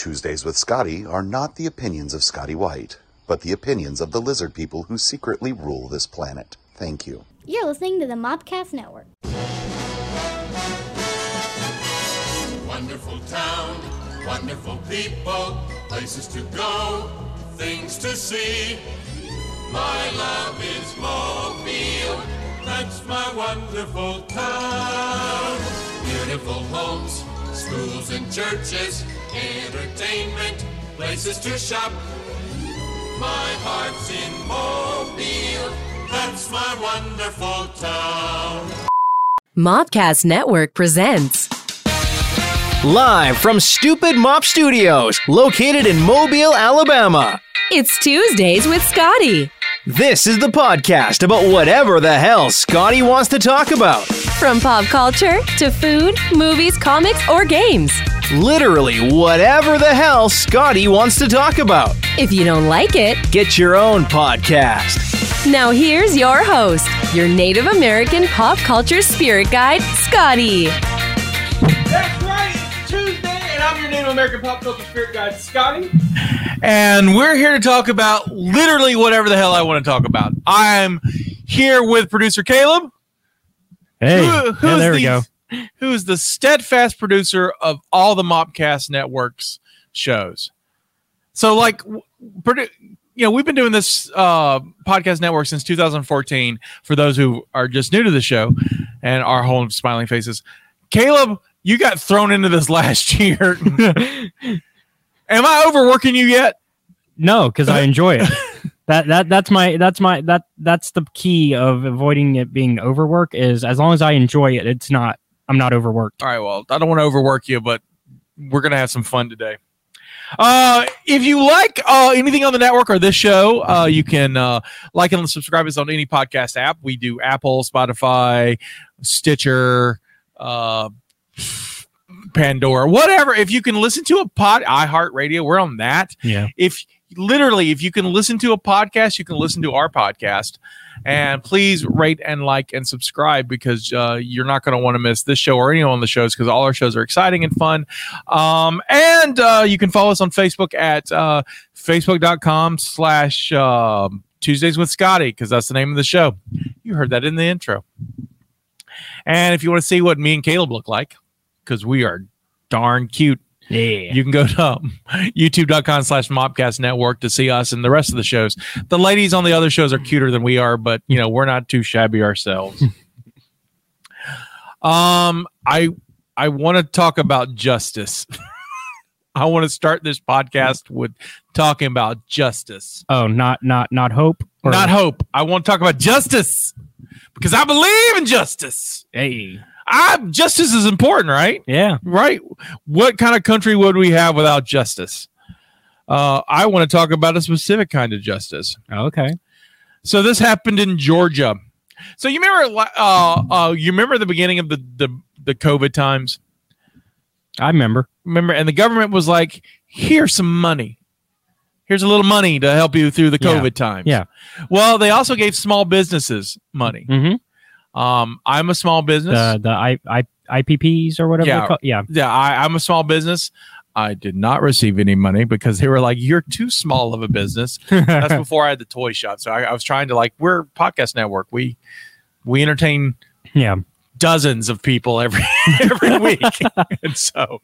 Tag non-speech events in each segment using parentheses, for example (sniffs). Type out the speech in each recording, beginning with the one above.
Tuesdays with Scotty are not the opinions of Scotty White, but the opinions of the lizard people who secretly rule this planet. Thank you. You're listening to the Mobcast Network. Wonderful town, wonderful people, places to go, things to see. My love is Mobile, that's my wonderful town. Beautiful homes, schools and churches, entertainment, places to shop. My heart's in Mobile, that's my wonderful town. Mobcast Network presents Live from Stupid Mop Studios, located in Mobile, Alabama. It's Tuesdays with Scotty This is the podcast about whatever the hell Scotty wants to talk about. from pop culture to food, movies, comics, or games. Literally, whatever the hell Scotty wants to talk about. If you don't like it, Get your own podcast. now here's your host, your Native American pop culture spirit guide, Scotty. That's right, it's Tuesday, and I'm your Native American pop culture spirit guide, Scotty. and we're here to talk about literally whatever the hell I want to talk about. I'm here with producer Caleb. Hey, Who- yeah, there the, we go. Who's the steadfast producer of all the Mopcast Network's shows? So, like, w- produ- you know, we've been doing this uh, podcast network since 2014. For those who are just new to the show and our whole smiling faces, Caleb, you got thrown into this (laughs) last year. Am I overworking you yet? No, because I enjoy (laughs) it. that that that's my that's my that that's the key of avoiding it being overwork is as long as I enjoy it, it's not I'm not overworked. All right, well, I don't want to overwork you, but we're going to have some fun today. Uh, if you like uh, anything on the network or this show, uh, you can uh, like and subscribe us on any podcast app. We do Apple, Spotify, Stitcher, uh, Pandora, whatever. If you can listen to a pod, iHeartRadio, we're on that Yeah. if literally if you can listen to a podcast you can listen to our podcast and please rate and like and subscribe because uh, you're not going to want to miss this show or any on the shows because all our shows are exciting and fun um, and uh, you can follow us on facebook at uh, facebook.com slash um, tuesdays with scotty because that's the name of the show you heard that in the intro and if you want to see what me and caleb look like because we are darn cute Yeah. you can go (laughs) to um, youtube.com slash mobcast network to see us and the rest of the shows. The ladies on the other shows are cuter than we are, but you know, we're not too shabby (laughs) ourselves. um, I I want to talk about justice. (laughs) I want to start this podcast with talking about justice. oh, not not not hope. or- Not hope. I want to talk about justice because I believe in justice. Hey. I justice is important, right? Yeah. right? What kind of country would we have without justice? Uh, I want to talk about a specific kind of justice. Okay. So this happened in Georgia. So you remember, li- uh, uh, you remember the beginning of the the, the COVID times. I remember. Remember, and the government was like, "Here's some money. Here's a little money to help you through the Yeah. COVID times." Yeah. Well, they also gave small businesses money. Mm-hmm. Uh, Um, I'm a small business. The the I, I IPPs or whatever. Yeah. They're called. Yeah. yeah, I, I'm a small business. I did not receive any money because they were like, "You're too small of a (laughs) business." That's before I had the toy shop, so I, I was trying to like, we're a podcast network. We we entertain yeah. dozens of people every (laughs) (laughs) every week, and so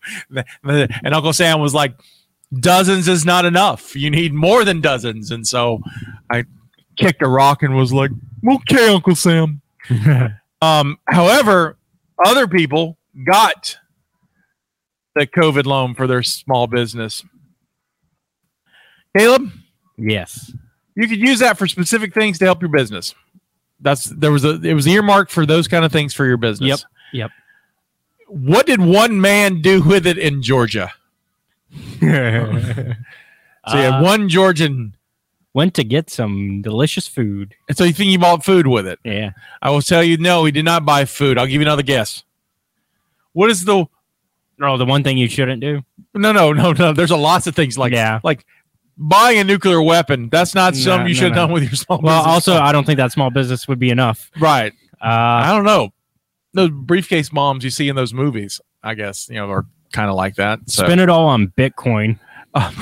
and Uncle Sam was like, "Dozens is not enough. You need more than dozens." And so I kicked a rock and was like, "Okay, Uncle Sam." Um, however, other people got the COVID loan for their small business. Caleb, yes. you could use that for specific things to help your business. That's there was a it was earmarked for those kind of things for your business. Yep, (laughs) yep. What did one man do with it in (laughs) Georgia? So you had Uh, one Georgian. went to get some delicious food. So you think you bought food with it? Yeah. I will tell you, no, he did not buy food. I'll give you another guess. What is the No, Oh, the one thing you shouldn't do. No, no, no, no. There's a lots of things like Yeah. like buying a nuclear weapon. That's not No, something you no, should have no. done with your small. Well, business. also, I don't think that small business would be enough. right. Uh, I don't know. Those briefcase moms you see in those movies, I guess you know, or kind of like that. So, Spend it all on (laughs) Bitcoin. Um,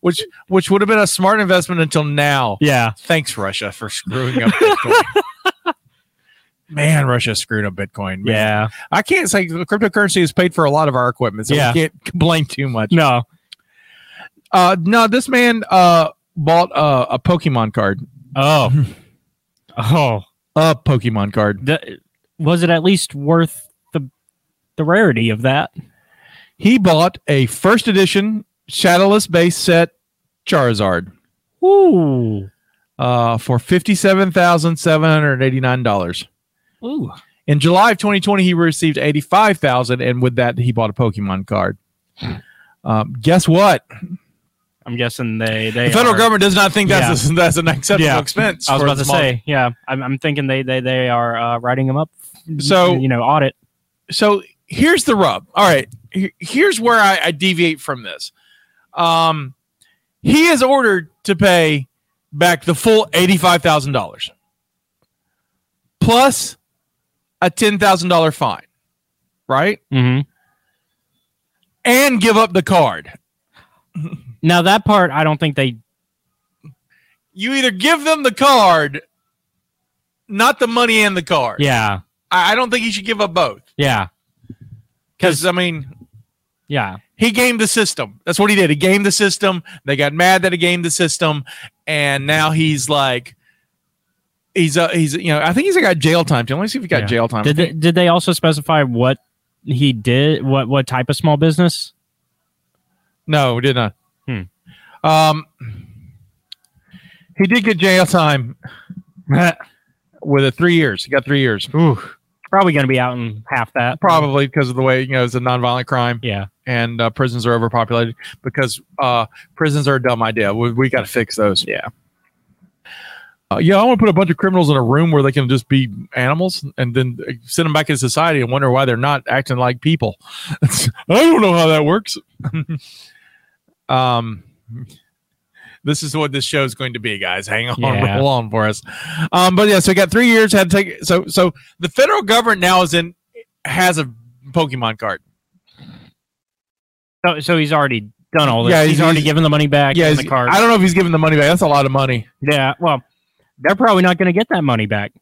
which which would have been a smart investment until now. Yeah. Thanks, Russia, for screwing up (laughs) Bitcoin. Man, Russia screwed up Bitcoin. Man. Yeah. I can't say the cryptocurrency has paid for a lot of our equipment, so Yeah. we can't complain too much. No. Uh, no, this man uh, bought uh, a Pokemon card. (laughs) Oh. oh. A Pokemon card. The, was it at least worth the the rarity of that? He bought a first edition Shadowless base set Charizard Ooh. uh, for fifty-seven thousand seven hundred eighty-nine dollars. Ooh. In July of 2020, he received eighty-five thousand, and with that, he bought a Pokemon card. Hmm. Um, guess what? I'm guessing they they The federal are- government does not think that's a, (laughs) that's an acceptable Yeah. expense. I was for about to small- say, yeah, I'm, I'm thinking they they they are uh, writing them up. So- you know, audit. so here's the rub. All right, Here- here's where I, I deviate from this. Um, he is ordered to pay back the full eighty-five thousand dollars, plus a ten thousand dollar fine, right? Mm-hmm. And give up the card. (laughs) Now that part, I don't think they. You either give them the card, not the money and the card. Yeah, I, I don't think he should give up both yeah, because I mean, yeah. he gamed the system. That's what he did. He gamed the system. They got mad that he gamed the system, and now he's like, he's uh, he's you know, I think he's got jail time. Too. Let me see if he got Yeah. jail time. Did they, did they also specify what he did? What what type of small business? no, we did not. Hmm. Um, he did get jail time (laughs) with a three years. He got three years, Ooh, probably going to be out in half that. probably because of the way you know it's a nonviolent crime. Yeah. and uh, prisons are overpopulated because uh, prisons are a dumb idea. We, we got to fix those. Yeah. Uh, yeah, I want to put a bunch of criminals in a room where they can just be animals and then uh, send them back in society and wonder why they're not acting like people. (laughs) I don't know how that works. (laughs) um, this is what this show is going to be, guys. Hang on, Yeah. roll on for us. Um, but yeah, so we got three years. Had to take so so the federal government now is in has a Pokemon card. So so he's already done all this. Yeah, he's, he's- already he's- given the money back. yeah, Yeah, he's- the card. I don't know if he's giving the money back. That's a lot of money. Yeah. Well, they're probably not going to get that money back.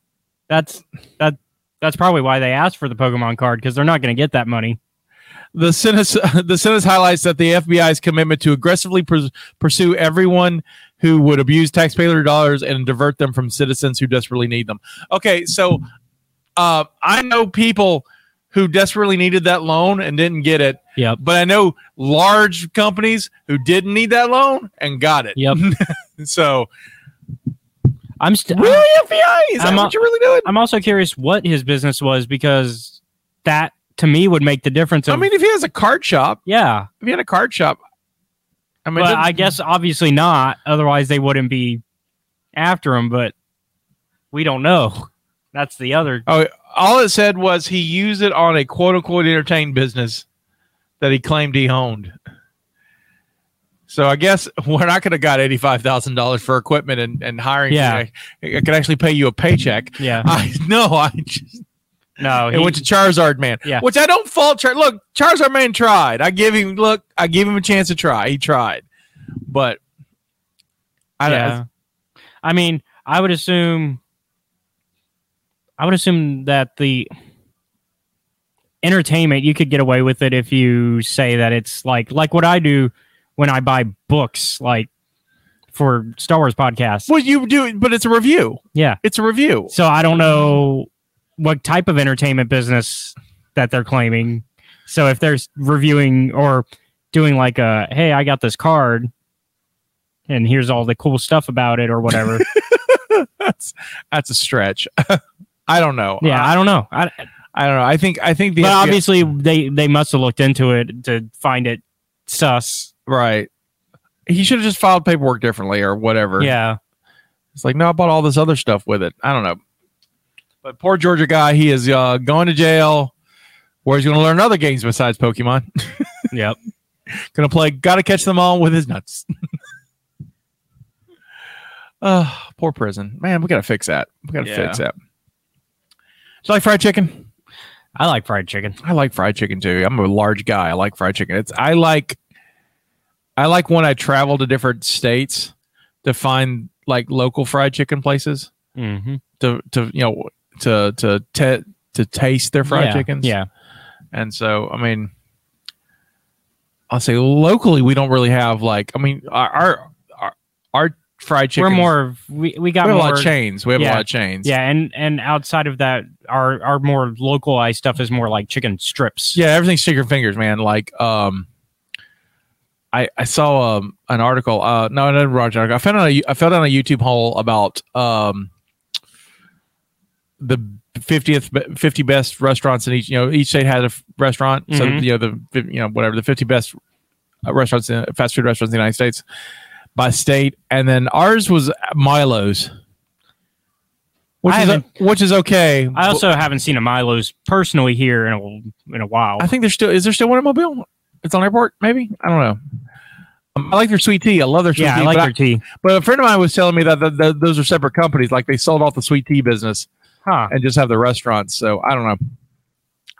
That's that. That's probably why they asked for the Pokemon card because they're not going to get that money. The sentence (laughs) the sentence highlights that the FBI's commitment to aggressively pers- pursue everyone who would abuse taxpayer dollars and divert them from citizens who desperately need them. Okay, so uh, I know people who desperately needed that loan and didn't get it, Yep. but I know large companies who didn't need that loan and got it. Yep. (laughs) So I'm still. really, FBI, is that I'm what not- you're really doing? I'm also curious what his business was because that to me would make the difference. I of- mean, if he has a card shop, yeah, if he had a card shop, I mean, it but doesn't- I guess obviously not. Otherwise, they wouldn't be after him. But we don't know. That's the other. Oh, all it said was he used it on a quote unquote entertainment business that he claimed he owned. So I guess (laughs) we're not going to got eighty five thousand dollars for equipment and, and hiring. Yeah. I, I could actually pay you a paycheck. Yeah. I (laughs) no, I just, No, it went to Charizard Man. Yeah. which I don't fault. Char- look, Charizard Man tried. I give him look. I give him a chance to try. He tried, but I don't. yeah. I mean, I would assume I would assume that the entertainment you could get away with it if you say that it's like like what I do when I buy books like for Star Wars podcasts. Well, you do, but it's a review. Yeah. It's a review. So I don't know what type of entertainment business that they're claiming. So if they're reviewing or doing like a hey, I got this card and here's all the cool stuff about it (laughs) or whatever. that's that's a stretch. (laughs) Oh, I don't know. yeah, I don't know. I, I don't know. I think I think the but FBI obviously they they must have looked into it to find it sus. right. He should have just filed paperwork differently or whatever. Yeah, It's like no, I bought all this other stuff with it. I don't know. But poor Georgia guy, he is uh, going to jail, where he's going to learn other games besides Pokemon. (laughs) yep. going to play "Gotta Catch Them All" with his nuts. (laughs) uh, poor prison man. We got to fix that. We got to Yeah. fix that. Do you like fried chicken? I like fried chicken. I like fried chicken too. I'm a large guy. I like fried chicken. It's I like I like when I travel to different states to find like local fried chicken places Mm-hmm. to to you know to to te- to taste their fried yeah. chickens. Yeah. And so, I mean, I'll say locally, we don't really have like, I mean, our, our, our, our fried chicken, We're more. of- We we got we have a more lot of chains. We have a yeah. lot of chains. Yeah, and and outside of that, our our more localized stuff is more like chicken strips. Yeah. Everything's chicken fingers, man. Like, um, I, I saw um, an article. Uh, no, I didn't watch an article. I found out a, I fell down a YouTube hole about um, the fiftieth fifty best restaurants in each. You know, each state had a f- restaurant. So Mhm. you know the fif- you know whatever the fifty best uh, restaurants in, fast food restaurants in the United States by state, and then ours was Milo's, which I is haven't- which is okay. I also haven't seen a Milo's personally here in a in a while. I think there's still is there still one in Mobile? It's on airport, maybe. I don't know. Um, I like their sweet tea. I love their sweet yeah, tea. I like but, their tea. but a friend of mine was telling me that th th those are separate companies. Like they sold off the sweet tea business Huh. and just have the restaurants. So I don't know.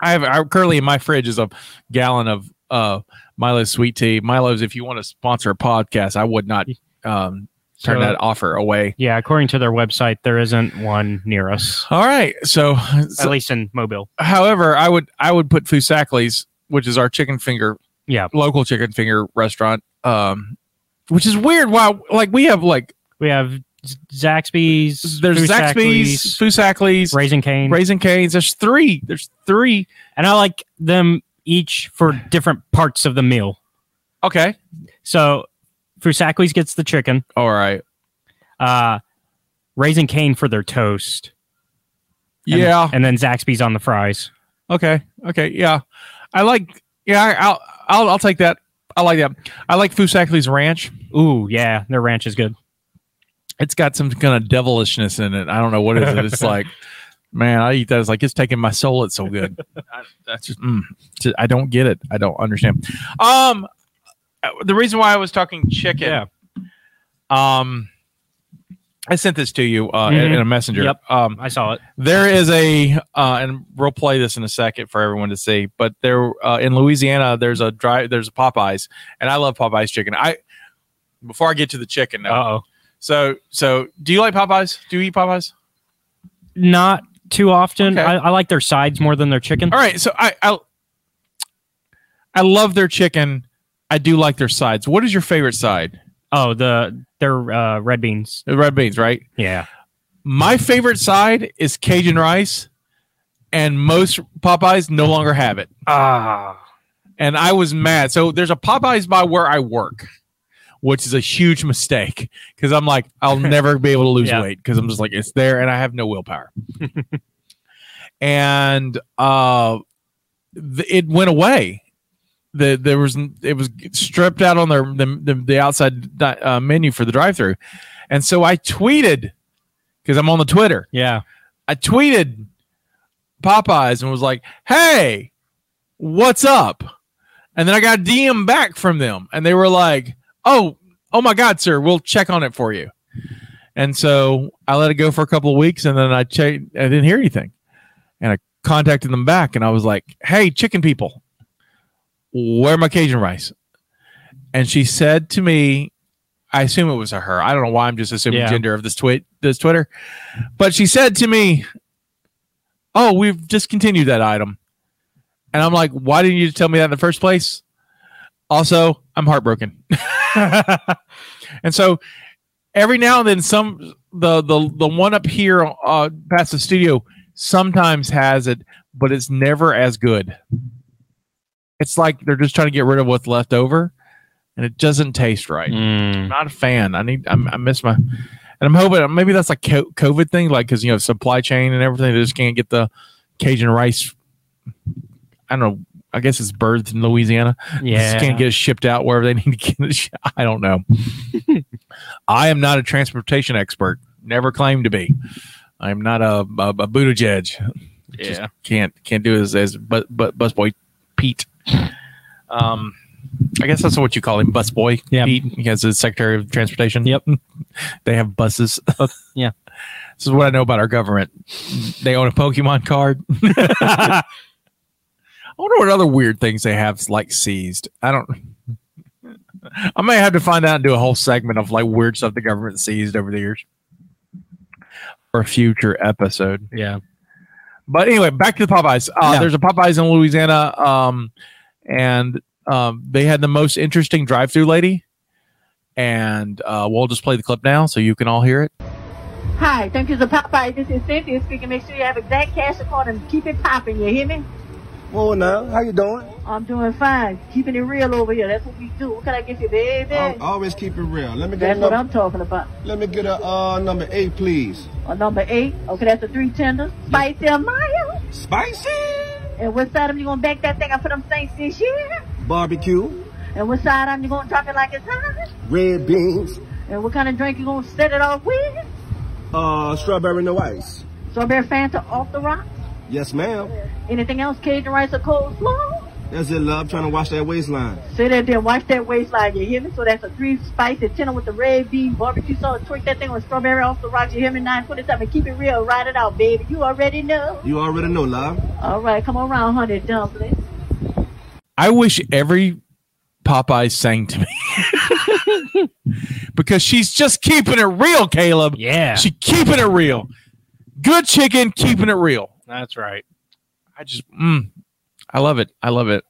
I have I, currently in my fridge is a gallon of uh, Milo's sweet tea. Milo's, if you want to sponsor a podcast, I would not um, turn So- that offer away. Yeah, according to their website, there isn't one near us, All right. So, at so- least in Mobile. however, I would I would put Fusakli's, which is our chicken finger Yeah, local chicken finger restaurant. Um, which is weird. Wow, like we have like we have Z- Zaxby's. there's Zaxby's, Fusakli's, Fusakli's, Raising Cane, Raisin Canes. There's three. There's three. and I like them each for different parts of the meal. Okay. So, Fusakli's gets the chicken. All right. uh Raisin Cane for their toast. And- Yeah. And then Zaxby's on the fries. Okay. Okay. Yeah. I like. Yeah. I- I'll. I'll. I'll take that. I like that. I like Fusakli's Ranch. Ooh, yeah, their ranch is good. It's got some kind of devilishness in it. I don't know what is (laughs) it. It's like, man, I eat that. It's like it's taking my soul. It's so good. I, that's just. Mm, Just- I don't get it. I don't understand. Um, the reason why I was talking chicken. Um, I sent this to you uh, in- in a messenger. Mm-hmm. Yep. Um, I saw it. there is a uh, and we'll play this in a second for everyone to see but there uh, in louisiana there's a dry there's a popeyes and i love popeyes chicken i before i get to the chicken though, Uh oh. so so do you like popeyes do you eat popeyes Not too often. Okay. I, I like their sides more than their chicken. all right so i i, I love their chicken i do like their sides what is your favorite side Oh, the their uh, red beans. The red beans right Yeah. my favorite side is cajun rice and most popeyes no longer have it Ah. and I was mad. So there's a Popeyes by where I work, which is a huge mistake because I'm like, (laughs) I'll never be able to lose Yeah. weight because I'm just like, it's there and I have no (laughs) willpower. and uh, th- it went away. The, there was n- it was stripped out on their the, the, the outside di- uh, menu for the drive through, and so I tweeted because I'm on the Twitter. Yeah. I tweeted Popeyes and was like, "Hey, what's up?" And then I got a DM back from them, and they were like, "Oh, oh my God, sir, we'll check on it for you." And so I let it go for a couple of weeks, and then I checked. I didn't hear anything, and I contacted them back, and I was like, "Hey, chicken people, where my Cajun rice?" And she said to me, "I assume it was a her. I don't know why I'm just assuming Yeah. gender of this tweet, this Twitter." But she said to me, "Oh, we've discontinued that item." And I'm like, "Why didn't you tell me that in the first place?" Also, I'm heartbroken. and so every now and then some the the the one up here uh past the studio sometimes has it, but it's never as good. It's like they're just trying to get rid of what's left over and it doesn't taste right. I'm not a fan. I need. I'm, I miss my. And I'm hoping maybe that's like co- COVID thing, like because you know supply chain and everything. They just can't get the Cajun rice. I don't know. I guess it's birthed in Louisiana. They Yeah. just can't get it shipped out wherever they (laughs) need to get it. shi- I don't (laughs) know. I am not a transportation expert. Never claimed to be. I'm not a a, a Buddha judge. Just can't can't do as as but but busboy Pete. Um, I guess that's what you call him, busboy Yeah. Pete. He has the Secretary of Transportation. Yep. (laughs) they have buses. (laughs) yeah. (laughs) this is what I know about our government. They own a Pokemon card. wonder what other weird things they have like seized. I don't. (laughs) I may have to find out and do a whole segment of like weird stuff the government seized over the years for a future episode. Yeah. But anyway, back to the Popeyes. Uh, Yeah. There's a Popeyes in Louisiana, um, and um, they had the most interesting drive-through lady. And uh, we'll just play the clip now so you can all hear it. Hi, thank you for Popeye. This is Cynthia speaking. Make sure you have exact cash account and keep it popping. You hear me? Well, now, how you doing? I'm doing fine. Keeping it real over here. That's what we do. What can I get you, baby? Al- always keep it real. Um, Let me get that's a what number, I'm talking about. let me get a uh, number eight, please. Uh, number eight. Okay, that's the three tenders. Spicy Amaya. Spicy And what side of you gonna bake that thing? I put them things this year. barbecue, And what side of you gonna drop it like it's hot? red beans, And what kind of drink you gonna set it off with? uh, strawberry no ice. Strawberry Fanta off the rock. Yes, ma'am. Anything else? Cajun rice or coleslaw? That's it, love. Trying to wash that waistline. Sit there there, watch that waistline, you hear me? So that's a three spicy tenor with the red bean, barbecue sauce, twerk that thing with strawberry off the rocks, you hear me? 927, keep it real, ride it out, baby. You already know. You already know, love. All right, come around, honey, dumpling. I wish every Popeye sang to me (laughs) because she's just keeping it real, Caleb. Yeah. She keeping it real. Good chicken, keeping it real. That's right. I just, mm, I love it. I love it.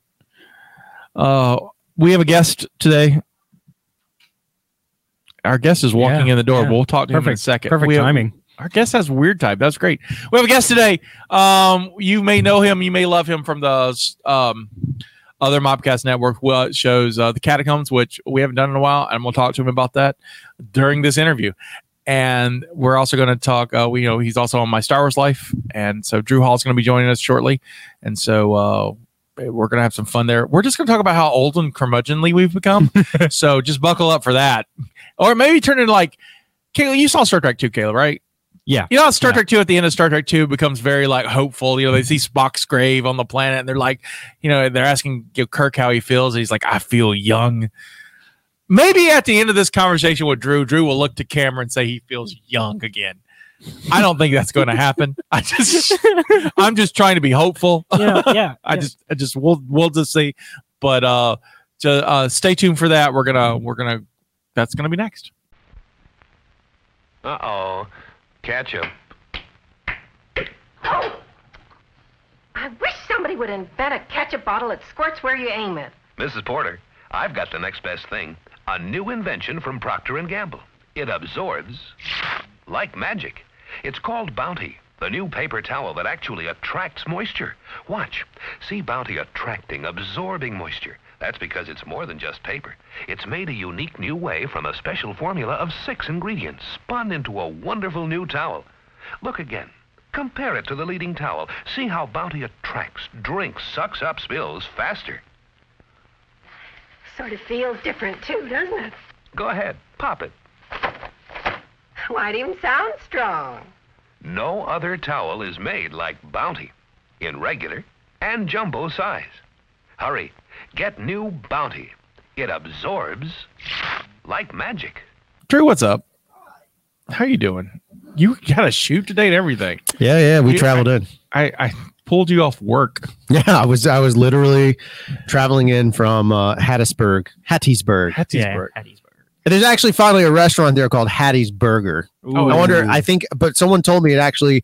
Uh, we have a guest today. Our guest is walking Yeah, in the door. yeah. We'll talk to him in a Perfect. second. Perfect We have- timing. our guest has weird type. That's great. We have a guest today. Um, you may know him. You may love him from the um, other Mobcast Network well, it shows, uh, the Catacombs, which we haven't done in a while, and we'll talk to him about that during this interview. And we're also going to talk. Uh, we you know he's also on my Star Wars life, and so Drew Hall's going to be joining us shortly, and so. Uh, we're gonna have some fun there. We're just gonna talk about how old and curmudgeonly we've become. so just buckle up for that, or maybe turn into like, Caleb. You saw Star Trek 2, Caleb, right? Yeah. You know, how Star Trek Two at the end of Star Trek Two becomes very like hopeful. You know, they see Spock's grave on the planet, and they're like, you know, they're asking you know, Kirk how he feels, and he's like, "I feel young." Maybe at the end of this conversation with Drew, Drew will look to camera and say he feels young again. I don't think that's going to happen. (laughs) I just, I'm just trying to be hopeful. Yeah. (laughs) Yeah. (laughs) I just, I just, we'll, we'll just see. But uh, ju- uh, stay tuned for that. We're gonna, we're gonna, that's gonna be next. Uh oh. Ketchup. Oh! I wish somebody would invent a ketchup bottle that squirts where you aim it. Mrs. Porter, I've got the next best thing. A new invention from Procter & Gamble. It absorbs like magic. It's called Bounty, the new paper towel that actually attracts moisture. Watch. See Bounty attracting, absorbing moisture. That's because it's more than just paper. It's made a unique new way from a special formula of six ingredients spun into a wonderful new towel. Look again. Compare it to the leading towel. See how Bounty attracts, drinks, sucks up spills faster. Sort of feels different, too, doesn't it? Go ahead, pop it. Why, it even sounds strong. No other towel is made like Bounty in regular and jumbo size. Hurry, get new Bounty. It absorbs like magic. Drew, what's up? How you doing? You got a shoot today and everything. Yeah, yeah, we You- traveled in. I, I pulled you off work. (laughs) Yeah, I was I was literally traveling in from uh, Hattiesburg, Hattiesburg. Hattiesburg. There's actually finally a restaurant there called Hattie's Burger. Ooh. I wonder. I think, but someone told me it actually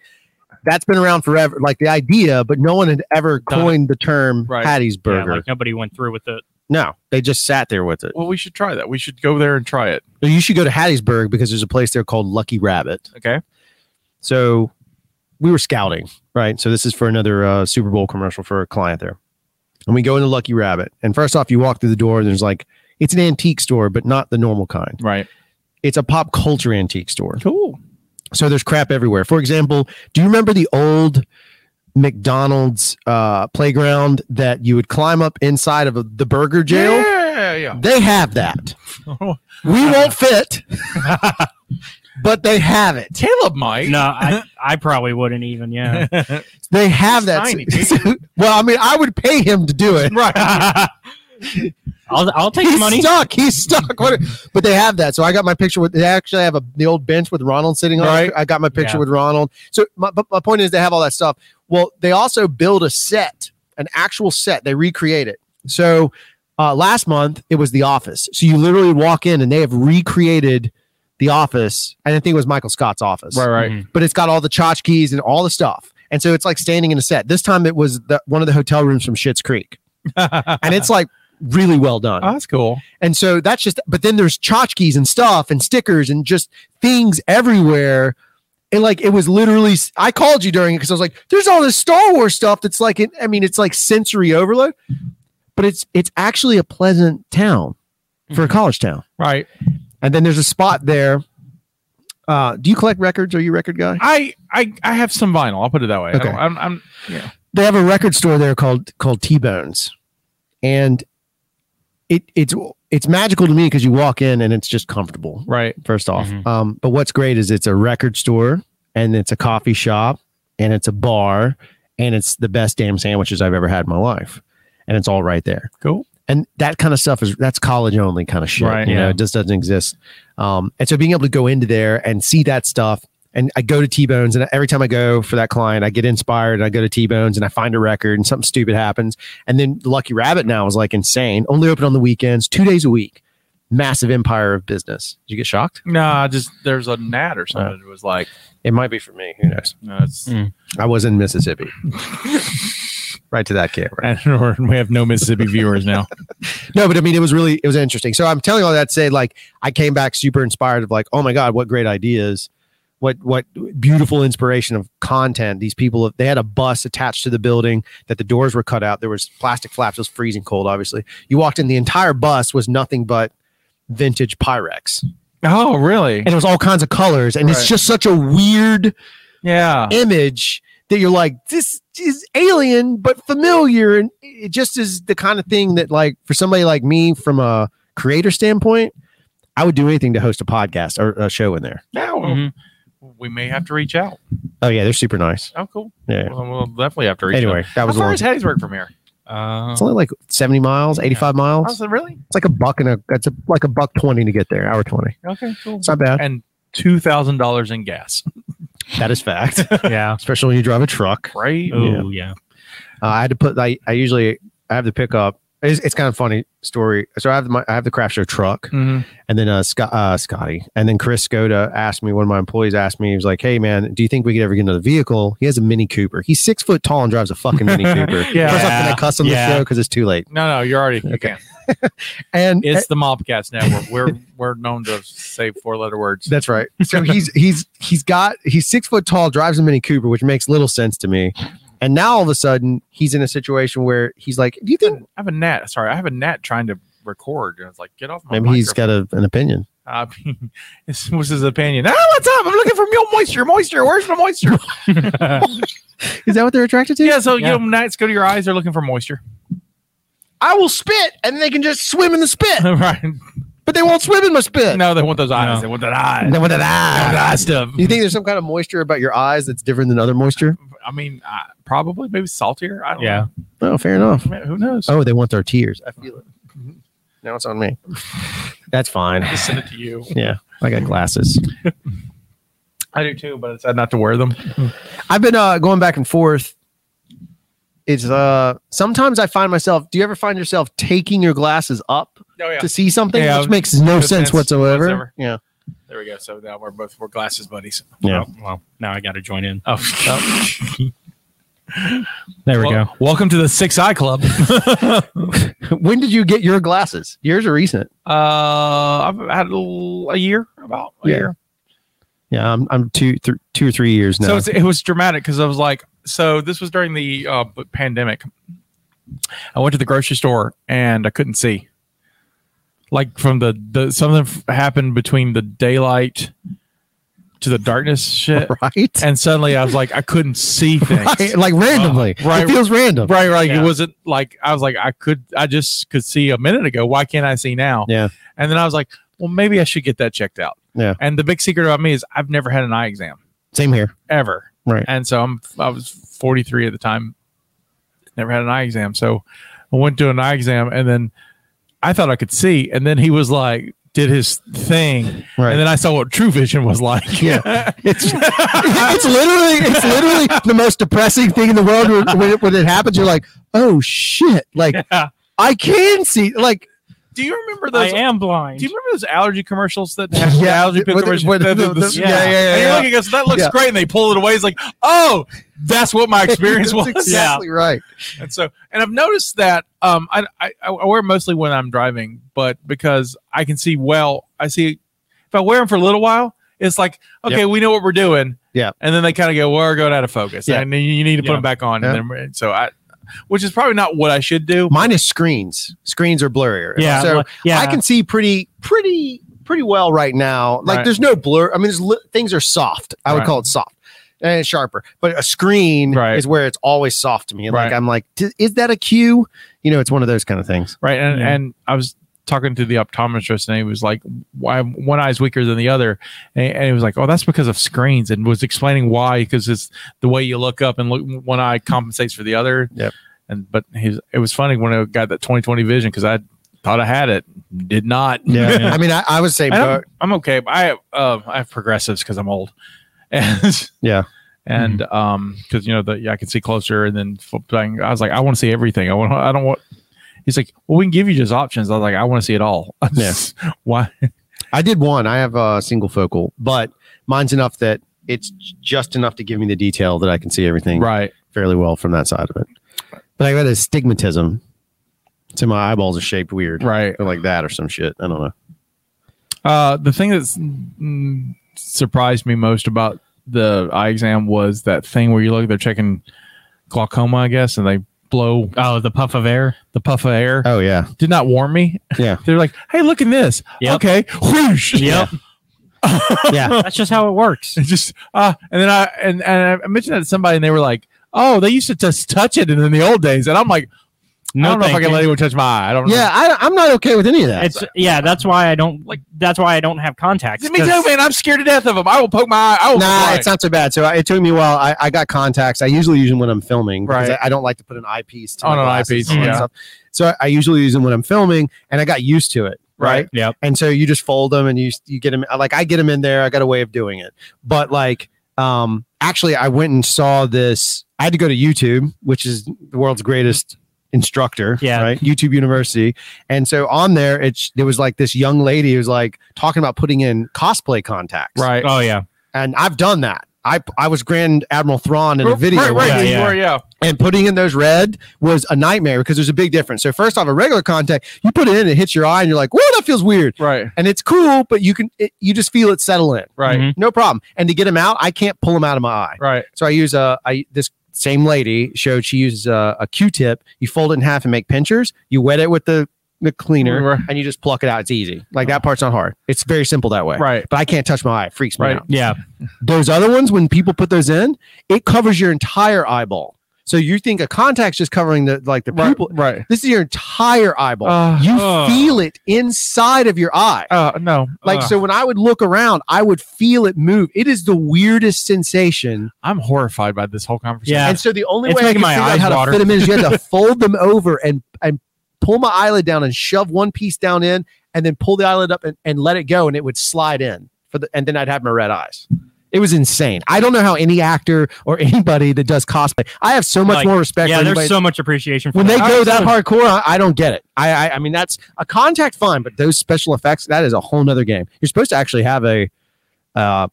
that's been around forever, like the idea, but no one had ever Done it. coined the term Right. Hattie's Yeah, Burger. like nobody went through with it. no, they just sat there with it. Well, we should try that. We should go there and try it. You should go to Hattiesburg because there's a place there called Lucky Rabbit. Okay. So we were scouting, right? So this is for another uh, Super Bowl commercial for a client there. And we go into Lucky Rabbit. And first off, you walk through the door, and there's like, it's an antique store, but not the normal kind. Right. It's a pop culture antique store. Cool. So there's crap everywhere. For example, do you remember the old McDonald's uh, playground that you would climb up inside of a, the burger jail? Yeah, yeah. They have that. We (laughs) won't fit, but they have it. Caleb might. No, I, I probably wouldn't (laughs) even. Yeah. They have that. tiny, (laughs) well, I mean, I would pay him to do it. (laughs) Right. I'll, I'll take the He's money. stuck. He's stuck. What- (laughs) but they have that. So I got my picture with. They actually have a the old bench with Ronald sitting on. it. Right. I got my picture Yeah. with Ronald. So my but my point is they have all that stuff. Well, they also build a set an actual set. They recreate it. So uh, last month it was The Office. So you literally walk in and they have recreated The Office, and I think it was Michael Scott's office. Right, right. Mhm. But it's got all the tchotchkes and all the stuff. And so it's like standing in a set. This time it was the, one of the hotel rooms from (laughs) Schitt's Creek. and it's like really well done. Oh, that's cool. And so that's just, but then there's tchotchkes and stuff and stickers and just things everywhere. And like, it was literally, I called you during it because I was like, there's all this Star Wars stuff that's like, I mean, it's like sensory overload, but it's, it's actually a pleasant town for a college town. Mm-hmm. Right. And then there's a spot there. Uh, do you collect (laughs) records? Are you a record guy? I I I have some vinyl. I'll put it that way. I don't, I'm, I'm yeah. they have a record store there called called T Bones, and it it's it's magical to me because you walk in and it's just comfortable, right? First off, um, but what's great is it's a record store and it's a coffee shop and it's a bar and it's the best damn sandwiches I've ever had in my life, and it's all right there. Cool. And that kind of stuff is that's college only kind of shit. Right, you know, yeah. it just doesn't exist. Um, and so being able to go into there and see that stuff, and I go to T Bones, and every time I go for that client, I get inspired, and I go to T Bones, and I find a record, and something stupid happens, and then Lucky Rabbit now is like insane. Only open on the weekends, two days a week. Massive empire of business. Did you get shocked? Nah, just there's a gnat or something. It was like Uh, it might be for me. Who knows? Hmm. No, it's I was (laughs) in Mississippi. right to that camera. we have no Mississippi viewers now. (laughs) no, but I mean, it was really it was interesting. So I'm telling all that to say, like, I came back super inspired of like, oh my god, what great ideas, what what beautiful inspiration of content. These people they had a bus attached to the building that the doors were cut out. There was plastic flaps. It was freezing cold. Obviously, you walked in, the entire bus was nothing but vintage Pyrex. Oh, really? And it was all kinds of colors, and it's Right. just such a weird yeah image that you're like this is alien but familiar and it just is the kind of thing that like for somebody like me from a creator standpoint i would do anything to host a podcast or a show in there Now Oh, Mm-hmm. we may have to reach out. oh yeah they're super nice Oh, cool. Yeah. Well, we'll definitely have to reach. Anyway, out. that was how a far long- is Hattiesburg from here? Uh, it's only like 70 miles 85 miles Oh, so really? it's like a buck and a it's a, like a buck 20 to get there hour 20 Okay, cool. it's not bad And two thousand dollars in gas. that (laughs) is fact yeah especially when you drive a truck Right? Oh, yeah. Uh, I had to put. I, I usually I have to pick up. It's, it's kind of funny story. So I have my I have the craft show truck, Mhm. and then uh, Scott, uh Scotty, and then Chris Skoda asked me. One of my employees asked me. He was like, "Hey man, do you think we could ever get another vehicle?" He has a Mini Cooper. He's six foot tall and drives a (laughs) fucking Mini Cooper. Yeah. First off, can I cuss on Yeah. the show because it's too late. No, no, you're already you can. (laughs) And It's the Mobcast Network. We're we're known to say four letter words. That's right. So he's he's he's got he's six foot tall, drives a Mini Cooper, which makes little sense to me. And now all of a sudden he's in a situation where he's like, "Do you think I have a gnat. Sorry, I have a gnat trying to record, and it's like, get off my. maybe he's got a, an opinion?" Uh, (laughs) this was his opinion. Oh, what's up? I'm looking for real moisture. Moisture. Where's the moisture? (laughs) Is that what they're attracted to? Yeah. So you know, gnats go to your eyes. They're looking for moisture. I will spit, and they can just swim in the (laughs) spit. right. But they won't swim in my spit. No, they want those eyes. They want that eye. They want that eye. They want that eye stuff. You think there's some kind of moisture about your eyes that's different than other moisture? I mean, uh, probably maybe saltier. I don't Yeah. Oh, fair enough. Man, who knows? Oh, they want their tears. I feel it. Now it's on me. That's fine. Just send it to you. (laughs) Yeah, I got glasses. I do too, but it's sad not to wear them. I've been uh, going back and forth. It's uh sometimes I find myself. Do you ever find yourself taking your glasses up Oh, yeah. to see something, Yeah. which makes no No sense sense whatsoever? whatsoever. Yeah. There we go. So now we're both we're glasses buddies. Yeah. Oh, well, now I got to join in. Oh. Oh, (laughs) there we Well- go. Welcome to the Six Eye Club. (laughs) when did you get your glasses? Yours are recent. Uh, I've had a, little- a year, about a Yeah. year. Yeah, I'm I'm two th- two or three years now. So it's, it was dramatic because I was like, so this was during the uh, b- pandemic. I went to the grocery store and I couldn't see. Like from the, the something f- happened between the daylight to the darkness shit, (laughs) right? And suddenly I was like, I couldn't see things. (laughs) Uh, Right, like randomly. It feels random. Right, right. Yeah. It wasn't like I was like I could I just could see a minute ago. Why can't I see now? Yeah. And then I was like, well, maybe I should get that checked out. Yeah. And the big secret about me is I've never had an eye exam Same (laughs) here. ever. Right. And so I'm I was 43 at the time. Never had an eye exam. So I went to an eye exam and then I thought I could see and then he was like did his thing, and then I saw what True Vision was like. (laughs) Yeah, it's it's literally it's literally the most depressing thing in the world. When, when it, when it happens, you're like, oh shit! Like I can see. Like Do you remember those? I am blind. Do you remember those allergy commercials that have the allergy pill with the- commercials? with the- that- the- that- yeah, yeah, yeah, And you're yeah. looking at us, that looks Yeah. great, and they pull it away. It's like, oh, that's what (laughs) my experience was. That's exactly right. And so, and I've noticed that um, I, I I wear 'em mostly when I'm driving, but because I can see well, I see if I wear them for a little while, it's like okay, Yep. we know what we're doing. Yeah. and then they kind of go, well, we're going out of focus, Yeah. and then you you need to put Yeah. them back on. Yeah. And then we're- and so I, which is probably not what I should do. Mine is screens. Screens are blurrier. Yeah, so well, yeah. I can see pretty pretty pretty well right now. Like Right. there's no blur. I mean, there's li- things are soft. I would Right. call it soft. And it's sharper, but a screen is where it's always soft to me. Like Right. I'm like, "D- is that a cue? You know, it's one of those kind of things. right and Yeah. and i was talking to the optometrist and he was like why one eye's weaker than the other and, and he was like oh that's because of screens and was explaining why because it's the way you look up and look one eye compensates for the other yep and but his it was funny when i got that 2020 vision because i thought i had it did not Yeah. (laughs) I mean, I- I would say And I'm, both. I'm okay but i um i have progressives because i'm old (laughs) and yeah and um because you know the yeah, i can see closer and then flipping, i was like i want to see everything i want i don't want he's like well we can give you just options i was like i want to see it all (laughs) yes why I did one. I have a single focal, but mine's enough that it's just enough to give me the detail that I can see everything right fairly well from that side of it. But I got astigmatism, so my eyeballs are shaped weird, right, or like that or some shit. I don't know. uh the thing that's mm, surprised me most about the eye exam was that thing where you look they're checking glaucoma i guess and they blow oh the puff of air the puff of air oh yeah did not warn me yeah (laughs) they're like hey look at this okay whoosh Yep. (laughs) yeah, that's just how it works. It's just uh, and then I and, and I mentioned that to somebody, and they were like, "Oh, they used to just touch it in, in the old days," and I'm like, No, "I don't know if I thank can you. let anyone touch my eye. I don't know." I, I'm not okay with any of that. It's yeah, that's why I don't like. That's why I don't have contacts. me too, 'cause- man. I'm scared to death of them. I will poke my eye. I will nah, cry. uh, it's not so bad. So I, it took me a while. I, I got contacts. I usually use them when I'm filming. because Right. I, I don't like to put an eyepiece to On my an glasses eyepiece, and all that yeah. So I, I usually use them when I'm filming, and I got used to it. Right. Right, yep. And so you just fold them, and you you get them. Like I get them in there. I got a way of doing it. But like, um, actually, I went and saw this. I had to go to YouTube, which is the world's greatest instructor. Yeah. Right. YouTube University. And so on there, it's there was like this young lady who's like talking about putting in cosplay contacts. Right. Oh yeah. And I've done that. I I was Grand Admiral Thrawn in a Right, video. right, once. yeah, you Yeah. were, yeah. And putting in those red was a nightmare because there's a big difference. So first off, a regular contact, you put it in, it hits your eye, and you're like, "Whoa, that feels weird." Right. And it's cool, but you can it, you just feel it settle in. Right. Mhm. No problem. And to get them out, I can't pull them out of my eye. Right. So I use a I this same lady showed she uses a, a Q-tip. You fold it in half and make pinchers. You wet it with the the cleaner Right. Oh. and you just pluck it out. It's easy. Like that part's not hard. It's very simple that way. Right. But I can't touch my eye. It freaks me Right. out. Yeah. (laughs) Those other ones, when people put those in, it covers your entire eyeball. So you think a contact's just covering the like the pupil. Right. This is your entire eyeball. Uh, you uh. feel it inside of your eye. Uh, no. Like Uh. so when I would look around, I would feel it move. It is the weirdest sensation. I'm horrified by this whole conversation. And so the only It's way I making could my figure out eyes how water. to fit them in is you (laughs) had to fold them over and and pull my eyelid down and shove one piece down in, and then pull the eyelid up and, and let it go, and it would slide in for the. And then I'd have my red eyes. It was insane. I don't know how any actor or anybody that does cosplay. I have so much Like, more respect. Yeah, for there's anybody- so much appreciation for When they that. go that hardcore, I, I don't get it. I, I I mean that's a contact fine, but those special effects that is a whole nother game. You're supposed to actually have a uh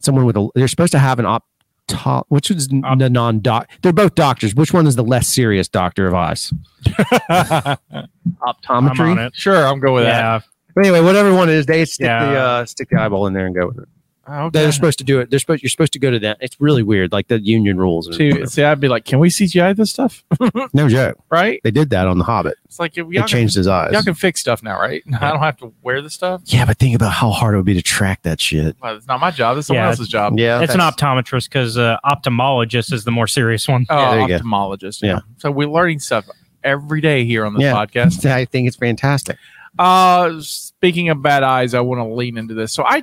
someone with a you're supposed to have an op top which is n- the non doc they're both doctors. Which one is the less serious doctor of eyes? Optometry. I'm on it. Sure, I'm going with Yeah. that. But anyway, whatever one it is, they stick the Yeah. uh, stick the eyeball in there and go with it. Oh, They're supposed to do it. They're supposed you're supposed to go to that. It's really weird, like the union rules. and- See, see, I'd be like, "Can we CGI this stuff?" no joke. (laughs) Right? They did that on The Hobbit. It's like if They y'all changed can, his eyes. Y'all can fix stuff now, right? (laughs) I don't have to wear the stuff. Yeah, but think about how hard it would be to track that shit. Well, it's not my job. It's someone Yeah. else's job. it's an optometrist because uh, ophthalmologist is the more serious one. Oh, ophthalmologist. Yeah. So we're learning stuff every day here on this Yeah. podcast. (laughs) I think it's fantastic. Uh, speaking of bad eyes, I want to lean into this. So I,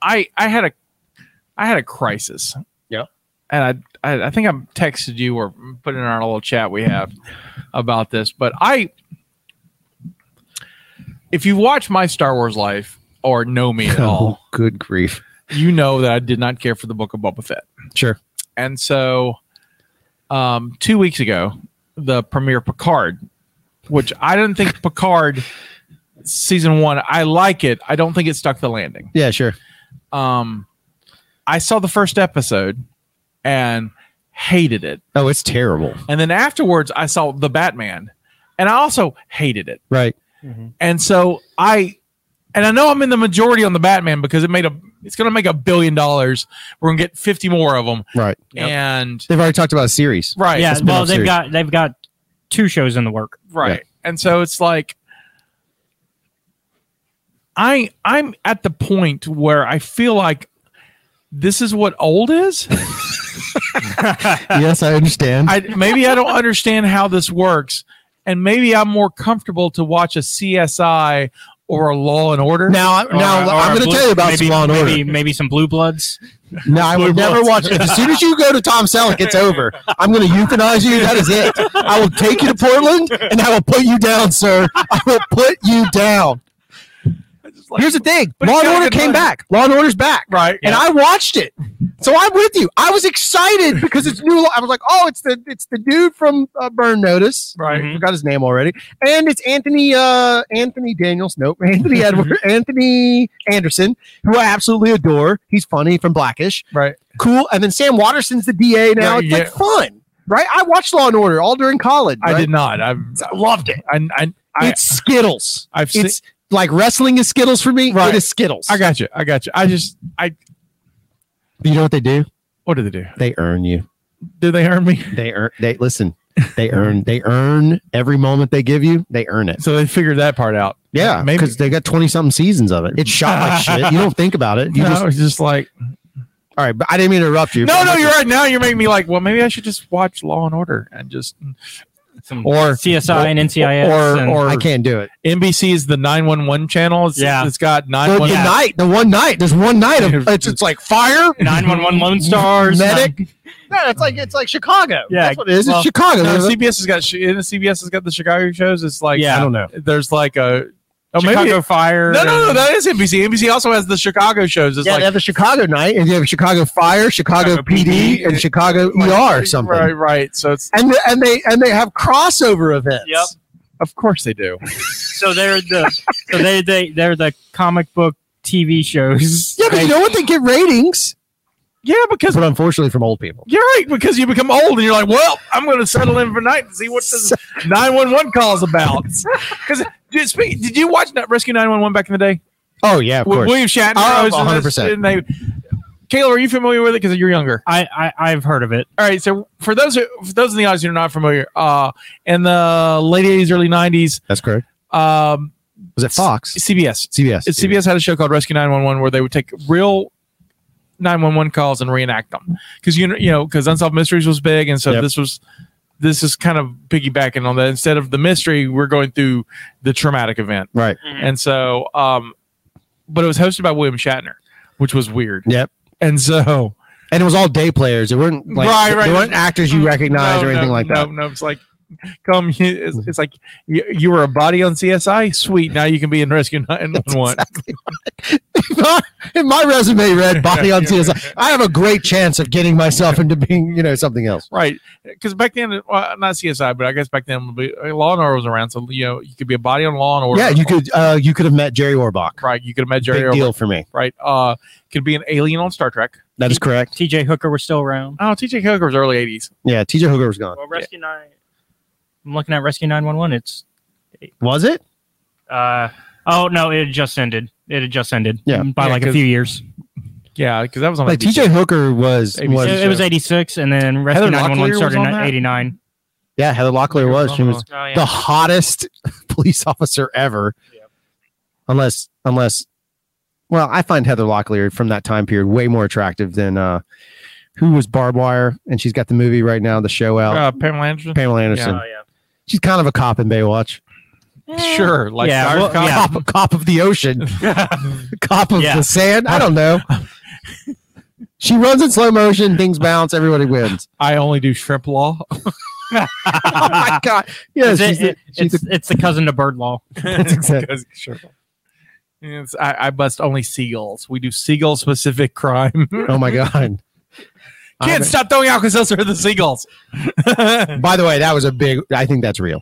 I, I had a, I had a crisis. Yeah. And I, I, I think I texted you or put it in our little chat we have about this, but I if you watch my Star Wars life or know (laughs) me at all, Oh, good grief. you know that I did not care for the book of Boba Fett. Sure. And so, um, two weeks ago, the premiere of Picard, which I didn't think Picard season one. I like it. I don't think it stuck the landing. Yeah, sure. Um, I saw the first episode and hated it. Oh, it's terrible. And then afterwards, I saw the Batman, and I also hated it. Right. And so I, and I know I'm in the majority on the Batman because it made a, it's going to make a billion dollars. We're going to get 50 more of them. Right. And They've already talked about a series. Right. Yeah. A spin-off Well, they've series. got they've got two shows in the work. right. And so it's like, I, I'm at the point where I feel like this is what old is. (laughs) yes, I understand. I maybe I don't understand how this works, and maybe I'm more comfortable to watch a CSI or a Law and Order. Now, now, I'm gonna tell you about some Law and Maybe, Order. maybe some Blue Bloods. No, I will never watch it. As soon as you go to Tom Selleck, it's over. I'm going to euthanize you. That is it. I will take you to Portland and I will put you down, sir. I will put you down. Here's the thing But Law it's and got Order good money. came back. Law and Order's back. Right. And Yeah. I watched it. So I'm with you. I was excited because it's new. I was like, oh, it's the it's the dude from uh, Burn Notice. Right. I forgot his name already. And it's Anthony uh Anthony Daniels. Nope. (laughs) (laughs) Anthony Edward Anthony Anderson, who I absolutely adore. He's funny from Blackish. Right. Cool. And then Sam Watterson's the DA now. Right, it's yeah. like fun. Right? I watched Law and Order all during college. I right? did not. I've, I loved it. I, I, I, it's Skittles. I've seen- it's like wrestling is Skittles for me. Right. It is Skittles. I got you. I got you. I just, I, you know what they do? what do they do? They earn you. Do they earn me? They earn. They listen. (laughs) They earn. They earn every moment they give you. They earn it. So they figured that part out. Yeah, Maybe. because they got twenty something seasons of it. It's shot like (laughs) shit. You don't think about it. You no, just, it's just like, all right, but I didn't mean to interrupt you. no, but- no, you're right. Now you're making me like, well, maybe I should just watch Law and Order and just, Some or CSI and NCIS. or- and- or- I can't do it. NBC is the 911 channel. It's, Yeah. It's got The, 911. (laughs) the night, the one night, there's one night of it's, it's like fire, 911 Lone Stars. (laughs) medic. nine- No, it's like it's like Chicago. Yeah, that's what it is. well, it's Chicago. No, There's a- CBS has got in the CBS has got the Chicago shows. It's like Yeah. I don't know. There's like a oh, Chicago maybe no, Fire. no, no, and- that is NBC. NBC also has the Chicago shows. It's yeah, they like have the Chicago night, and you have Chicago Fire, Chicago, Chicago PD, PD, and Chicago ER or something. right, right. So it's And the, and they and they have crossover events. Yep. of course they do. So they're the so they they they're the comic book TV shows. (laughs) Yeah, but you know what? They get ratings, Yeah, because but unfortunately from old people. you're right. Because you become old and you're like, well, I'm going to settle in for night and see what this 911 calls about. (laughs) Because did, speak- did you watch Not Rescue 911 back in the day? Oh yeah, of With course. William Shatner. Oh, was in this, 100%. And they, Kayla, are you familiar with it? Because you're younger. I, I I've heard of it. All right. So for those who, for those in the audience who are not familiar, uh, in the late eighties, early nineties, That's correct. um, Was it Fox? CBS, CBS. CBS had a show called Rescue Nine One One where they would take real nine one one calls and reenact them because you know you know because Unsolved Mysteries was big, and so Yep. this was this is kind of piggybacking on that. Instead of the mystery, we're going through the traumatic event, Right. and so um, but it was hosted by William Shatner, which was weird, Yep. and so And it was all day players. It weren't like Right, right. They weren't actors (laughs) you recognize No, or no, anything like that. No, no, it's like come. It's, it's like you, you were a body on CSI. Sweet, now you can be in Rescue (laughs) Nine One One. (laughs) In my resume (laughs) read body on CSI. I have a great chance of getting myself into being, you know, something else. Right, because back then, well, not CSI, but I guess back then we- Law and Order was around, so you know you could be a body on Law and Order. yeah, you could uh you could have met Jerry Orbach. Right, you could imagine Jerry. Big Orwell, deal for me. Right, uh, could be an alien on Star Trek. That is correct. TJ Hooker was still around. Oh, T.J. Hooker was early '80s. Yeah, TJ Hooker was gone. Well, Rescue Nine. I'm looking at Rescue Nine One One. It's Was it? uh oh no, it had just ended. It had just ended. Yeah. by Yeah, like a 'cause- few years. Yeah, because that was on Like ABC. TJ Hooker was ABC. was It, it was 86, and then Heather Rescue 911 Locklear started was in on that? (laughs) 89. yeah, Heather Locklear was. She was Oh, yeah. the hottest (laughs) police officer ever. Unless unless well, I find Heather Locklear from that time period way more attractive than uh who was Barb Wire and she's got the movie right now, the show out. uh, Pamela Anderson. Oh. Pamela Anderson. Oh, yeah. She's kind of a cop in Baywatch. Sure, like Yeah, Star- well, Cop- yeah. Cop, cop of the (laughs) ocean, (laughs) cop of Yeah. the sand. I don't know. She runs in slow motion. Things bounce. Everybody wins. I only do shrimp law. oh my (laughs) god! Yeah, it's, she's the- it- she's it's, the- it's the cousin to bird (laughs) law. That's exactly- sure. It's, I, I bust only seagulls. We do seagull specific crime. (laughs) oh my god! (laughs) Kids, stop throwing out because those are the seagulls. (laughs) By the way, that was a big. I think (laughs) that's real.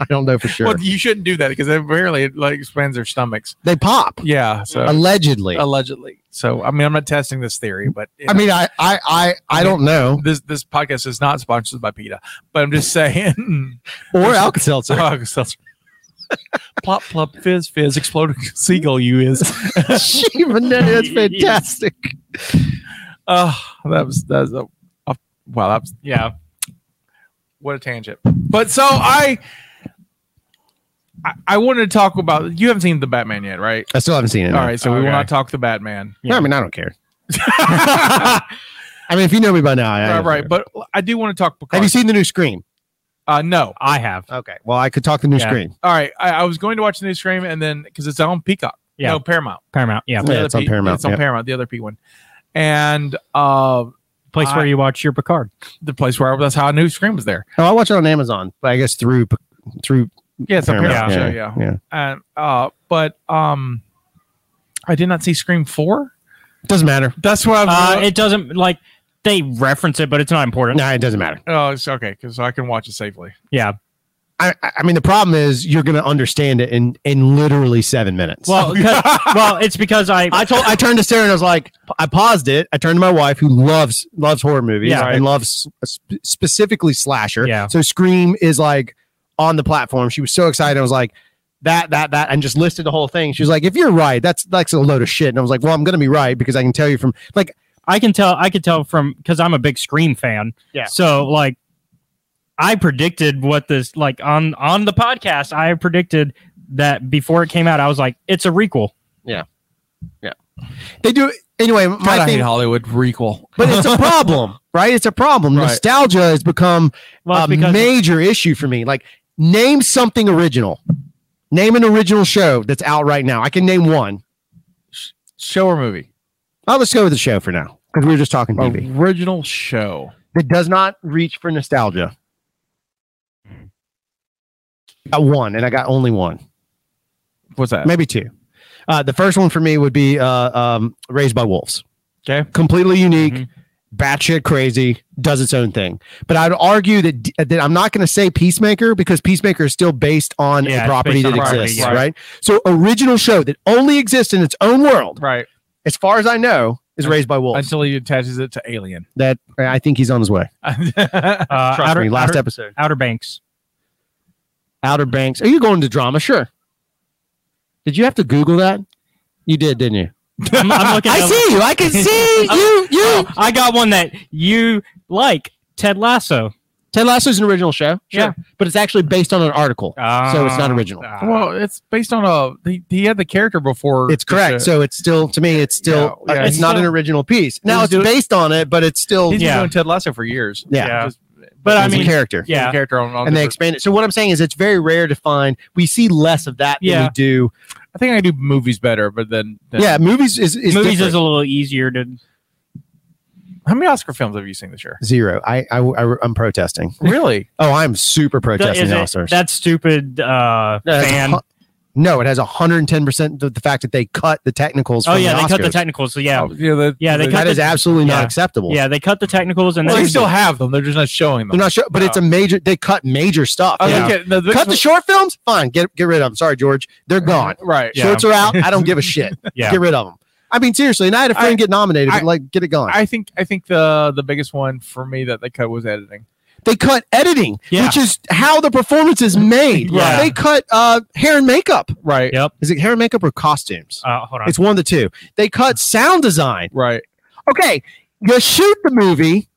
I don't know for sure. Well, you shouldn't do that because apparently it like expands their stomachs. they pop. Yeah. So Allegedly. allegedly. So I mean, I'm not testing this theory, (laughs) but you I mean, I, I, I, I don't know. This this podcast is not sponsored by PETA, but I'm just saying. (laughs) (laughs) Or Alka-Seltzer. Or Alka-Seltzer. plop plop fizz fizz exploding (laughs) seagull you (laughs) is. (laughs) Shiva, no, that's fantastic. Oh, that was that's a, a wow. That was yeah. What a tangent. But so I. I- I wanted to talk about you haven't seen the Batman yet, right? I still haven't seen it. All no. right, Oh, so we will Okay. not talk the Batman. No, I mean, I don't care. I mean, if you know me by now, I, I Right, don't right, care. but I do want to talk. Picard. Have you seen the new Scream? Uh, no, I have. Okay. Well, I could talk the new Yeah. Scream. All right, I, I was going to watch the new Scream, and then because it's on Peacock, Yeah. no Paramount, Paramount, yeah. The Yeah, other it's on Paramount, it's on yeah. Paramount, the other P one, and uh, Place where I- you watch your Picard. the place where I, that's how I knew Scream was there. Oh, I watch it on Amazon, but I guess through through. Yeah, it's a Paramount show, yeah, yeah. And uh, but um, I did not see Scream four. Doesn't matter. That's what Uh, I'm. it doesn't like they reference it, but it's not important. No, it doesn't matter. oh, it's okay because I can watch it safely. Yeah. I, I I mean, the problem is you're going to understand it in in literally seven minutes. (laughs) (laughs) Well, 'cause- well, it's because I I told I turned to Sarah and I was like, I paused it. I turned to my wife who loves loves horror movies Yeah. and loves sp- specifically slasher. Yeah. So Scream is like on the platform. She was so excited. I was like, that that that, and just listed the whole thing. She was like, if you're right, that's that's a load of shit. And I was like, well, I'm gonna be right because I can tell you from like I can tell I could tell from because I'm a big Scream fan. Yeah. So like I predicted what this like on on the podcast, I predicted that before it came out, I was like, it's a requel. yeah yeah they do anyway. My God, I hate thing, Hollywood requel. but (laughs) it's a problem, right? It's a problem. Right. Nostalgia has become Well, it's a because- major issue for me. Like, name something original. Name an original show that's out right now. I can name one. Show or movie? Oh, let's go with the show for now because we were just talking TV. Original show. That does not reach for nostalgia. I got one, and I got only one, What's that? maybe two. Uh, the first one for me would be uh, um, Raised by Wolves. Okay. completely unique, Mm-hmm. batshit crazy, does its own thing. But I'd argue that that I'm not going to say Peacemaker because Peacemaker is still based on Yeah, it's a property based on that a property, exists, yeah. right. So original show that only exists in its own world, Right. as far as I know, is Raised by Wolves. Until he attaches it to Alien. (laughs) that I think he's on his way. Uh, Trust Outer, me, last Outer, episode. Outer Banks. Outer Banks. Are you going to drama? Sure. Did you have to Google that? You did, didn't you? (laughs) Ah, I'm, I'm looking I at- see you. I can (laughs) see you. You. Oh, I got one that you like, Ted Lasso. Ted Lasso's an original show. Yeah. But it's actually based on an article. so it's Um, not original. Ah. Uh, Well, it's based on a he, he had the character before. It's correct. the- So it's still to me, it's still Yeah, yeah, it's he's not an still- original piece. he's Now it's doing- based on it, but it's still he's been yeah, yeah. doing Ted Lasso for years. Yeah. Yeah. Just- But I it's mean, a character. he's a yeah. character on, on And they different- expand it. So what I'm saying is it's very rare to find we see less of that than Yeah. we do. I think I do movies better, but then, then- Yeah, movies is, is movies different. is a little easier to. How many Oscar films have you seen this year? zero. I, I am protesting. Really? (laughs) Oh, I'm super protesting Is it- now, sir. that stupid uh, No, it's fan. hu- No, it has 110 percent the, the fact that they cut the technicals. Oh from yeah, the they cut the Oscars. technicals. So yeah, Oh, yeah, the- Yeah, they the- cut That the- is absolutely not yeah. acceptable. yeah, they cut the technicals and Well, then they still have them. They're just not showing I'm them. not sure, but it's a major. They cut major stuff. Oh, Yeah. okay, no, Cut the short films. Fine, get get rid of them. Sorry, George, they're gone. (laughs) Right. Yeah. Shorts are out. I don't give (laughs) a shit. Yeah. Get rid of them. I mean, seriously. And I had a friend I- get nominated. I- but like, get it gone. I think I think the the biggest one for me that they cut was editing. they cut editing, Yeah. which is how the performance is made. Yeah. They cut uh, hair and makeup. Right. Yep. Is it hair and makeup or costumes? Uh, hold on. it's one of the two. They cut sound design. Right. Okay, you shoot the movie.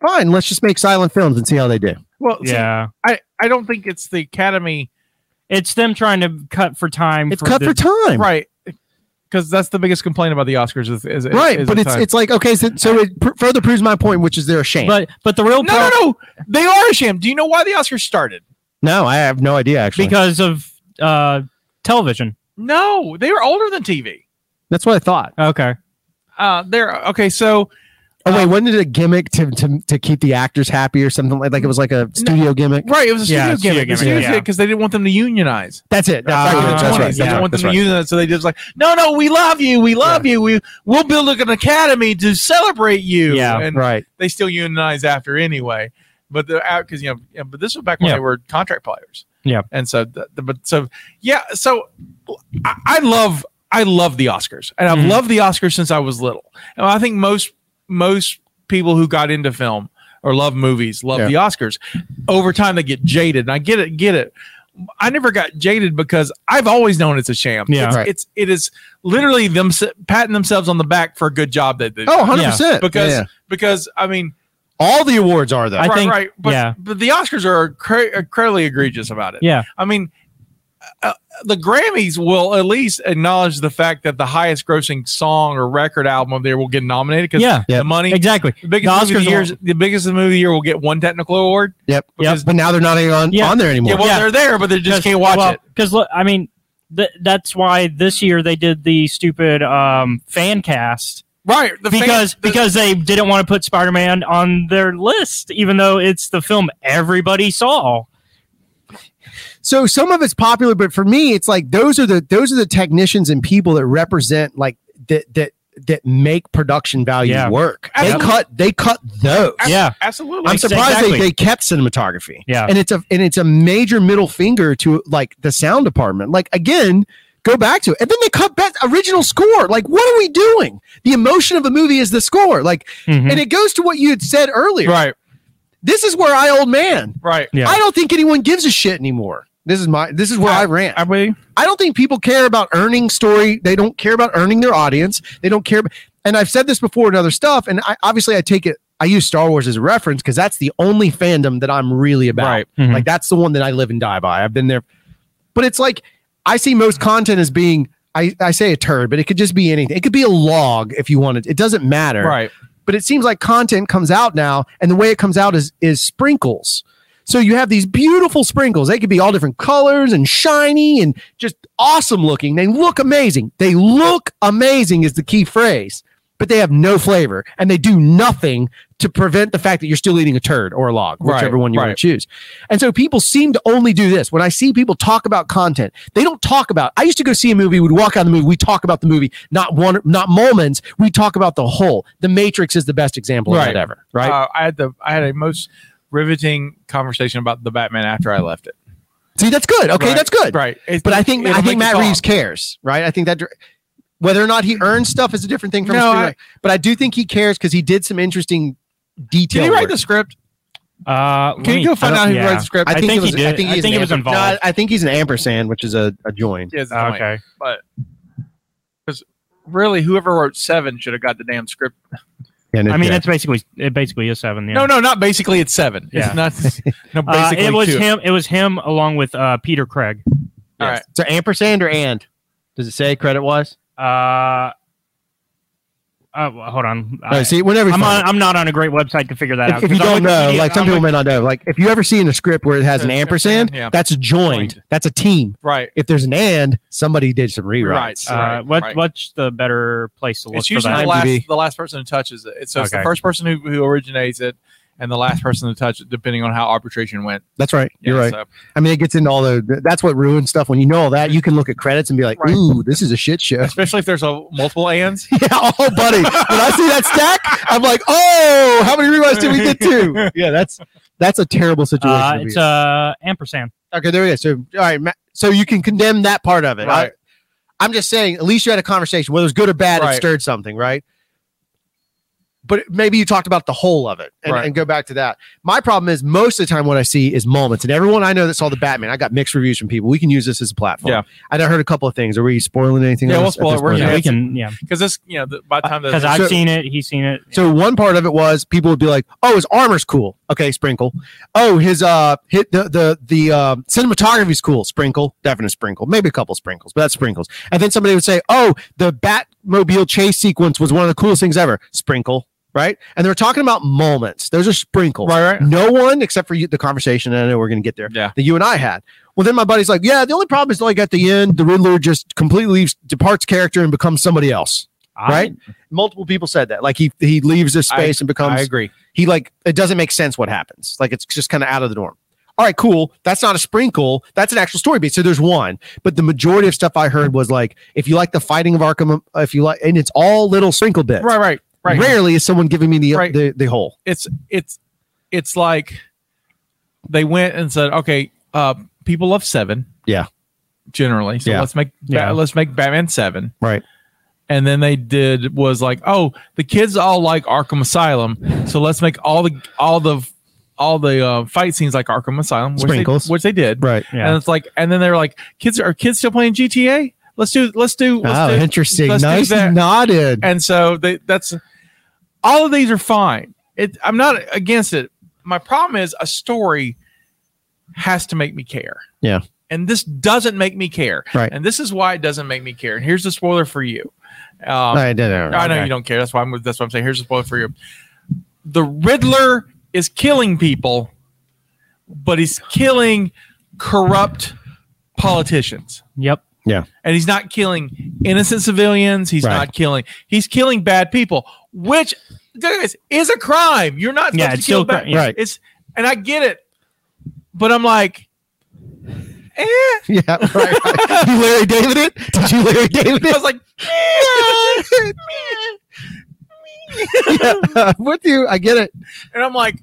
Fine, let's just make silent films and see how they do. Well, see, yeah, I I don't think it's the Academy. it's them trying to cut for time. It's cut for the- time. Right. Because that's the biggest complaint about the Oscars is, is right is but the it's time. it's like okay so, so it pr- further proves my point which is they're ashamed But but the real no pro- no no they are ashamed. Do you know why the Oscars started? no i have no idea actually because of uh, television. No, they were older than TV. that's what i thought Okay. Uh, they're okay. So Oh wait, wasn't it a gimmick to, to to keep the actors happy or something like like it was like a studio gimmick? Right, it was a studio Yeah, gimmick. Because they didn't want them to unionize. That's it. Back in the Uh, that's right. 20s, They Yeah. didn't want them That's to right. unionize, so they just like, no, no, we love you, we love you, we we'll build an academy to celebrate you. Yeah, right. They still unionize after anyway, but they're out because you know. yeah, But this was back when Yeah. they were contract players. Yeah. And so, th- th- but so, yeah. So, I, I love, I love the Oscars, and Mm-hmm. I've loved the Oscars since I was little. And I think most most people who got into film or love movies love the Oscars. Over time, they get jaded, and I get it, get it. I never got jaded because I've always known it's a sham. Yeah. it's, Right. it's it is literally them s- patting themselves on the back for a good job that they Oh, 100%. because Yeah. because I mean All the awards are though. right, right. But, yeah. but the Oscars are cra- incredibly egregious about it. Yeah. I mean, uh, the Grammys will at least acknowledge the fact that the highest grossing song or record album of the year will get nominated because Yeah. the Yep. money Exactly. The biggest The movie of the Oscars year, will- the biggest movie of the year will get one technical award. Yep. Because- But now they're not on on there anymore. Yeah, well, they're there, but they just can't watch it. Because look, I mean, th- that's why this year they did the stupid um, fan cast, right? the fan- because because they didn't want to put Spider Man on their list, even though it's the film everybody saw. So some of it's popular, but for me, it's like those are the those are the technicians and people that represent like that that that make production value Yeah. work. They Absolutely. cut they cut those. Ab- Yeah. absolutely. I'm surprised Exactly. they, they kept cinematography. Yeah. And it's a and it's a major middle finger to like the sound department. Like again, go back to it. And then they cut back original score. Like, what are we doing? The emotion of a movie is the score. Like Mhm. and it goes to what you had said earlier. Right. This is where I old man. Right. I don't think anyone gives a shit anymore. This is my this is where I, rant. I, don't think people care about earning story. They don't care about earning their audience. They don't care. ab- And I've said this before in other stuff. And I obviously I take it. I use Star Wars as a reference because that's the only fandom that I'm really about. Right. Like that's the one that I live and die by. I've been there. But it's like I see most Mm-hmm. content as being I, I say a turd, but it could just be anything. It could be a log if you wanted. It doesn't matter. Right. But it seems like content comes out now, and the way it comes out is is sprinkles. So you have these beautiful sprinkles. They could be all different colors and shiny and just awesome looking. They look amazing. They look amazing is the key phrase. But they have no flavor and they do nothing to prevent the fact that you're still eating a turd or a log, Right, whichever one you want right. to choose. And so people seem to only do this. When I see people talk about content, they don't talk about. I used to go see a movie, we'd walk out of the movie, we talk about the movie, not one, not moments. We talk about the whole. The Matrix is the best example of that ever, right? Uh, I had the I had a most riveting conversation about the Batman after I left it. See, that's good. Okay, Right, that's good. right. It's- but I think it'll I make think you Matt soft. Reeves cares, right? I think that dir- whether or not he earns stuff is a different thing from No, a I- screenwriter. but I do think he cares because he did some interesting detail. Did he write work. the script? Uh, let Can you me- go find I don't- out who yeah. wrote the script? I, think, it he did. I think, he's it an was ampersand. involved. No, I think he's an ampersand, which is a, a join. Yeah, it's Okay. annoying. But because really, whoever wrote Seven should have got the damn script. Yeah, no I mean, kidding. that's basically it. Basically, is seven. Yeah. No, no, not basically. It's Seven. Yeah. It's not. (laughs) No, Uh, basically it was two. him. It was him along with uh, Peter Craig. All right. So ampersand or and? Does it say credit wise? Uh, uh, well, hold on. No, see, whenever you I'm, find on, it. I'm not on a great website to figure that out. If, if you 'cause don't on know, Wikipedia, like some on people may not know, like if you ever seen a script where it has an ampersand, yeah. that's joined. That's a team. Right. If there's an and, somebody did some rewrites. Uh, what what's the better place to look It's for usually that? the last, the last person who touches it. It's- So it's the Okay. first person who, who originates it, and the last person to touch it, depending on how arbitration went. That's right. You're Yeah, right. so- I mean, it gets into all the. That's what ruins stuff. When you know all that, you can look at credits and be like, "Ooh, this is a shit show." (laughs) Especially if there's a multiple ands. yeah. Oh, buddy, when I see that stack, I'm like, "Oh, how many rewrites did we get (laughs) to?" Yeah, that's that's a terrible situation. Uh, to be it's in. uh, ampersand. okay, there we go. So, all right, Ma- so you can condemn that part of it. Right. I, am just saying, at least you had a conversation, whether it's good or bad, Right. it stirred something, right? But maybe you talked about the whole of it and, Right. and go back to that. My problem is most of the time what I see is moments, and everyone I know that saw the Batman, I got mixed reviews from people. We can use this as a platform. Yeah. and I heard a couple of things. Are we spoiling anything? Yeah, on we'll this at spoil this it. We're point? gonna- We can yeah. (laughs) Because this, you know, the, by the time that Because I've So- seen it, he's seen it. So one part of it was people would be like, "Oh, his armor's cool." Okay, sprinkle. Oh, his uh, hit the the the uh, cinematography's cool. Sprinkle, definite sprinkle, maybe a couple sprinkles, but that's sprinkles. And then somebody would say, "Oh, the Batmobile chase sequence was one of the coolest things ever." Sprinkle, right? And they're talking about moments. Those are sprinkles. Right, right. No one except for you, the conversation. And I know we're gonna get there. Yeah. That you and I had. Well, then my buddy's like, "Yeah, the only problem is like at the end, the Riddler just completely leaves, departs character and becomes somebody else." I- right? Multiple people said that. Like he he leaves this I- space and becomes. I agree. He like it doesn't make sense what happens. Like it's just kind of out of the norm. All right, cool. That's not a sprinkle. That's an actual story beat. So there's one, but the majority of stuff I heard was like, if you like the fighting of Arkham, uh, if you like, and it's all little sprinkle bits. Right, right, right. Rarely is someone giving me the the, the whole. it's it's it's like they went and said, okay, uh, people love seven. Yeah. generally. So Yeah. let's make Ba- Yeah. let's make Batman Seven. Right. And then they did was like, oh, the kids all like Arkham Asylum, so let's make all the all the all the uh, fight scenes like Arkham Asylum, which Sprinkles. they, which they did. Right. And it's like, and then they were like, kids are kids still playing GTA? Let's do let's do. Let's Oh, do, interesting. let's do Nice that." nodded. And so they, that's all of these are fine. It, I'm not against it. My problem is a story has to make me care. Yeah. And this doesn't make me care. Right. And this is why it doesn't make me care. And here's the spoiler for you. Um, I don't know. I know Okay. you don't care. That's why I'm. That's why I'm saying. Here's the spoiler for you. The Riddler is killing people, but he's killing corrupt politicians, Yep. Yeah. and he's not killing innocent civilians. He's Right. not killing. He's killing bad people, which guys, is a crime. You're not. Yeah, supposed to it's still kill bad- crime, yeah. Right. It's and I get it, but I'm like, eh. (laughs) Yeah, right. right. you Larry David it? Did you Larry David it? I was like, (laughs) yeah, I'm with you. I get it. And I'm like,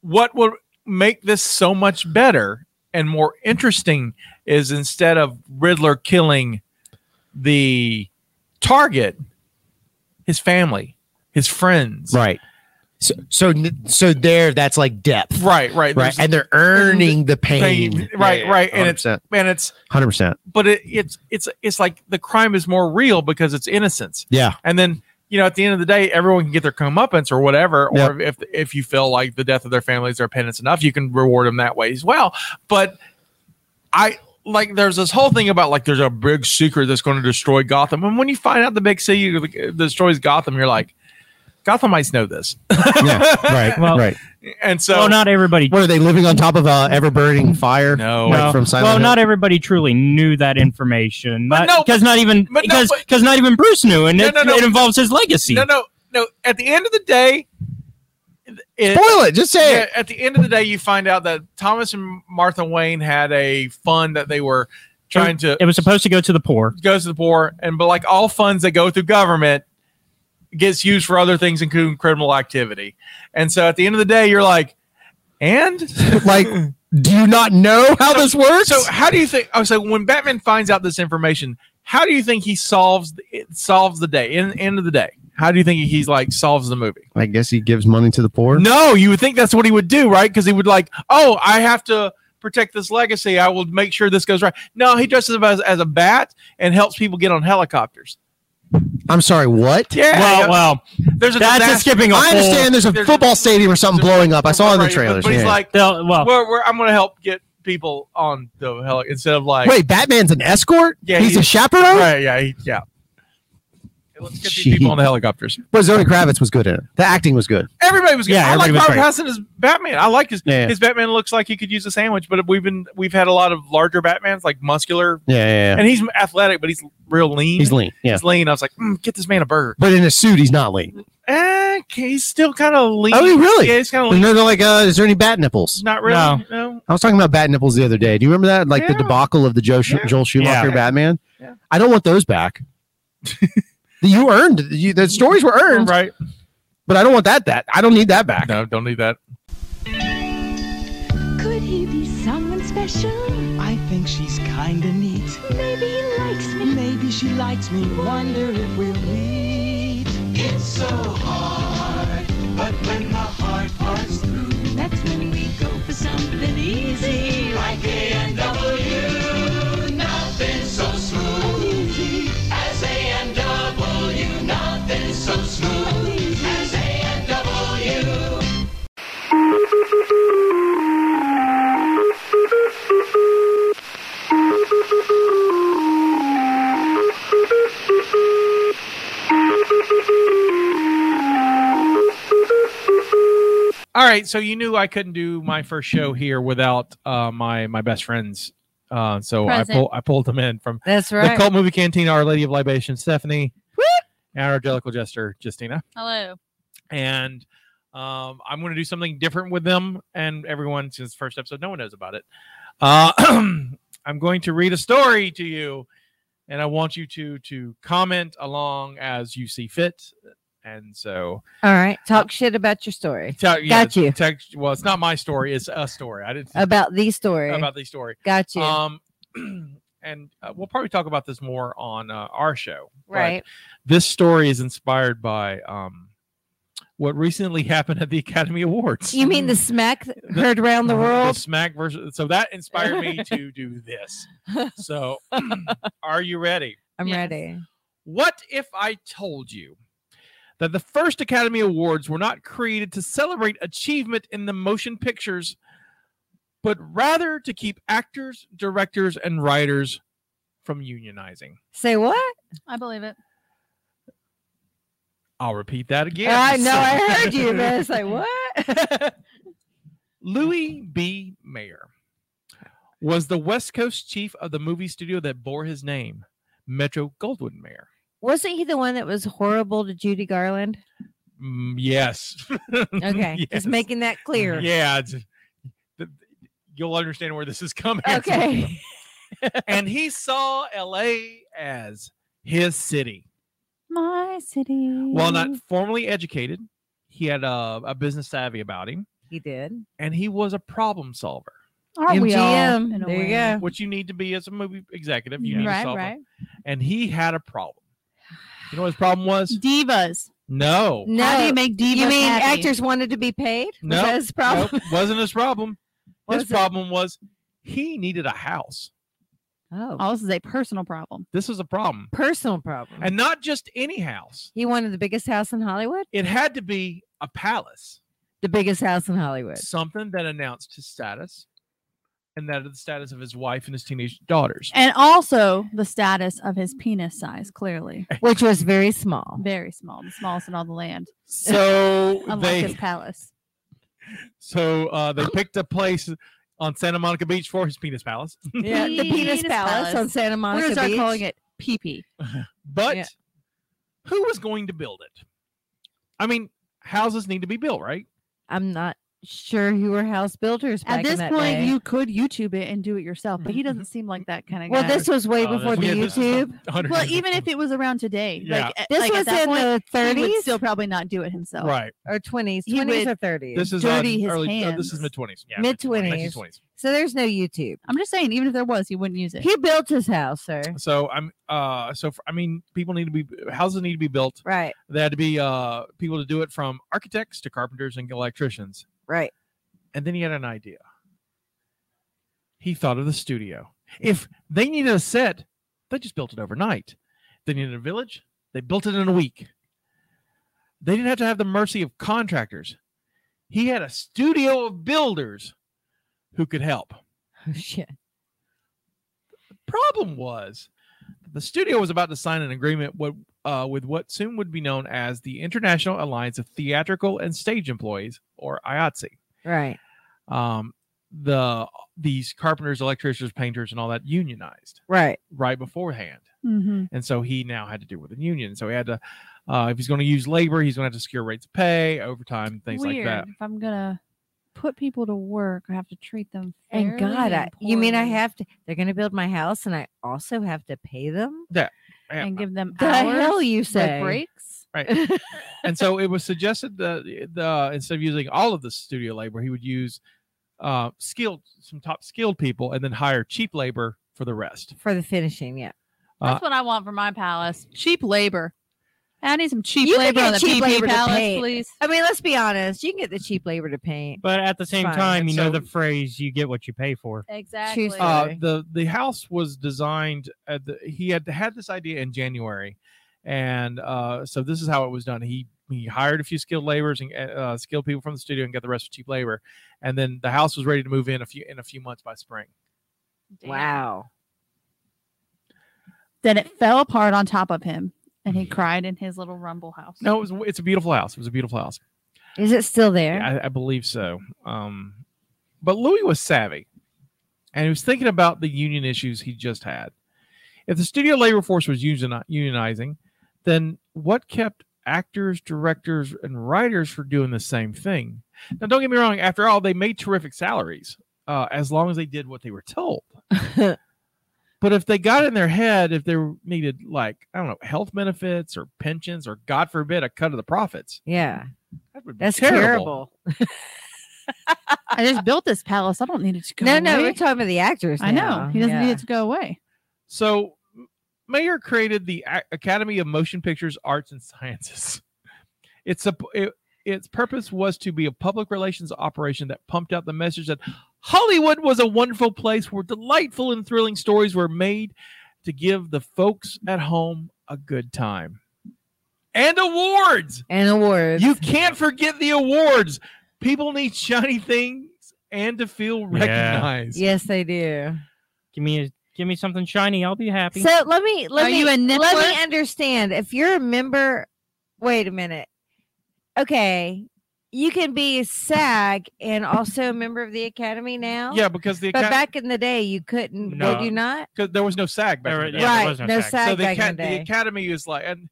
what would make this so much better and more interesting is instead of Riddler killing the target, his family, his friends. Right. So, so, so there, that's like depth. Right, right. Right. There's- And they're earning the pain. Right, Yeah, right. And it's 100%. and it's 100%. but it, it's it's it's like the crime is more real because it's innocence. Yeah. And then, you know, at the end of the day, everyone can get their comeuppance or whatever. Or if if you feel like the death of their families are penance enough, you can reward them that way as well. But I like there's this whole thing about like there's a big secret that's going to destroy Gotham, and when you find out the big secret destroys Gotham, you're like, Gothamites know this, Right. Well- right. and so well, not everybody. What are they living on top of a ever burning fire? No. Like no. from Silent well, Hill? not everybody truly knew that information. Not, no, because not even but no, because but- because not even Bruce knew, and No, it, no, no. it involves his legacy. no, no, no. At the end of the day, it- Spoil it. Just say Yeah, it. at the end of the day, you find out that Thomas and Martha Wayne had a fund that they were trying to It was supposed to go to the poor. goes to the poor, and but like all funds that go through government gets used for other things, including criminal activity. And so at the end of the day, you're like, and (laughs) Like, do you not know how this works? so how do you think? Oh, so when Batman finds out this information, how do you think he solves it solves the day? In end of the day, how do you think he's like solves the movie? I guess he gives money to the poor. No, you would think that's what he would do, right? Because he would like, oh, I have to protect this legacy. I will make sure this goes right. No, he dresses up as, as a bat and helps people get on helicopters. I'm sorry. What? Yeah, yeah. Well, well, there's a that's a disaster- skipping a I understand there's a There's- football stadium or something blowing up. I saw it in the Right, but- trailers. But, he's yeah. like, They'll- well, we're, we're, I'm going to help get people on the heli instead of like, Wait, Batman's an escort? Yeah, he's, he a is. chaperone? right, yeah, he- yeah. Let's get these people on the helicopters. But Zoe Kravitz was good in it. The acting was good. Everybody was good. Yeah, I like everybody was Robert great. Pattinson as Batman. I like his Yeah. his Batman looks like he could use a sandwich, but we've been we've had a lot of larger Batmans, like muscular Yeah, yeah, yeah. and he's athletic, but he's real lean. He's lean. Yeah. He's lean. I was like, mm, get this man a bird. But in a suit, he's not lean. Eh, okay, he's still kind of lean. Oh, he really? Yeah, he's kind of And lean. they're like, uh, is there any bat nipples? Not really. No. No. I was talking about bat nipples the other day. Do you remember that? Like the Yeah. debacle of the Joe Sch- Yeah. Joel Schumacher Yeah. Batman? Yeah. I don't want (laughs) those back. you earned you, the stories were earned, Right. but I don't want that. That I don't need that back. No, don't need that. Could he be someone special? I think she's kinda neat. Maybe he likes me. Maybe she likes me. Wonder if we'll meet. It's so hard, but when the hard part's through, That's when we go for something easy. like A&W, nothing's so smooth. As A&W, nothing's so smooth. As A&W. All right. So you knew I couldn't do my first show here without uh, my my best friends. Uh, so I Present. pull, I pulled them in from That's the right. Cult Movie Canteen, Our Lady of Libation, Stephanie, and our Jellicle Jester, Justina. Hello. And um, I'm going to do something different with them and everyone since the first episode. No one knows about it. Uh, (clears throat) I'm going to read a story to you, and I want you to to comment along as you see fit. And so, All right. Talk shit about your story. Tell- Uh, yeah, Got you. text- well, it's not my story; it's a story. I didn't About the story. about the story. Got you. Um, (clears throat) and uh, we'll probably talk about this more on uh, our show. but Right. This story is inspired by um, what recently happened at the Academy Awards. you mean the smack th- heard around the (laughs) Uh, The world? smack versus. So that inspired me (laughs) to do this. So, (clears throat) are you ready? I'm ready. What if I told you that the first Academy Awards were not created to celebrate achievement in the motion pictures, but rather to keep actors, directors, and writers from unionizing? Say what? I believe it. I'll repeat that again. Oh, I know. I heard (laughs) you, but it's like what? Louis B. Mayer was the West Coast chief of the movie studio that bore his name, Metro Goldwyn Mayer. Wasn't he the one that was horrible to (laughs) Judy Garland? Mm, yes. Okay, Yes. just making that (laughs) clear. Yeah, it's- th- you'll understand where this is coming. Okay. (laughs) and he saw L.A. as his city. My city. While Mm-hmm. not formally educated, he had a, a business savvy about him, He did. and he was a problem solver. Aren't we all MGM, in a there you way? go. What you need to be as a movie executive, you need to Right, solve. right. Them. And he had a problem. You know what his problem was? Divas. No. No. How do you make divas You mean happy? actors wanted to be paid? Was No, that his problem? nope, wasn't his (laughs) problem. What his was it? problem was he needed a house. Oh. Oh, this is a personal problem. This was a problem, Personal problem. and not just any house. He wanted the biggest house in Hollywood? It had to be a palace, The biggest house in Hollywood. something that announced his status, and that of the status of his wife and his teenage daughters. And also the status of his penis size, (laughs) clearly. Which was very small. Very small, the smallest in all the land. So (laughs) Unlike they- his palace. So uh, they picked a place on Santa Monica Beach for his penis palace. (laughs) Yeah, the Penis Palace on Santa We're Monica gonna start Beach. calling it pee But who was going to build it? I mean, houses need to be built, right? I'm not sure who were house builders back At in this that point, day. you could YouTube it and do it yourself, but he doesn't seem like that kind of Well, guy. this was way Oh, before the that's- yeah, this is YouTube. e 100 Well, even if it was around today, Yeah. like, This like, at was that in point, the he would 30s? still probably not do it himself. Right. or 20s, He 20s or would- 30s. This is dirty on his early, uh, this is hands. mid twenties. Yeah, Mid 20s, 20s. 1920s. So there's no YouTube. I'm just saying, even if there was, he wouldn't use it. He built his house, sir. So I'm uh so for, I mean people need to be houses need to be built. Right, They had to be uh people to do it from architects to carpenters and electricians. right. And then he had an idea. He thought of the studio. If they needed a set, they just built it overnight. They needed a village, they built it in a week. They didn't have to have the mercy of contractors. He had a studio of builders who could help. (laughs) Oh, shit. problem was that the studio was about to sign an agreement with, uh, with what soon would be known as the International Alliance of Theatrical and Stage Employees, or IATSE. E. Right. Um, the these carpenters, electricians, painters, and all that unionized Right. right beforehand, Mm-hmm. and so he now had to deal with a union. So he had to, uh, if he's going to use labor, he's going to have to secure rates of pay, overtime, things Weird. like that. If I'm gonna put people to work, I have to treat them. And fairly God, I, you mean I poorly have to? They're going to build my house, and I also have to pay them. That and give them The hours, hell you like, say? breaks? right and so it was suggested that the uh, instead of using all of the studio labor he would use uh skilled some top skilled people and then hire cheap labor for the rest for the finishing. Yeah, Uh, That's what I want for my palace. Cheap labor. I need some cheap You can labor get on the cheap PP labor to palace, paint. please. I mean, let's be honest. You can get the cheap labor to paint. But at the It's same fine. time, you And know so- the phrase "you get what you pay for." Exactly. uh, the the house was designed at the, he had had this idea in january and uh so this is how it was done he he hired a few skilled laborers and uh, skilled people from the studio and got the rest for cheap labor and then the house was ready to move in a few in a few months by spring Wow. then it fell apart on top of him, and he cried in his little rumble house. no it was it's a beautiful house it was a beautiful house Is it still there? I, I believe so. Um, but Louis was savvy, and he was thinking about the union issues he just had. If the studio labor force was unioni- unionizing, then what kept actors, directors, and writers from doing the same thing? Now, don't get me wrong. After all, they made terrific salaries uh, as long as they did what they were (laughs) told. but if they got in their head, if they needed like I don't know health benefits or pensions or God forbid a cut of the profits, Yeah. that would be That's terrible. terrible. (laughs) I just built this palace. I don't need it to go No, away. no, we're talking about the actors. I know. now. He doesn't need Yeah. it to go away. So, M- Mayer created the A- Academy of Motion Pictures Arts and Sciences. (laughs) It's a it, its purpose was to be a public relations operation that pumped out the message that Hollywood was a wonderful place where delightful and thrilling stories were made to give the folks at home a good time. And awards. And awards. You can't forget the awards. People need shiny things and to feel recognized. Yes, they do. Give me a, give me something shiny. I'll be happy. So let me let Are me you a let nibbler? me understand. If you're a member, wait a minute. Okay, you can be SAG and also a member of the Academy now. Yeah, because the but Acad- back in the day you couldn't. No. Would you not? because there was no SAG back in the day. yeah, there Right, was no no SAG. SAG so the, back in aca- the the day. academy is like, and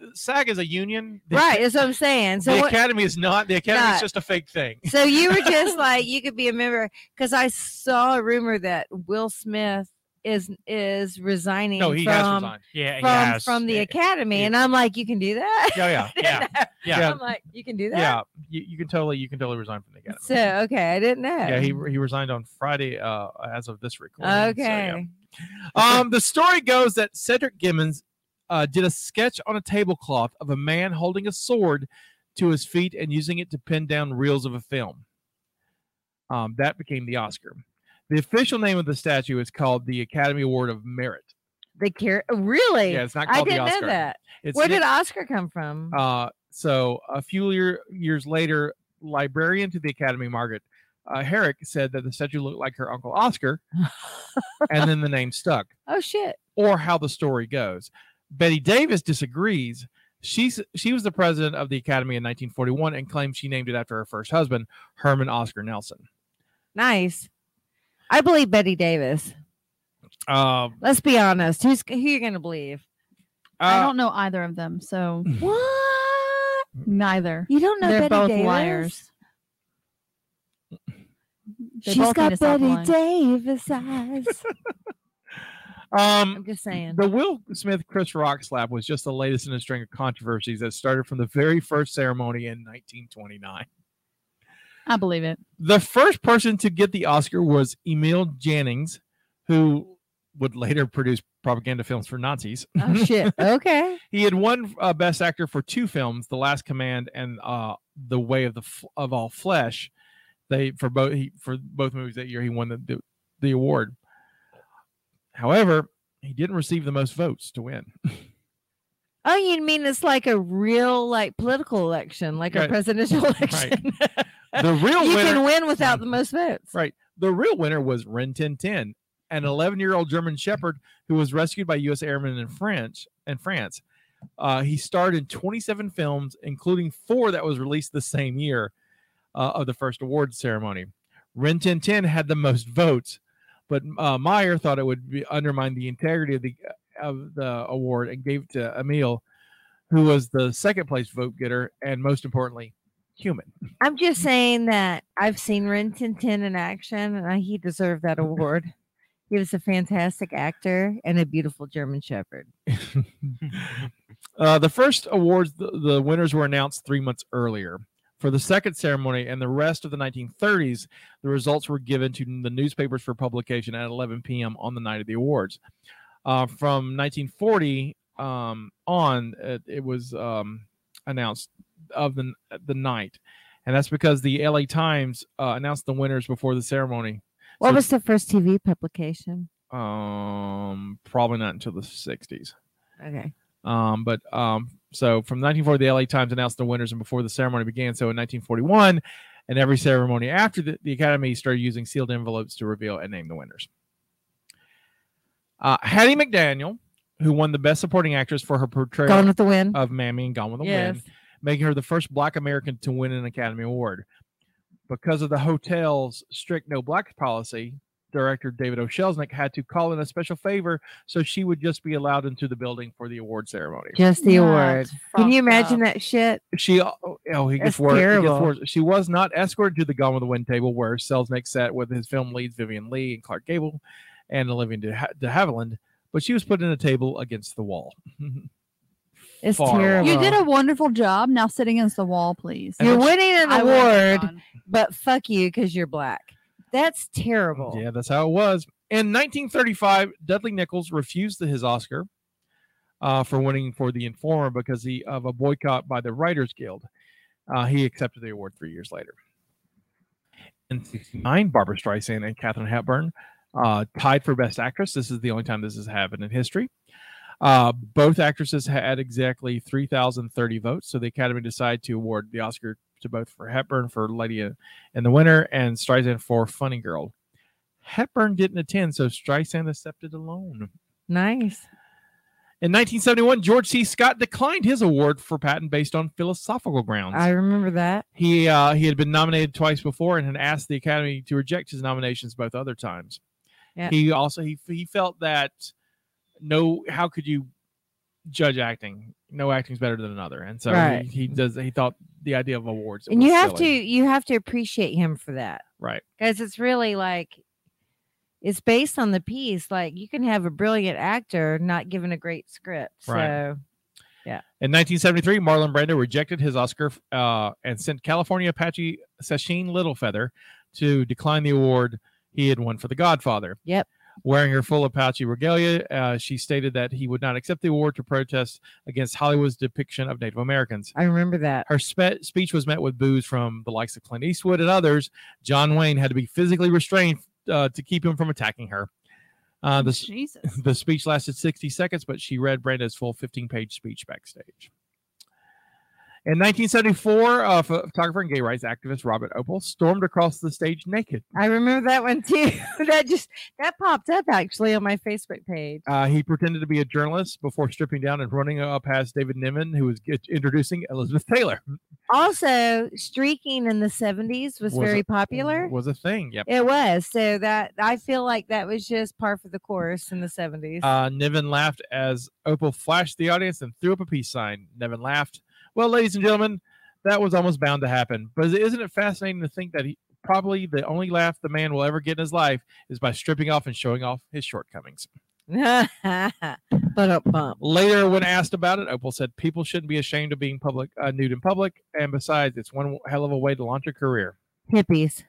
the- SAG is a union, The right, aca- that's what I'm saying. So the what, academy is not. The academy is Not. just a fake thing. so you were just like you could be a member because I saw a rumor that Will Smith is is resigning. (laughs) No, he from, has resigned. Yeah, he from, has. from the Yeah, Academy, yeah. and I'm like, you can do that. (laughs) Yeah, yeah, yeah, yeah. I'm like, you can do that. yeah, you, you can totally, you can totally resign from the (laughs) academy. So okay, I didn't know. yeah, he he resigned on Friday, uh, as of this recording. so, yeah. Okay. Um, the story goes that Cedric Gibbons uh, did a sketch on a tablecloth of a man holding a sword to his feet and using it to pin down reels of a film. Um, that became the Oscar. The official name of the statue is called the Academy Award of Merit. The care really? Yeah, it's not I called the didn't Oscar. know that. It's Where ni- did Oscar come from? Uh, so a few year, years later, librarian to the Academy, Margaret uh, Herrick, said that the statue looked like her uncle Oscar, and then the name stuck. (laughs) oh shit. or how the story goes. Betty Davis disagrees. She's, she was the president of the Academy in 1941 and claims she named it after her first husband, Herman Oscar Nelson. Nice. I believe Betty Davis. Um, Let's be honest. Who's who you gonna believe? I uh, don't know either of them, so (clears throat) What? neither. You don't know They're Betty both Davis? liars. They She's both need got to stop Betty lying. (laughs) Davis eyes. um, I'm just saying. The Will Smith Chris Rock slap was just the latest in a string of controversies that started from the very first ceremony in 1929. I believe it. The first person to get the Oscar was Emil Jannings, who would later produce propaganda films for Nazis. Oh shit. (laughs) Okay. He had won uh, Best Actor for two films, The Last Command and uh, The Way of the F- of All Flesh. They for both he, for both movies that year he won the, the the award. However, he didn't receive the most votes to win. Oh, you mean it's like a real like political election, like Right. a presidential (laughs) election. The real (laughs) you winner, can win without the most votes. right? The real winner was Ren Tin Tin, an 11 year old German Shepherd who was rescued by U.S. airmen in French in France. Uh, he starred in 27 films, including four that was released the same year uh, of the first awards ceremony. Ren Tin Tin had the most votes, but uh, Meyer thought it would be, undermine the integrity of the uh, of the award and gave it to Emil, who was the second place vote getter and most importantly, human. I'm just saying that I've seen Rin Tin Tin in action, and I, he deserved that award. He was a fantastic actor and a beautiful German Shepherd. Uh, the first awards, the, the winners were announced three months earlier. For the second ceremony and the rest of the 1930s, the results were given to the newspapers for publication at 11 p.m. on the night of the awards. Uh, from 1940 um, on, it, it was um, announced of the the night, and that's because the LA Times uh, announced the winners before the ceremony. What So- was the first TV publication? um, probably not until the 60s. Okay. Um, but um, so from 1940, the LA Times announced the winners and before the ceremony began. So in 1941, and every ceremony after the, the Academy started using sealed envelopes to reveal and name the winners. Uh, Hattie McDaniel, who won the Best Supporting Actress for her portrayal Gone with the Wind. of Mammy and Gone with the Wind, Yes. making her the first Black American to win an Academy Award. Because of the hotel's strict no blacks policy, director David O. Selznick had to call in a special favor so she would just be allowed into the building for the award ceremony. Just the award. Can you imagine that shit? She oh, oh, he gets That's worse. He gets terrible. worse. She was not escorted to the Gone with the Wind table where Selznick sat with his film leads Vivian Lee and Clark Gable and Olivia de, ha- de Havilland, but she was put in a table against the wall. (laughs) It's Far terrible. You did a wonderful job. Now sit against the wall, please. You're winning an I would have award, but fuck you because you're black. That's terrible. Yeah, that's how it was. In 1935, Dudley Nichols refused his Oscar uh, for winning for The Informer because he, of a boycott by the Writers Guild. Uh, he accepted the award three years later. In 69, Barbara Streisand and Katherine Hepburn uh, tied for Best Actress. This is the only time this has happened in history. Uh, both actresses had exactly 3,030 votes, so the Academy decided to award the Oscar to both for Hepburn for Lady and the Winner and Streisand for Funny Girl. Hepburn didn't attend, so Streisand accepted alone. Nice. In 1971, George C. Scott declined his award for patent based on philosophical grounds. I remember that. He uh, he had been nominated twice before and had asked the Academy to reject his nominations both other times. Yeah. He also he he felt that no, how could you judge acting? No acting's better than another, and so Right. he, he does. He thought the idea of awards and you have to you have to appreciate him for that right. because it's really like it's based on the piece. Like you can have a brilliant actor not given a great script. Right. So yeah. In 1973, Marlon Brando rejected his Oscar uh, and sent California Apache Sasheen Littlefeather to decline the award he had won for The Godfather. Yep. Wearing her full Apache regalia, uh, she stated that he would not accept the award to protest against Hollywood's depiction of Native Americans. I remember that. Her spe- speech was met with boos from the likes of Clint Eastwood and others. John Wayne had to be physically restrained uh, to keep him from attacking her. Uh, the, s- Jesus. (laughs) the speech lasted 60 seconds, but she read Brando's full 15 page speech backstage. In 1974, uh, ph- photographer and gay rights activist Robert Opel stormed across the stage naked. I remember that one too. (laughs) that just that popped up actually on my Facebook page. Uh, he pretended to be a journalist before stripping down and running up past David Niven, who was get- introducing Elizabeth Taylor. Also, streaking in the 70s was, Was very a- popular. Was a thing. Yep. It was. So that I feel like that was just par for the course in the 70s. (laughs) Uh, Niven laughed as Opal flashed the audience and threw up a peace sign. Niven laughed. Well, ladies and gentlemen, that was almost bound to happen. But isn't it fascinating to think that he probably the only laugh the man will ever get in his life is by stripping off and showing off his shortcomings? but up bump. Later, when asked about it, Opal said, "People shouldn't be ashamed of being public uh, nude in public, and besides, it's one hell of a way to launch a career." Hippies.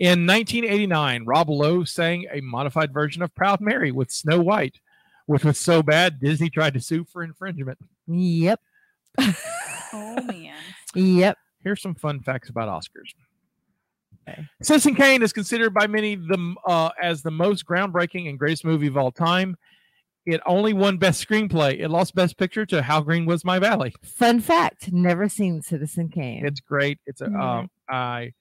In 1989, Rob Lowe sang a modified version of Proud Mary with Snow White, which was so bad Disney tried to sue for infringement. Yep. (laughs) Oh man. Yep. Here's some fun facts about Oscars. Citizen Kane is considered by many the m- uh, as the most groundbreaking and greatest movie of all time. It only won Best Screenplay. It lost Best Picture to How Green Was My Valley. Fun fact never seen Citizen Kane. It's great. It's a Yeah. um, I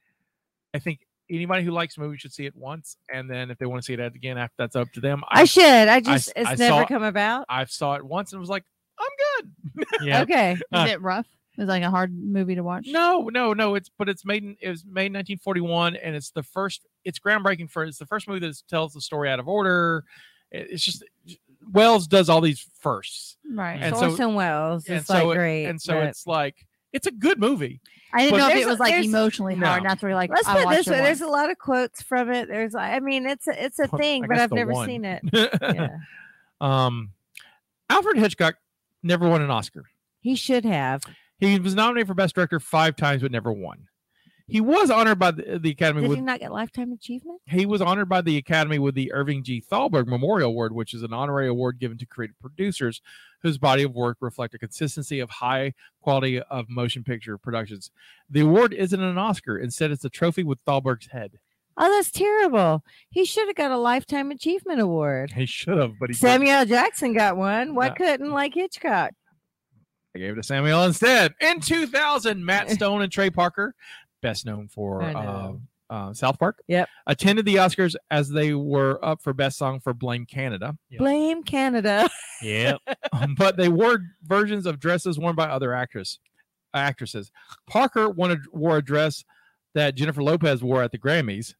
I think anybody who likes movies should see it once, and then if they want to see it again, after that's up to them. I should. I just- s- it's I never saw- come about. I saw it once and was like, I'm good. (laughs) Okay. Uh, Is it rough? Is it like a hard movie to watch? No, no, no. It's but it's made in it was made in 1941, and it's the first. It's groundbreaking for it's the first movie that tells the story out of order. It- It's just Wells does all these firsts, Right. And so- Orson Welles and is like so it- great. and so but- it's like it's a good movie. I didn't but- know if There's it a- was like there's- emotionally hard. That's where you're like, Let's I put it watched this it way: once. there's a lot of quotes from it. There's, like, I mean, it's a, it's a Well, thing, I but guess I've the never one. (laughs) seen it. um, Alfred Hitchcock never won an Oscar. He should have. He was nominated for Best Director five times, but never won. He was honored by the, the Academy Did with he not get lifetime achievement? he was honored by the Academy with the Irving G. Thalberg Memorial Award, which is an honorary award given to creative producers whose body of work reflect a consistency of high quality of motion picture productions. The award isn't an Oscar; instead, it's a trophy with Thalberg's head. Oh, that's terrible. He should have got a lifetime achievement award. He should have, but he didn't. Samuel L. Jackson got one. Why Yeah. couldn't like Hitchcock? I gave it to Samuel instead. In 2000, (laughs) Matt Stone and Trey Parker, best known for I uh, know. uh, South Park, yep, attended the Oscars as they were up for Best Song for Blame Canada. Blame Canada. (laughs) Yeah. but they wore versions of dresses worn by other actress, actresses. Parker won a, wore a dress that Jennifer Lopez wore at the Grammys,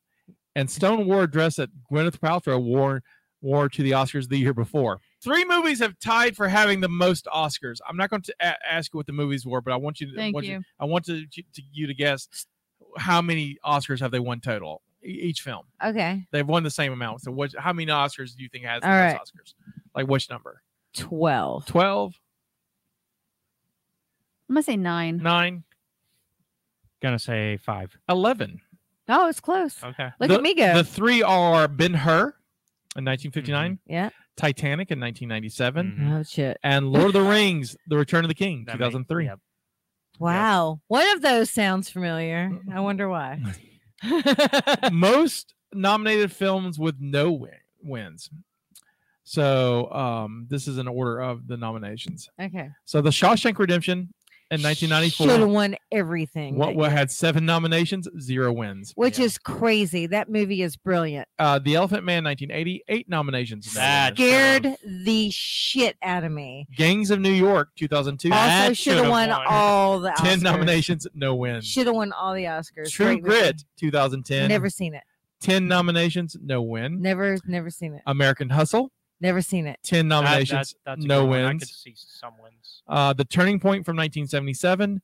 and Stone wore a dress that Gwyneth Paltrow wore wore to the Oscars the year before. Three movies have tied for having the most Oscars. I'm not going to a- ask you what the movies were, but I want you to, Thank want you- you. I want to, to, you to guess how many Oscars have they won total e- each film. Okay. They've won the same amount. So what how many Oscars do you think has the All most right. Oscars? Like which number? 12. 12, I'm gonna say nine. 9, Gonna say five. 11. Oh, it's close. Okay. Look the, at me go. The three are Ben Hur in 1959. Mm-hmm. Yeah. Titanic in 1997. Oh shit. And Lord of the Rings: The Return of the King, That may- 2003. yep. Wow. One of those sounds familiar. I wonder (laughs) why. (laughs) Most nominated films with no win- wins. So um, this is an order of the nominations. Okay. So The Shawshank Redemption in Should have 1994. won everything. What, what had seven nominations, zero wins. Which is crazy. That movie is brilliant. Uh, the Elephant Man, 1980, eight nominations. no Ah, wins. Scared the shit out of me. Gangs of New York, 2002. Also, should have won, all the (laughs) ten Oscars. nominations, no wins. Should have won all the Oscars. True Great movie. Grit, 2010. Never seen it. Ten nominations, no win. Never, never seen it. American Hustle. Never seen it. Ten That- that- nominations, that's a no good one. I wins. could see some wins. Uh, the Turning Point from 1977.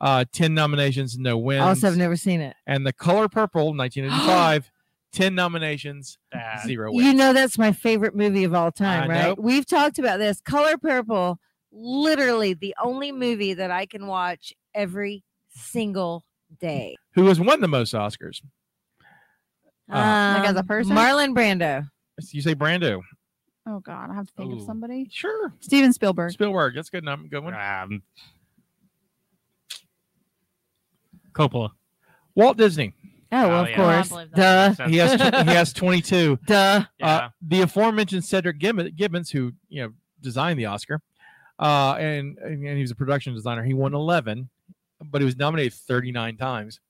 Uh, ten nominations, no wins. Also, have never seen it. and The Color Purple, 1985. (gasps) ten nominations, zero wins. You know that's my favorite movie of all time, I right? know. We've talked about this. Color Purple, literally the only movie that I can watch every single day. Who has won the most Oscars? Uh-huh. Like as a Um, person? Marlon Brando. You say Brando. Oh God, I have to think of Ooh. somebody. Sure. Steven Spielberg. Spielberg. That's a good. num- Good one. Um, Coppola. Walt Disney. Oh, well, of course. Duh. He has tw- he has 22. (laughs) Duh. Uh, the aforementioned Cedric Gibb- Gibbons, who you know designed the Oscar, uh, and and he was a production designer. He won 11, but he was nominated 39 times.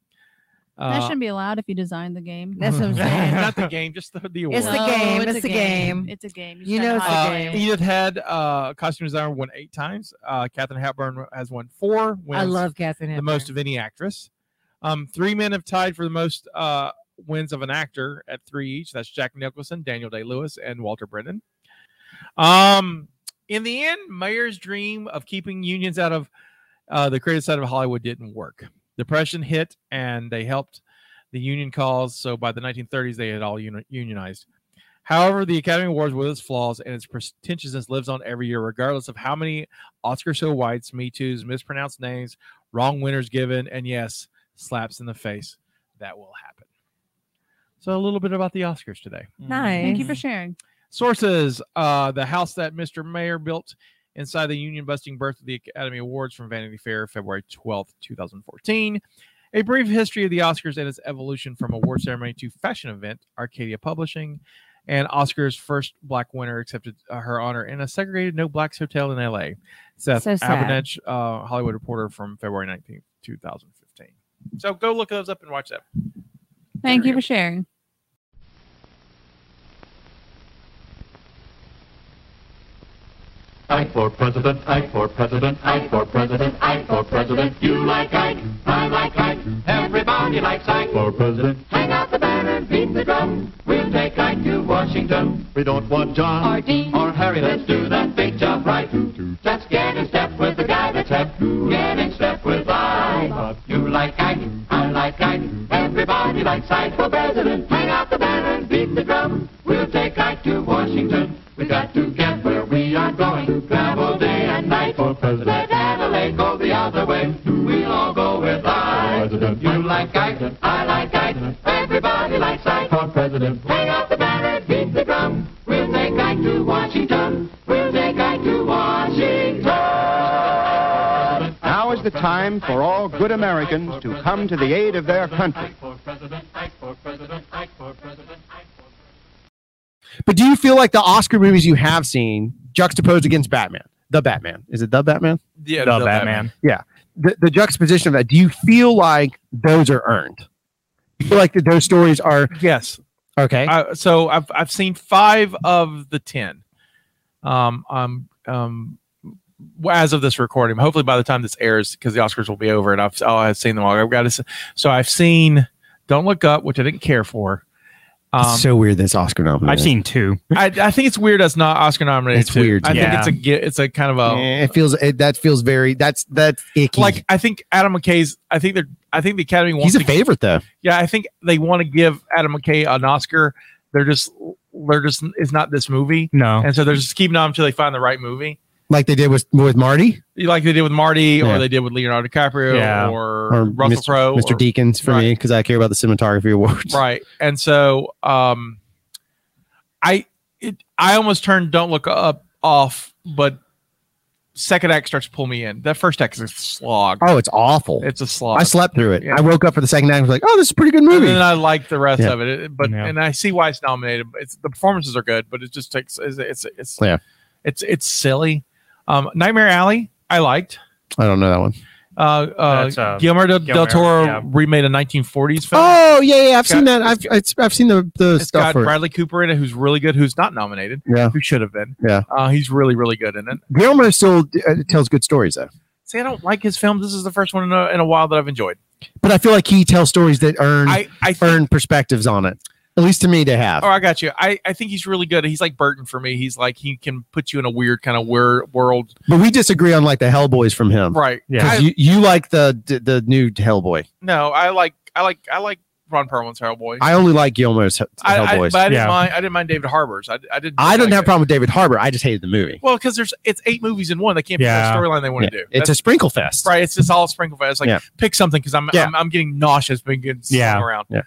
that Uh, shouldn't be allowed if you designed the game. That's (laughs) what I'm saying. not the game, just the, the award. It's the game. It's, the game. It's a game. You know it's Uh, the game. Edith Head, uh, costume designer, won eight times. Uh, Catherine Hepburn has won four. Wins I love Catherine The Hepburn. most of any actress. Um, three men have tied for the most uh, wins of an actor at three each. That's Jack Nicholson, Daniel Day Lewis, and Walter Brennan. Um, in the end, Mayer's dream of keeping unions out of uh, the creative side of Hollywood didn't work. Depression hit, and they helped the union cause. So by the 1930s, they had all uni- unionized. However, the Academy Awards, with its flaws and its pretentiousness, lives on every year, regardless of how many Oscar so whites, Me Too's, mispronounced names, wrong winners given, and yes, slaps in the face. That will happen. So, a little bit about the Oscars today. Nice. Thank you for sharing. Sources: uh, The house that Mr. Mayer built inside the union-busting birth of the Academy Awards from Vanity Fair, February twelfth, two thousand fourteen. A brief history of the Oscars and its evolution from award ceremony to fashion event. Arcadia Publishing, and Oscar's first black winner accepted uh, her honor in a segregated no blacks hotel in L.A. Seth So sad. Abinich, uh, Hollywood reporter from February nineteenth, two thousand fifteen. So go look those up and watch that. Thank you for sharing. Ike for president, Ike for president, Ike for president, Ike for president. You like Ike, I like Ike, everybody likes Ike for president. Hang out the banner, beat the drum, we'll take Ike to Washington. We don't want John or Dean or Harry, let's do that big job right. Let's get in step with the guy that's hep, get in step with Ike. You like Ike, I like Ike, everybody likes Ike for president. Hang out the banner, beat the drum, we'll take Ike to Washington. We got to get where we are going. Travel day and night for president. Let Adelaide go the other way. We'll all go with I. You like Ike, I like Ike. Everybody likes Ike for president. Hang out the banner, beat the drum. We'll take Ike to Washington. We'll take Ike to Washington. Now is the time for all good Americans to come to the aid of their country. But do you feel like the Oscar movies you have seen juxtaposed against Batman? The Batman. Is it the Batman? Yeah, The Yeah. The, the juxtaposition of that. Do you feel like those are earned? Do you feel like that those stories are. Yes. Okay. I, Uh, so I've I've seen five of the ten. Um, um, um, w- as of this recording, hopefully by the time this airs, because the Oscars will be over, and I've oh, I've seen them all. I've got to. s- So I've seen Don't Look Up, which I didn't care for, Um, so weird that's Oscar nominated. I've seen two. I, I think it's weird that's not Oscar nominated. It's too. weird to I me. think it's a ge- it's a kind of a Eh, it feels it, that feels very that's that's icky. like I think Adam McKay's. I think they're. I think the Academy wants. he's a to- favorite though. Yeah, I think they want to give Adam McKay an Oscar. They're just. They're just. It's not this movie. No. And so they're just keeping on until they find the right movie, Like they did with with Marty like they did with Marty, or Yeah. they did with Leonardo DiCaprio, Yeah. or, Russell Mr. Crowe, Mr. or- Deacons for me because I care about the cinematography (laughs) awards. right and so um i it, i almost turned don't look up off but second act starts to pull me in that first act is a slog Oh, it's awful. it's a slog I slept through it. Yeah. I woke up for the second night and was like, oh, this is a pretty good movie. and then i like the rest Yeah. of it. it but Yeah. and i see why it's nominated but it's the performances are good but it just takes it's it's it's, yeah, it's, it's silly um nightmare alley i liked I don't know that one. uh, uh, That's, uh, Guillermo del, Guillermo, del Toro yeah. remade a 1940s film. Oh yeah, yeah. I've It's seen uh, got- that. I've it's, I've seen the the It's stuff got for it. Bradley Cooper in it, who's really good, who's not nominated, Yeah. who should have been. Yeah. Uh, he's really, really good in it. Guillermo still uh, tells good stories though, See, I don't like his films. This is the first one in a, in a while that I've enjoyed. but I feel like he tells stories that earn I- I think- earn perspectives on it. At least to me, they have. Oh, I got you. I, I think he's really good. He's like Burton for me. He's like he can put you in a weird kind of weird world. But we disagree on like the Hellboys from him, Right. Yeah. Yeah, I- you you like the the, the new Hellboy. No, I like I like I like Ron Perlman's Hellboy. I only like Guillermo's Hellboys. I, I, but I didn't yeah. mind. I didn't mind David Harbour's. I, I didn't. I didn't like have a problem with David Harbor. I just hated the movie. Well, because there's it's eight movies in one. They can't pick Yeah. the storyline they want to Yeah. do. It's a sprinkle fest. right? It's just all sprinkle fest. Like Yeah. pick something because I'm, Yeah. I'm I'm getting nauseous being getting Yeah. slung around. Yeah.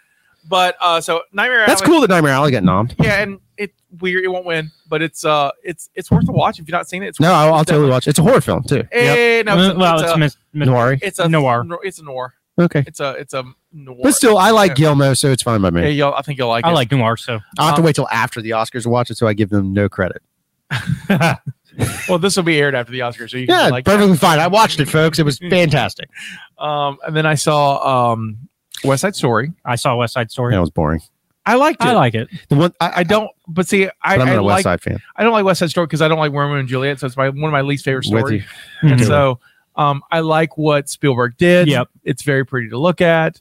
But uh, so Nightmare. That's Alley- cool that Nightmare Alley got nommed. Yeah, and it's weird. It won't win, but it's uh, it's it's worth a watch if you've not seen it. It's No, worth- I'll, I'll it's totally definitely- watch. It's a horror film too. Eh, no, it's a- well, it's it's, a- mis- mis- Noir. It's a noir. no- It's a noir. Okay. It's a it's a noir. But still, I like yeah. Guillermo, so it's fine by me. Yeah, y'all, I think you'll like. I it. like noir, so I'll have to Um, wait till after the Oscars to watch it, so I give them no credit. Well, this will be aired after the Oscars, so you can Yeah, like. perfectly fine. I watched it, folks. It was fantastic. Um, and then I saw um, West Side Story. I saw West Side Story. That was boring. I liked it. I like it. The one I, I don't, but see, I, But I'm I not a West like, Side fan. I don't like West Side Story because I don't like Romeo and Juliet, so it's my one of my least favorite With (laughs) stories. you. And Mhm. so, um, I like what Spielberg did. Yep. it's very pretty to look at.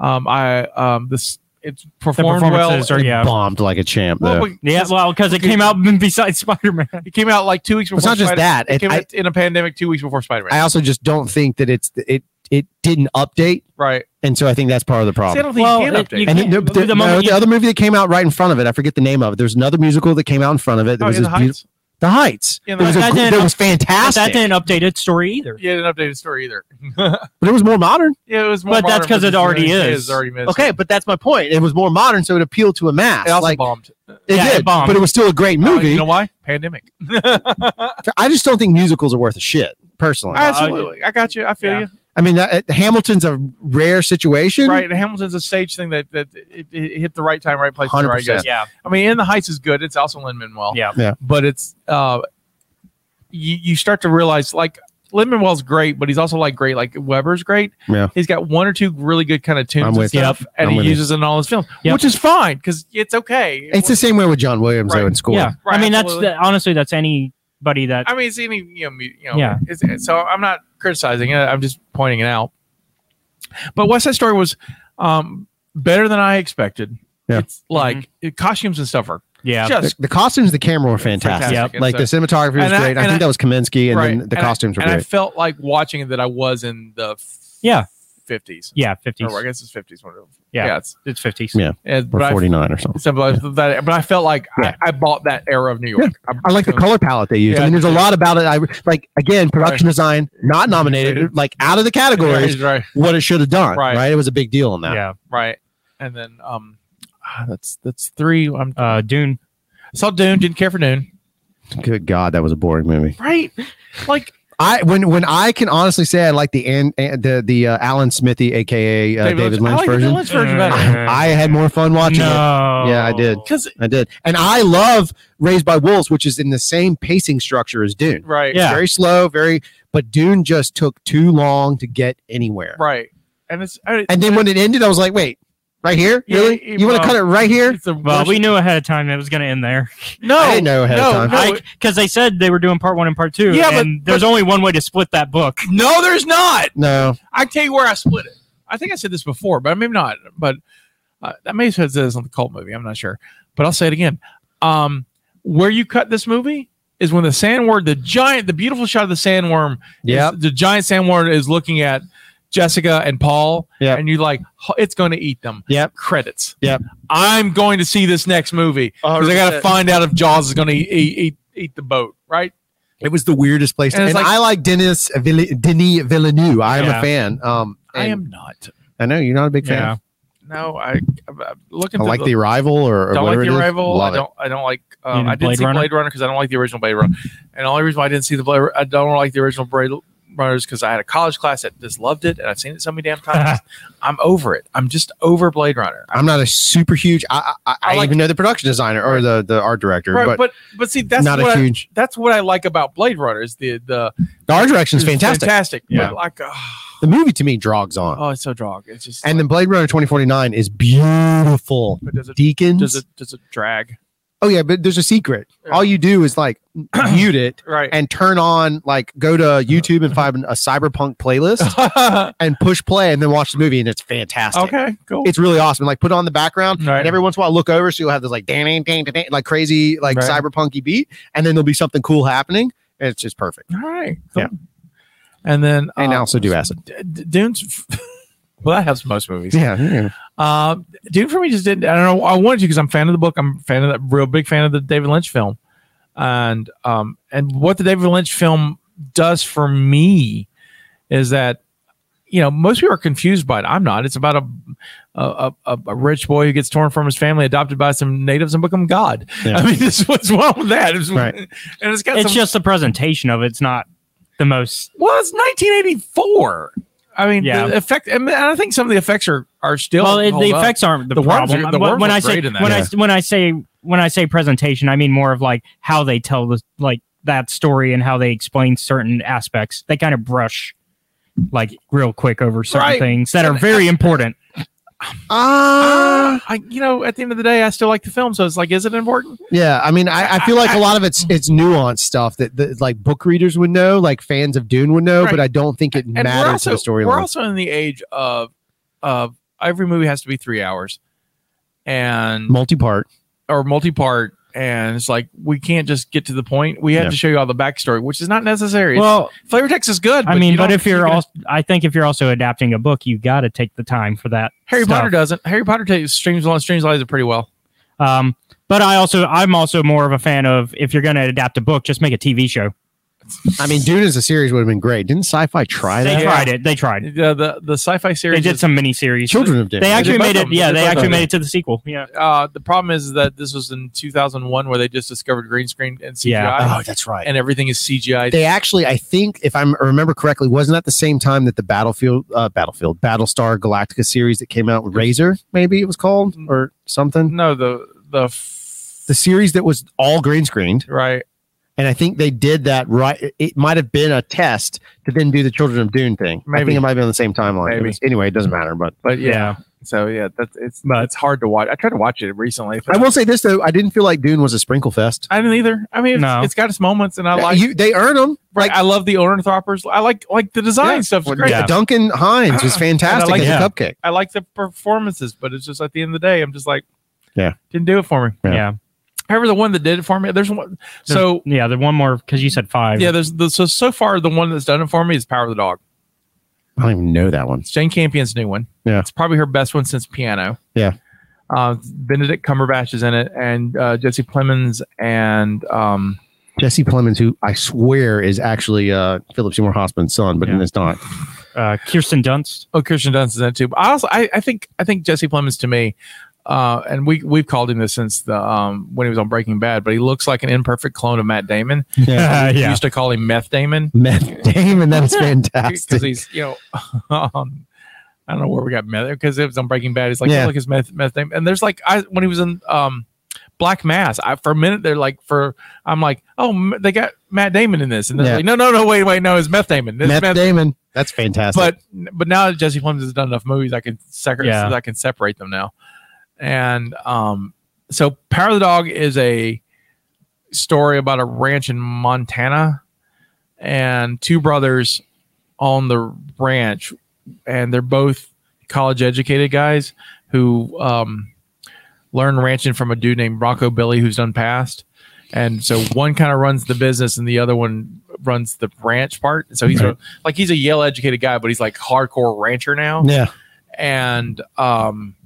Um, I um, this it's performed well. performances are- It- yeah. bombed like a champ, though. Well, Yeah, well, because it came out (laughs) beside Spider Man. It came out like two weeks before. It's not just Spider- that. It, It- came I- out in a pandemic two weeks before Spider Man. I also just don't think that it's it. It didn't update, right? and so I think that's part of the problem. See, I don't think Well, you can it- update. you it. and it- can't- no, the- the, the no, moment the you- other movie that came out right in front of it, I forget the name of it. There's another musical that came out in front of it. There Oh, was yeah, this The beau- Heights. the heights. Yeah, It The was, a Heights. gr- That that didn't was But fantastic. that didn't update its story either. You didn't update the story either. (laughs) but it was more modern. yeah, it was more But that's modern, 'cause it it's already really- is. It's already missed. Okay, but that's my point. It was more modern, so it appealed to a mass. It also like bombed. it Yeah, it did, bombed. but it was still a great Uh, movie. you know why? Pandemic. I just don't think musicals are worth a shit, personally. Absolutely. Uh, I got you. I feel you. I mean, that, uh, Hamilton's a rare situation. Right. And Hamilton's a stage thing that, that it, it hit the right time, right place, and the right 100%. guys. Yeah. I mean, In the Heights is good. It's also Lin Manuel. Yeah. Yeah. But it's uh, you you start to realize like Lin Manuel's great, but he's also like great. Like Weber's great. Yeah. He's got one or two really good kind of tunes I'm and with you. stuff, Yep. and I'm he with you. uses it in all his films, Yep. which is fine because it's okay. It's the same way with John Williams, though, Right. in school. Yeah, Right, I mean that's absolutely. the, honestly that's anybody that I mean, it's any you know, mu- you know Yeah. It's, it's- so I'm not criticizing it. I'm just pointing it out. But West Side Story was um, better than I expected. Yeah. It's like it- costumes and stuff are Mm-hmm. yeah The, just the costumes, the camera were fantastic. Fantastic. Yep. Like the cinematography was And I- great. I, and think I- that was Kaminsky, and right. then the And I- costumes were and I great. felt like watching it that I was in the f- yeah 50s. yeah fifties Or I guess it's 50s. whatever. Yeah. it's, it's fifties yeah, yeah, or but I- forty nine or something. so, but I- that, but I felt like Yeah. I, I bought that era of New York. Yeah. I like the color palette they use. Yeah, I mean, there's a yeah. lot about it. I like again, production design not nominated, like out of the categories. Right, right. What it should have done, Right. right. It was a big deal in that. yeah Right. And then um, ah, that's that's three. I'm, uh, Dune I saw Dune. Didn't care for Dune. Good God, that was a boring movie. Right. Like I when when I can honestly say I like the and, and the the uh, Alan Smithy, aka uh, David, Lynch, I like version. The Lynch version better. I had more fun watching no it. Yeah, I did. Because I did, and I love Raised by Wolves, which is in the same pacing structure as Dune. right, It's Yeah. very slow, very. But Dune just took too long to get anywhere. right, and it's I mean, And then when it ended, I was like, wait, right here? Yeah, Really? it- you want well, to cut it right here? it's the well worst- we knew ahead of time it was going to end there (laughs) no, I didn't know ahead no, of time. No, because they said they were doing part one and part two Yeah, but- and there's only one way to split that book no, there's not. No. I tell you where I split it. I think I said this before, but maybe not. But Uh, that may have said this on the cult movie. I'm not sure, but I'll say it again. Um, where you cut this movie is when the sandworm, the giant, the beautiful shot of the sandworm. Yeah, the giant sandworm is looking at Jessica and Paul. Yeah, and you're like, "Huh, it's going to eat them. Yep. Credits. Yep. I'm going to see this next movie because I got to 100%. find out if Jaws is going to eat, eat eat eat the boat. Right. It was the weirdest place. And And, it's like- I like Dennis Vill- Denis Villeneuve. I am Yeah. a fan. Um, I and- am not. I know you're not a big fan. No, I I'm I'm looking. I through like the arrival or, or don't like whatever the it is. arrival. I Love it. don't. I don't like. You Um, didn't I didn't Blade see Runner? Blade Runner because I don't like the original Blade Runner. And the only reason why I didn't see the Blade, I don't like the original Blade Runner is because I had a college class that just loved it, and I've seen it so many damn (laughs) times. I'm over it. I'm just over Blade Runner. I'm not a super huge. I I, I, I even know the production designer or the, the art director, Right, but, but, but see that's not a what I- huge- that's what I like about Blade Runner is the the The art direction's is fantastic. Fantastic. Yeah. Yeah. Like oh, the movie to me drogs on. oh, it's so drog. It's just and then Blade Runner 2049 is beautiful. does it- Deacons. does it does it drag? Oh yeah, but there's a secret. All you do is (clears throat) like mute it Right. and turn on like go to YouTube and find a cyberpunk (laughs) playlist and push play and then watch the movie and it's fantastic. Okay, cool. It's really awesome. Like put it on the background and every once in a while look over so you'll have this like dang dang dang dang, like crazy like Right. cyberpunky beat and then there'll be something cool happening. And it's just perfect. All right. Yeah. And then uh, and I also do acid. D- D- Dune's. (laughs) well, that helps most movies. Yeah, yeah. Uh, Dune for me just didn't. I don't know. I wanted to because I'm a fan of the book. I'm a fan of that real big fan of the David Lynch film, and um, and what the David Lynch film does for me is that you know most people are confused by it. I'm not. It's about a a, a, a rich boy who gets torn from his family, adopted by some natives, and become God. (laughs) Yeah. I mean, this what's wrong with that? It's- (laughs) And it's got it's some- just the presentation of it. it's not the most. well, it's 1984. I mean, Yeah. the effect, and I think some of the effects are are still. well, it, hold the up. effects aren't the, worms problem. Are, the When- worms when are I say great in that. when I when I say when I say presentation, I mean more of like how they tell the like that story and how they explain certain aspects. They kind of brush like real quick over certain Right. things that are And very important. Ah, I, you know, at the end of the day, I still like the film, so it's like, is it important? Yeah, I mean, I, I feel like a lot of it's it's nuanced stuff that, that like book readers would know, like fans of Dune would know, Right. but I don't think it And matters to the We're storyline. also in the age of of every movie has to be three hours, and multi-part or multi-part, and it's like we can't just get to the point. We have Yeah. to show you all the backstory, which is not necessary. It's- Well, flavor text is good. I mean, you but don't- if you're can- also, I think if you're also adapting a book, you got to take the time for that. Harry stuff. Potter doesn't. Harry Potter takes streams along streamlines it pretty well. Um, but I also I'm also more of a fan of if you're going to adapt a book, just make a TV show. I mean, Dune as a series would have been great. Didn't Sci-Fi try They that? tried it. They tried. The the, the sci-fi series. They did is- some mini series. Children of Dune. They They actually did both made of it. them. Yeah, They did they both of actually them. made it to the sequel. Yeah. Uh, the problem is that this was in 2001 where they just discovered green screen and CGI. Yeah. Oh, that's right. And everything is CGI. They actually, I think, if I'm- I remember correctly, wasn't that the same time that the Battlefield, uh, Battlefield, Battlestar Galactica series that came out with Razor, maybe it was called or something? Mm. No, the the the series that was all green screened, right? And I think they did that right. It might have been a test to then do the Children of Dune thing. I Maybe. think it might have been on the same timeline. It Maybe. was- anyway, it doesn't matter. But but yeah. So yeah, that's it's but, it's hard to watch. I tried to watch it recently. I will say this though, I didn't feel like Dune was a sprinkle fest. I didn't either. I mean, it's, No. it's got its moments, and I Yeah, like you- they earn them. Right, I love the owner throppers. I like like the design Yeah. stuff. Well, Great. yeah, Duncan Hines was fantastic (laughs) And as I a like cupcake. I like the performances, but it's just at the end of the day, I'm just like Yeah. didn't do it for me. Yeah. However, the one that did it for me, there's one. So yeah, the one more because you said five. yeah, there's the, so so far the one that's done it for me is Power of the Dog. I don't even know that one. It's Jane Campion's new one. Yeah. It's probably her best one since Piano. Yeah. Uh, Benedict Cumberbatch is in it, and uh, Jesse Plemons, and um, Jesse Plemons, who I swear is actually uh, Philip Seymour Hoffman's son, but it's not. Uh, Kirsten Dunst. Oh, Kirsten Dunst is in it too. But I also, I, I think, I think Jesse Plemons to me, uh, and we we've called him this since the um, when he was on Breaking Bad, but he looks like an imperfect clone of Matt Damon. (laughs) Yeah. we Yeah. used to call him Meth Damon. Matt (laughs) (laughs) Damon, that was because fantastic. he's you know (laughs) um, I don't know where we got meth because it was on Breaking Bad. He's like, Yeah. yeah. look, his meth meth name. And there's like, I when he was in um, Black Mass, I, for a minute they're like, for I'm like, oh, m- they got Matt Damon in this, and they're Yeah. like, no, no, no, wait, wait, no, it's Meth Damon. It's Matt Damon, that's fantastic. But but now that Jesse Plemons has done enough movies, I can separate Yeah. I can separate them now. And um, so Power of the Dog is a story about a ranch in Montana and two brothers on the ranch, and they're both college educated guys who um, learned ranching from a dude named Bronco Billy who's done passed. And so one kind of runs the business and the other one runs the ranch part. So he's Right. a, like he's a Yale educated guy, but he's like hardcore rancher now. Yeah. And um,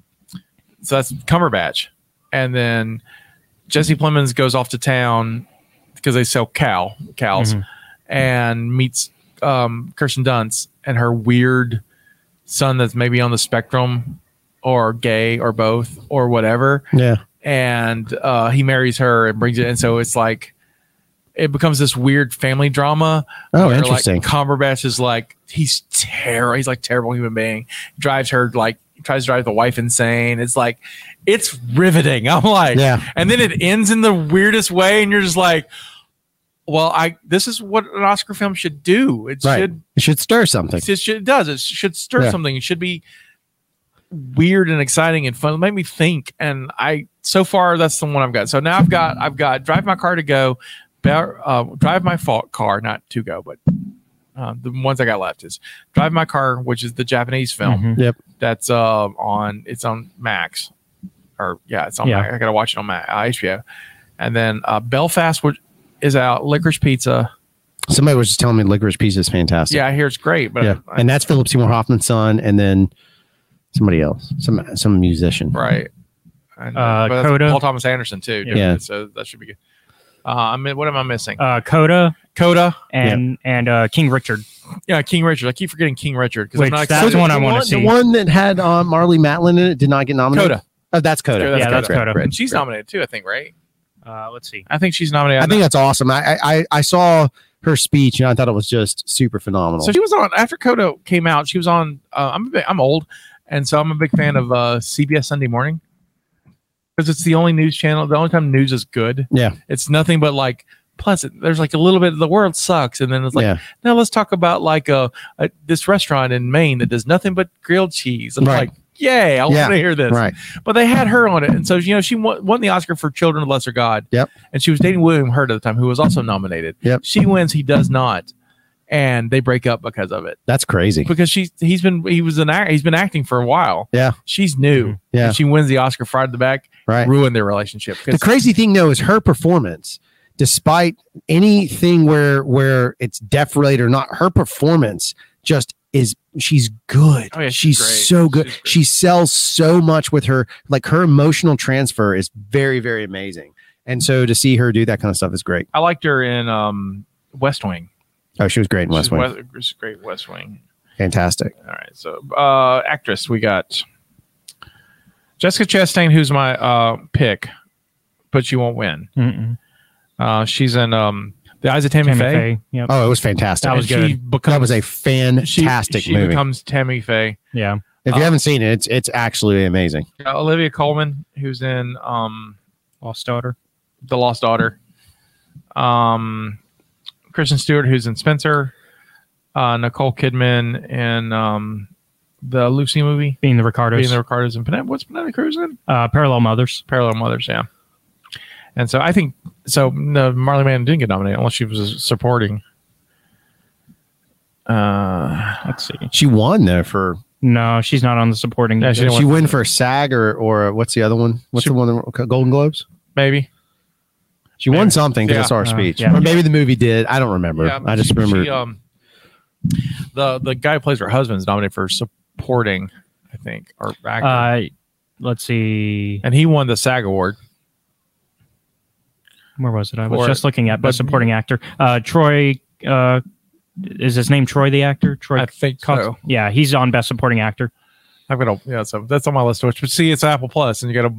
so that's Cumberbatch. And then Jesse Plemons goes off to town because they sell cow cows Mhm. and meets um, Kirsten Dunst and her weird son that's maybe on the spectrum or gay or both or whatever. Yeah. And uh, he marries her and brings it. And so it's like, it becomes this weird family drama. Oh, where, interesting. Like, Cumberbatch is like, he's terrible. He's like terrible human being. Drives her like, tries to drive the wife insane. It's like, it's riveting. (laughs) I'm like, Yeah. And then it ends in the weirdest way. And you're just like, well, I, this is what an Oscar film should do. It Right. should it should stir something. it should, it does. It should stir Yeah. something. It should be weird and exciting and fun. It made me think. And I, so far, that's the one I've got. So now I've got, I've got drive my car to go, Bear- uh, drive my fault car, not to go, but uh, the ones I got left is drive my car, which is the Japanese film. Mm-hmm. Mhm. Yep. That's uh, on, it's on Max or yeah, it's on, Yeah. Max. I got to watch it on my uh, HBO. And then uh, Belfast, which is out, Licorice Pizza. Somebody was just telling me Licorice Pizza is fantastic. Yeah, I hear it's great, but yeah. and that's Philip Seymour Hoffman's son, and then somebody else, some some musician, right? And, Uh, but that's Coda. Paul Thomas Anderson too. dude. Yeah. So that should be good. Uh, I mean, what am I missing? Uh, Coda, Coda, and and uh, King Richard. yeah, King Richard. I keep forgetting King Richard Which, that's excited- the one I wanna see. The one that had uh, Marley Matlin in it did not get nominated. Coda. Oh, that's Coda. Yeah, that's Great, Coda. great, And she's great. nominated too, I think. Right? Uh, let's see. I think she's nominated. I think that's awesome. I, I- I I saw her speech and I thought it was just super phenomenal. So she was on after Coda came out. She was on. Uh, I'm a big, I'm old, and so I'm a big fan of uh, CBS Sunday Morning because it's the only news channel. The only time news is good. Yeah. it's nothing but like pleasant. There's like a little bit. of The world sucks, and then it's like Yeah. now let's talk about like uh, uh this restaurant in Maine that does nothing but grilled cheese. And Right. like, yay, I Yeah, want to hear this. right. But they had her on it, and so you know she won, won the Oscar for Children of Lesser God. Yep. And she was dating William Hurt at the time, who was also nominated. Yep. She wins, he does not, and they break up because of it. that's crazy. Because she he's been he was an act, he's been acting for a while. Yeah. Mm-hmm. She's new. Yeah. And she wins the Oscar fried the back. Right. Ruined their relationship. 'Cause- The crazy thing though is her performance, despite anything where where it's deaf related or not, her performance just is she's good. Oh, yeah, she's she's great. so good. she sells so much with her like her emotional transfer is very, very amazing. And so to see her do that kind of stuff is great. I liked her in um West Wing. Oh, she was great in West She's Wing. she's great West Wing. Fantastic. All right. So, uh, actress, we got Jessica Chastain, who's my uh, pick, but she won't win. Mm-mm. Uh, she's in um, The Eyes of Tammy, Tammy Faye. Faye, yep. Oh, it was fantastic. That was And she good. becomes- that was a fantastic she movie. becomes uh, Tammy Faye. yeah. if you haven't seen it, it's it's actually amazing. Uh, Olivia Coleman, who's in um, Lost Daughter. The Lost Daughter. Um, Kristen Stewart, who's in Spencer. Uh, Nicole Kidman in um, the Lucy movie. Being the Ricardos. Being the Ricardos and Penelope. What's Penelope Cruz in? Uh, Parallel Mothers. Parallel Mothers, yeah. And so I think so. No, Marley Man didn't get nominated unless she was supporting. Uh, Let's see. She won though for No, she's not on the supporting. Did list. she, win for SAG or or what's the other one? What's the one? That, Golden Globes? Maybe. She won something because I saw her Yeah. Uh, speech, yeah. or maybe the movie did. I don't remember. I just she- remember. she, um, the the guy who plays her husband's nominated for supporting, I think, or actor, Uh, let's see. and he won the SAG award. Where was it? I was for- just looking at but- best supporting actor. Uh, Troy. Uh, is his name Troy the actor? Troy. I think so. Yeah, he's on best supporting actor. I've got a yeah. So that's on my list. Which but see, it's Apple Plus, and you got to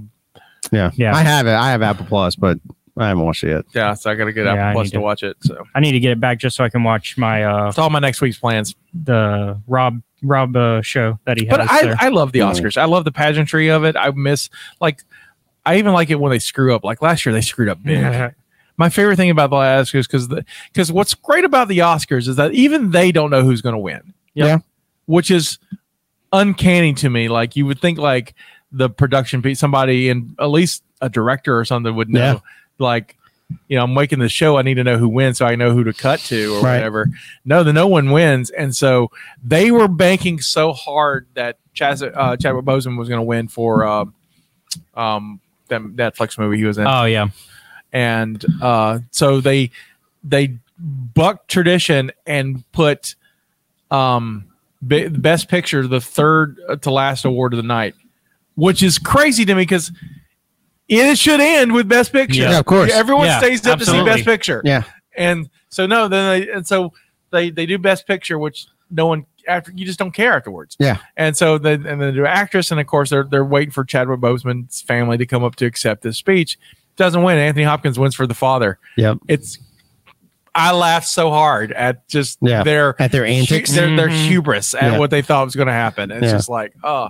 yeah, yeah. I have it. I have Apple Plus, but I haven't watched it yet. yeah. So I got to get Yeah, I Apple Plus need to, to- watch it. So I need to get it back just so I can watch my. Uh, it's all my next week's plans. The Rob Rob uh, show that he had. but us I, there. I love the Oscars. I love the pageantry of it. I miss like I even like it when they screw up. Like last year, they screwed up big. My favorite thing about the Oscars because because what's great about the Oscars is that even they don't know who's going to win, Yeah, which is uncanny to me. Like you would think like the production piece, somebody and at least a director or something would know. Yeah. Like you know, I'm making the show. I need to know who wins so I know who to cut to or Right. whatever. No, the no one wins. And so they were banking so hard that Chaz, uh, Chadwick Boseman was going to win for um, um, that Netflix movie he was in. Oh, yeah. And uh, so they they bucked tradition and put um, be- best picture, the third to last award of the night, which is crazy to me because it should end with best picture. Yeah, of course. Everyone Yeah, stays up to absolutely. see best picture. Yeah. And so no, then they, and so they they do best picture, which no one after you just don't care afterwards. Yeah. And so they and then they do actress, and of course they're they're waiting for Chadwick Boseman's family to come up to accept this speech. Doesn't win. Anthony Hopkins wins for the father. Yep. It's I laughed so hard at just Yeah. their At their hu- antics. their, their Mhm. hubris at Yeah. what they thought was going to happen. And it's Yeah. just like, oh,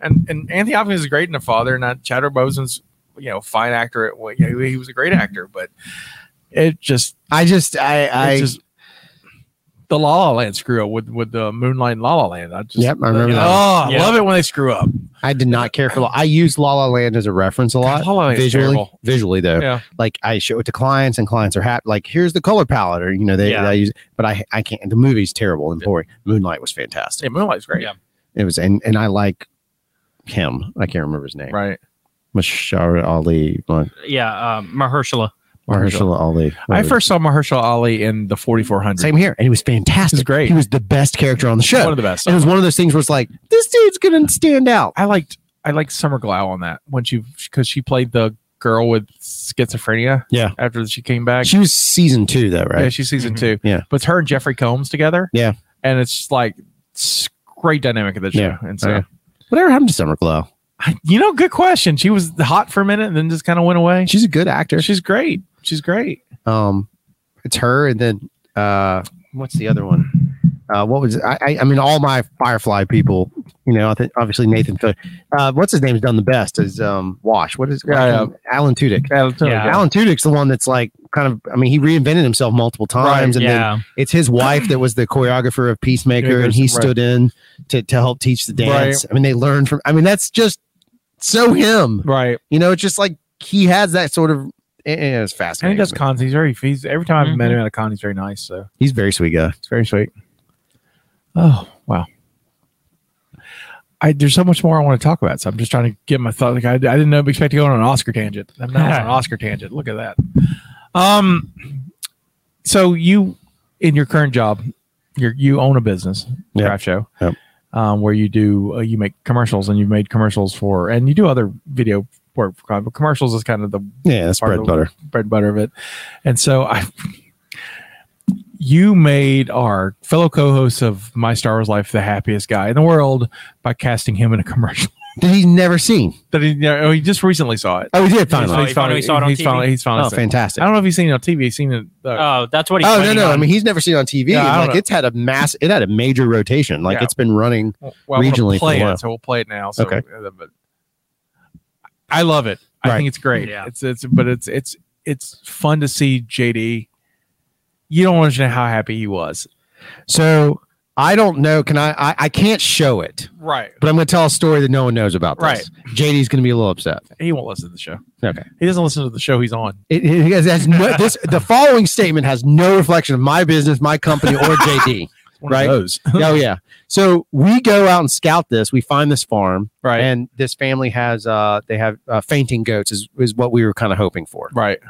and and Anthony Hopkins is great in the father, and not Chadwick Boseman's you know fine actor. At, what- you know, he was a great actor, but it just I just I I It's just- the La La Land screw up with with the Moonlight and La La Land. I just Yep, I remember Oh, that. I Yeah. love it when they screw up. I did not care for. La- I used La La Land as a reference a lot. La La Land's visually, terrible. visually though, Yeah. like I show it to clients, and clients are happy. Like here's the color palette, or you know they, Yeah. they use. But I I can't. The movie's terrible and boring. Moonlight was fantastic. Yeah, Moonlight's great. Yeah, It was and and I like him. I can't remember his name. Right. Mashara Ali. uh, Yeah, um, Mahershala. Mahershala Ali. I first saw Mahershala Ali in the 4400. Same here, and he was fantastic. He was great. He was the best character on the show. One of the best. And it was one of those things where it's like this dude's gonna stand out. Uh, I liked I liked Summer Glau on that when she because she played the girl with schizophrenia. Yeah. after she came back, she was season two though, right? Yeah, she's season two. Yeah. but it's her and Jeffrey Combs together. Yeah. and it's just like it's great dynamic of the show. Yeah. Oh, And so, Okay. Whatever happened to Summer Glow? (laughs) you know, good question. She was hot for a minute and then just kind of went away. She's a good actor. She's great. She's great. Um, it's her, and then uh, what's the other one? Uh, what was I, I? I mean, all my Firefly people. You know, I think obviously Nathan. Fill- Uh, what's his name's done the best is um Wash. What is Yeah, Alan Tudyk? Alan Tudyk, yeah. Alan Tudyk's the one that's like kind of. I mean, he reinvented himself multiple times, and yeah. then it's his wife that was the choreographer of Peacemaker, and he Right. stood in to to help teach the dance. I mean, they learned from. I mean, that's just so him, right? Um, You know, it's just like he has that sort of. It, it's And he fascinating. does cons. He's very he's every time I've met him at a con, he's very nice. So He's a very sweet guy. it's very sweet. Oh wow. I, there's so much more I want to talk about, so I'm just trying to get my thought. Like I, I didn't know expect to go on an Oscar tangent. I'm not on an Oscar tangent. Look at that. Um, so you in your current job, you you own a business craft show, um, where you do uh, you make commercials and you've made commercials for and you do other video work. For, con- but commercials is kind of the Yeah, that's part bread of and butter. the bread and butter of it. And so I, you made our fellow co-host of My Star Wars Life the happiest guy in the world by casting him in a commercial. that he's never seen. That he, no, he just recently saw it. Oh, he did finally. He's, Oh, he he's finally finally, saw it on he's TV? finally, he's finally Oh, seen it. fantastic. I don't know if he's seen it on TV. He's seen it. Uh, oh, that's what Oh no no! I mean, he's never seen it on TV. Yeah, I and, don't like know. it's had a mass. It had a major rotation. Like Yeah. it's been running well, I'm gonna regionally for play a while. it, so we'll play it now. So, Okay. uh, but I love it. I Right. think it's great. It's it's but it's it's it's fun to see JD. You don't understand how happy he was. So I don't know. Can I, I? I can't show it, Right. but I'm going to tell a story that no one knows about. This. Right. JD's going to be a little upset. He won't listen to the show. Okay. He doesn't listen to the show he's on. It, it has- has no, this. The following statement has no reflection of my business, my company, (laughs) or JD. one of right? those. (laughs) oh yeah. So we go out and scout this. We find this farm, Right. And this family has uh they have uh, fainting goats is is what we were kind of hoping for, right?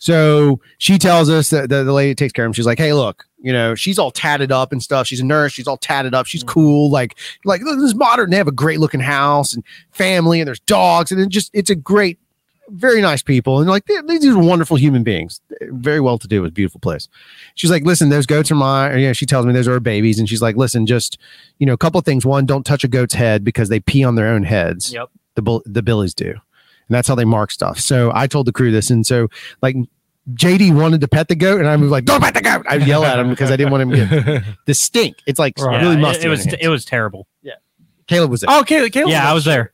So she tells us that the, the lady that takes care of him. She's like, hey, look. You know, she's all tatted up and stuff. She's a nurse. She's all tatted up. She's cool. Like, like look, this is modern. They have a great looking house and family, and there's dogs, and it just it's a great very nice people and like they- these are wonderful human beings very well to do with beautiful place she's like listen those goats are my or, yeah she tells me those are her babies and she's like listen just you know a couple of things one don't touch a goat's head because they pee on their own heads Yep. the bull the billies do and that's how they mark stuff so i told the crew this and so like jd wanted to pet the goat and i was like don't pet the goat i yell at him because i didn't want him to (laughs) get the stink it's like Yeah, really it- musty It, on was your hands. it was terrible. Yeah. caleb was there Oh, Caleb. Caleb yeah, I was there.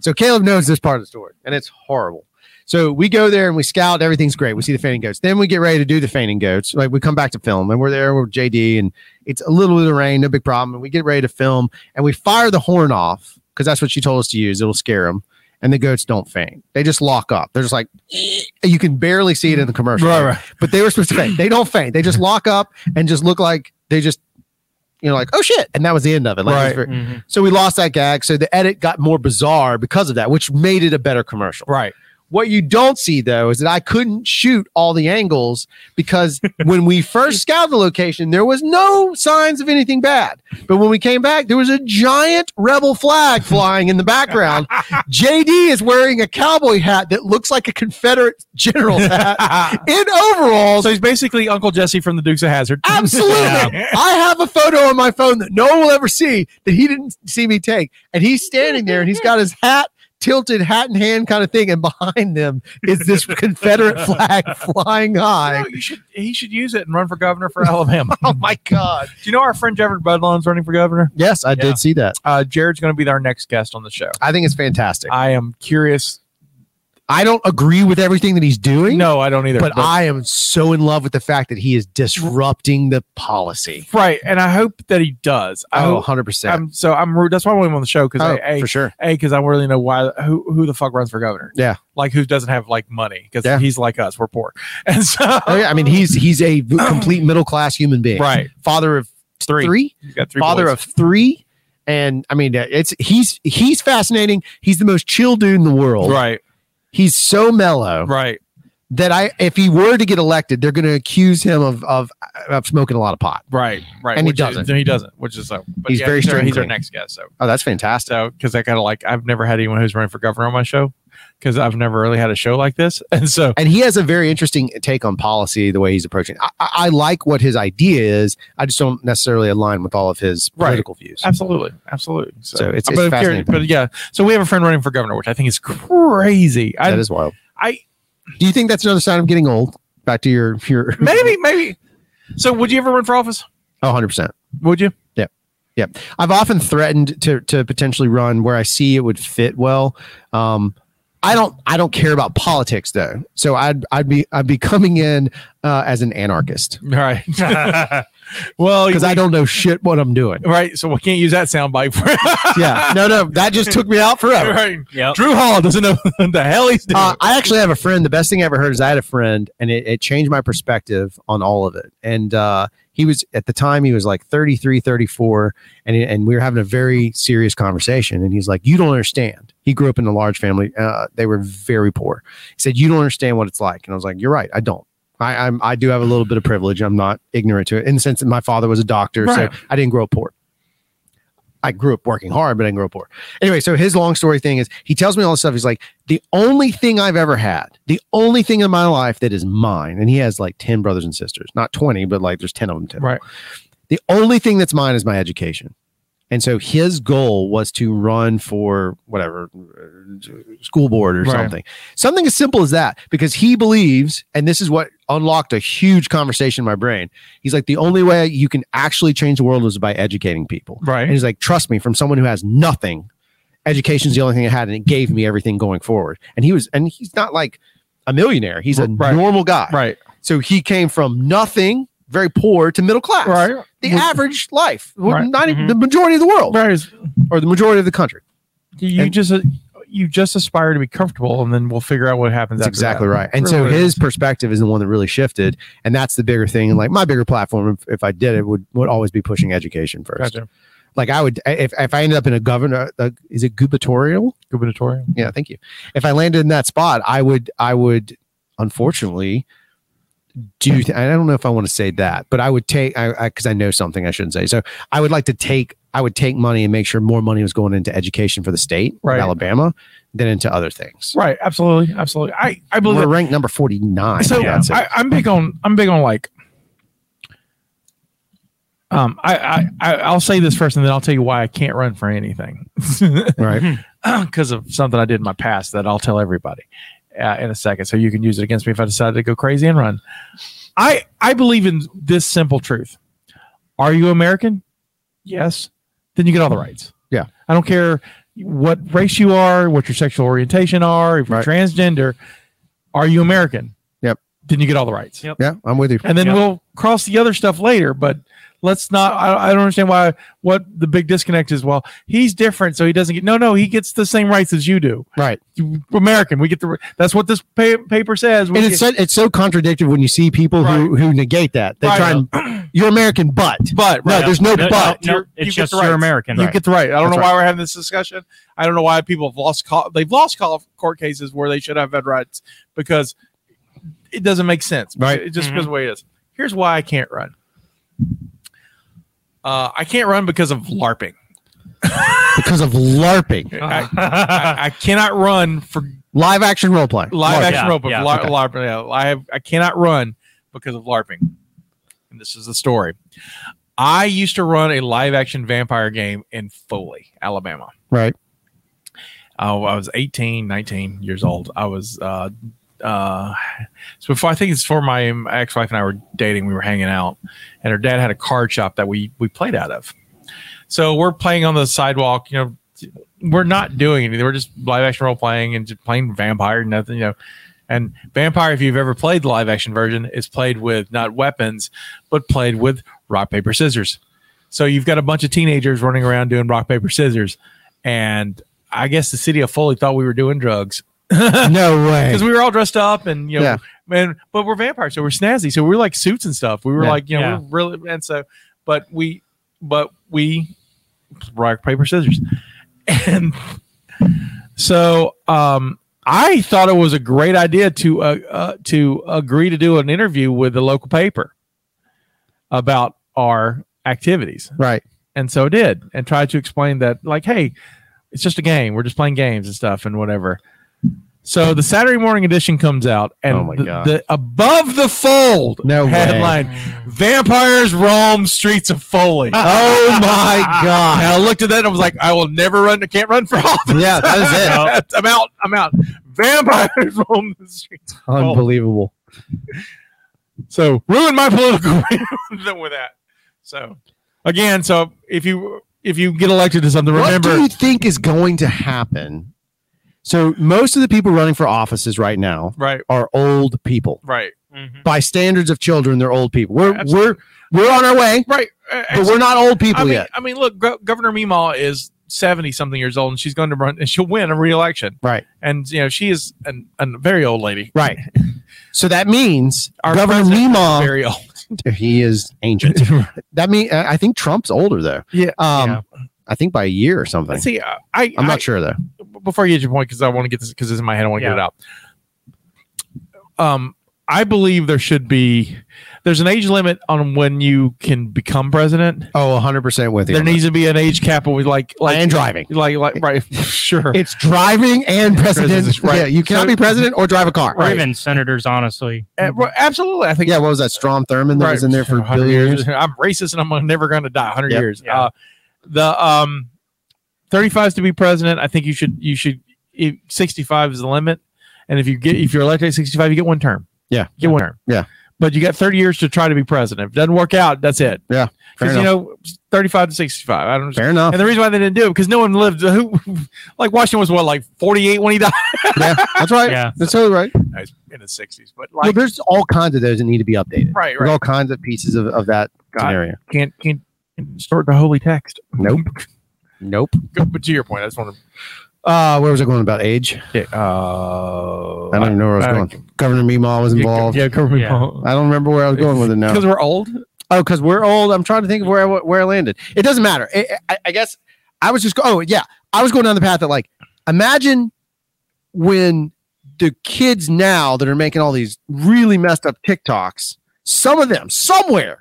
so Caleb knows this part of the story, and it's horrible. So we go there and we scout. Everything's great. We see the fainting goats. Then we get ready to do the fainting goats. Like we come back to film, and we're there with JD, and it's a little bit of rain, no big problem. And we get ready to film, and we fire the horn off because that's what she told us to use. It'll scare them. and the goats don't faint. They just lock up. They're just like (sniffs) you can barely see it in the commercial. Right, right. But they were supposed to faint. They don't faint. They just lock up and just look like they just you know like oh shit, and that was the end of it. Like, it was Right. very- So we lost that gag. So the edit got more bizarre because of that, which made it a better commercial. Right. What you don't see though is that I couldn't shoot all the angles because when we first scouted the location, there was no signs of anything bad. But when we came back, there was a giant rebel flag flying in the background. JD is wearing a cowboy hat that looks like a Confederate general's hat in overalls. So he's basically Uncle Jesse from the Dukes of Hazard. (laughs) Absolutely. (laughs) I have a photo on my phone that no one will ever see that he didn't see me take. And he's standing there and he's got his hat tilted, hat in hand kind of thing. And behind them is (laughs) this Confederate flag flying high. No, you should. He should use it and run for governor for (laughs) Alabama. oh my God! Do you know our friend Jared Budlon's running for governor? Yes, I Yeah. did see that. Uh, Jared's going to be our next guest on the show. I think it's fantastic. I am curious. I don't agree with everything that he's doing. No, I don't either. But I am so in love with the fact that he is disrupting the policy. right, and I hope that he does. I Oh, hope- 100%. I'm, so I'm. re- That's why I want him on the show because Oh, I, a, for sure. A because I want to really know why who who the fuck runs for governor. Yeah. like who doesn't have like money because Yeah. he's like us. We're poor, (laughs) and so Oh, yeah. I mean, he's he's (clears throat) a v- complete middle class human being. Right. Father of Three. three. He's got three Father boys. of three. And I mean, uh, it's he's he's fascinating. He's the most chill dude in the world. Right. He's so mellow. Right. That I, if he were to get elected, they're going to accuse him of, of of smoking a lot of pot. right, right, And he which is- doesn't. no, he doesn't, which is so. But He's yeah, very he's, our, straight and he's our clean. next guest. So Oh, that's fantastic. So, because I kind of like, I've never had anyone who's running for governor on my show because I've never really had a show like this. (laughs) And so, and he has a very interesting take on policy the way he's approaching. it. I, I I like what his idea is. I just don't necessarily align with all of his political views. Absolutely. Absolutely. So, Uh, So it's- but it's I'm curious- fascinating. But yeah, so we have a friend running for governor, which I think is crazy. I, that is wild. I Do you think that's another sign of getting old? Back to your your (laughs) maybe, maybe. So, would you ever run for office? Oh, 100%. Would you? Yeah. Yeah. I've often threatened to to potentially run where I see it would fit well. Um I don't I don't care about politics though. So I'd I'd be I'd be coming in uh, as an anarchist. All right. (laughs) (laughs) well, Cuz I don't know shit what I'm doing. Right. So, we can't use that soundbite for (laughs) (laughs) yeah. No, no. That just took me out (laughs) forever. Right. Drew Hall doesn't know what the hell he's doing. Uh, I actually have a friend. The best thing I ever heard is I had a friend, and it, it changed my perspective on all of it. And uh, he was at the time he was like 33, 34, and and we were having a very serious conversation. And he's like, "You don't understand." He grew up in a large family. Uh, they were very poor. He said, "You don't understand what it's like." And I was like, "You're right. I don't." I, I'm, I do have a little bit of privilege. I'm not ignorant to it in the sense that my father was a doctor, Right. so I didn't grow up poor. I grew up working hard, but I didn't grow up poor. Anyway, so his long story thing is he tells me all this stuff. He's like, the only thing I've ever had, the only thing in my life that is mine, and he has like 10 brothers and sisters, not 20, but like there's 10 of them. Total. Right. The only thing that's mine is my education. And so his goal was to run for whatever uh, school board or Right. something, something as simple as that, because he believes, and this is what unlocked a huge conversation in my brain. He's like, the only way you can actually change the world is by educating people. Right. And he's like, trust me, from someone who has nothing, education's the only thing I had, and it gave me everything going forward. And he was, and he's not like a millionaire. He's a normal guy. Right. So he came from nothing, very poor, to middle class. Right. The Well- average life, well, Right. not even Mhm. the majority of the world, right. or the majority of the country. you just you just aspire to be comfortable, and then we'll figure out what happens. That's after exactly that. right. And Really so what it his is. perspective is the one that really shifted, and that's the bigger thing. And like my bigger platform, if, if I did it, would would always be pushing education first. Gotcha. Like I would, if, if I ended up in a governor, uh, is it gubernatorial? Gubernatorial. Yeah, thank you. If I landed in that spot, I would, I would, unfortunately, do. Th- I don't know if I want to say that, but I would take, I because I, know something I shouldn't say. So I would like to take, I would take money and make sure more money was going into education for the state, of Right. Alabama, than into other things. (laughs) right. Absolutely, absolutely. I I believe We're it. ranked number forty nine. So I, I'm big on I'm big on like. Um, I, I I- I'll say this first, and then I'll tell you why I can't run for anything. (laughs) right. Because of something I did in my past that I'll tell everybody uh, in a second, so you can use it against me if I decide to go crazy and run. I I believe in this simple truth: Are you American? Yes. Then you get all the rights. Yeah. I don't care what race you are, what your sexual orientation are, if you're transgender. Are you American? Yep. Then you get all the rights. Yeah, I'm with you. And then we'll cross the other stuff later. But Let's not. I, I don't understand why. What the big disconnect is? Well, he's different, so he doesn't get. No, no, he gets the same rights as you do. Right. You- American. We get the. That's what this pa- paper says. We and it's so, get- it's so contradictory when you see people who, who negate that. They Right. try (clears throat) and you're American, but but no, right. there's no, but. You're- you get the rights. You get the right. I don't know why we're having this discussion. I don't know why people have lost. Co- they've lost co- court cases where they should have had rights because it doesn't make sense. Right. It just Mhm. because of the way it is. Here's why I can't run. Uh, I can't run because of LARPing. because of LARPing, I, I, (laughs) I cannot run for live action role play, live action rope. Yeah, lar- okay. LARPing. Yeah, I have, I cannot run because of LARPing. And this is the story. I used to run a live action vampire game in Foley, Alabama. (laughs) right? Uh, I was 18, 19 years old. I was, uh, uh, so before I think it's before my ex wife and I were dating, we were hanging out, and her dad had a card shop that we, we played out of. So we're playing on the sidewalk, you know, we're not doing anything. We're just live action role playing and just playing vampire, nothing, you know. And vampire, if you've ever played the live action version, is played with not weapons, but played with rock, paper, scissors. So you've got a bunch of teenagers running around doing rock, paper, scissors. And I guess the city of Foley thought we were doing drugs (laughs) no way. because we were all dressed up and you know Yeah. man but we're vampires so we're snazzy so we were like suits and stuff we were Yeah. like you know Yeah. we were really and so but we but we rock paper scissors and so um i thought it was a great idea to uh, uh to agree to do an interview with the local paper about our activities right and so I did and tried to explain that like hey it's just a game we're just playing games and stuff and whatever so the Saturday morning edition comes out, and Oh my the, God. the above the fold No way. headline: "Vampires roam streets of Foley." (laughs) Oh my God. And I looked at that and I was like, "I will never run. I can't run for (laughs) office." Yeah, that is it. I'm out. I'm out. Vampires roam the streets. Of Foley. Unbelievable. So ruin my (laughs) political (laughs) career with that. So again, so if you if you get elected to something, remember What do you think is going to happen? So most of the people running for offices right now Right. are old people. right. By standards of children, they're old people. We're we're we're on our way. Right. Uh, But we're not old people I mean, yet. I mean, look, Gov- Governor Meemaw is seventy something years old, and she's going to run, and she'll win a reelection. Right. And you know, she is an, a very old lady. Right. So that means Governor president is Meemaw very old. (laughs) He is (laughs) ancient. that mean uh, I I think Trump's older though. Yeah. Um I think by a year or something. See, I, I I'm not sure though. Before you get your point, because I want to get this because it's in my head, I want to get Yeah. it out. Um, I believe there should be there's an age limit on when you can become president. Oh, 100% with you. There on that. needs to be an age cap with like like And driving. Like like right. (laughs) Sure. It's driving and president. Right. Yeah, you cannot So- be president or drive a car. Right. Even senators, honestly. Uh, well, absolutely. I think Yeah, what was that? Strom Thurmond that Right. was in there for 100 (laughs) billion years. I'm racist and I'm never going to die. 100 Yep. years. Uh, the um, 35 is to be president. I think you should you should if 65 is the limit, and if you get if you're elected at 65, you get one term. Yeah. Get one term. Yeah. But you got 30 years to try to be president. If it doesn't work out, that's it. Yeah. fair Because you enough. know, 35 to 65. I don't. Fair enough. And the reason why they didn't do it because no one lived. Who, (laughs) like Washington was what like 48 when he died. yeah, that's right. Yeah. That's totally right. No, he's in his 60s, but well, like there's all kinds of those that need to be updated. Right, There's right. all kinds of pieces of, of that God. scenario. can't can't can't start the holy text. Nope. nope. Go- But to your point, I just want to Uh, where was I going about age? Uh, I don't even know where I was I- going. Governor Meemaw was involved. Yeah, Governor Yeah. Meemaw. I don't remember where I was going with it now. because we're old. Oh, because we're old. I'm trying to think of where I, where I landed. It doesn't matter. I- I, I guess I was just. Go- oh yeah, I was going down the path that like imagine when the kids now that are making all these really messed up TikToks. Some of them somewhere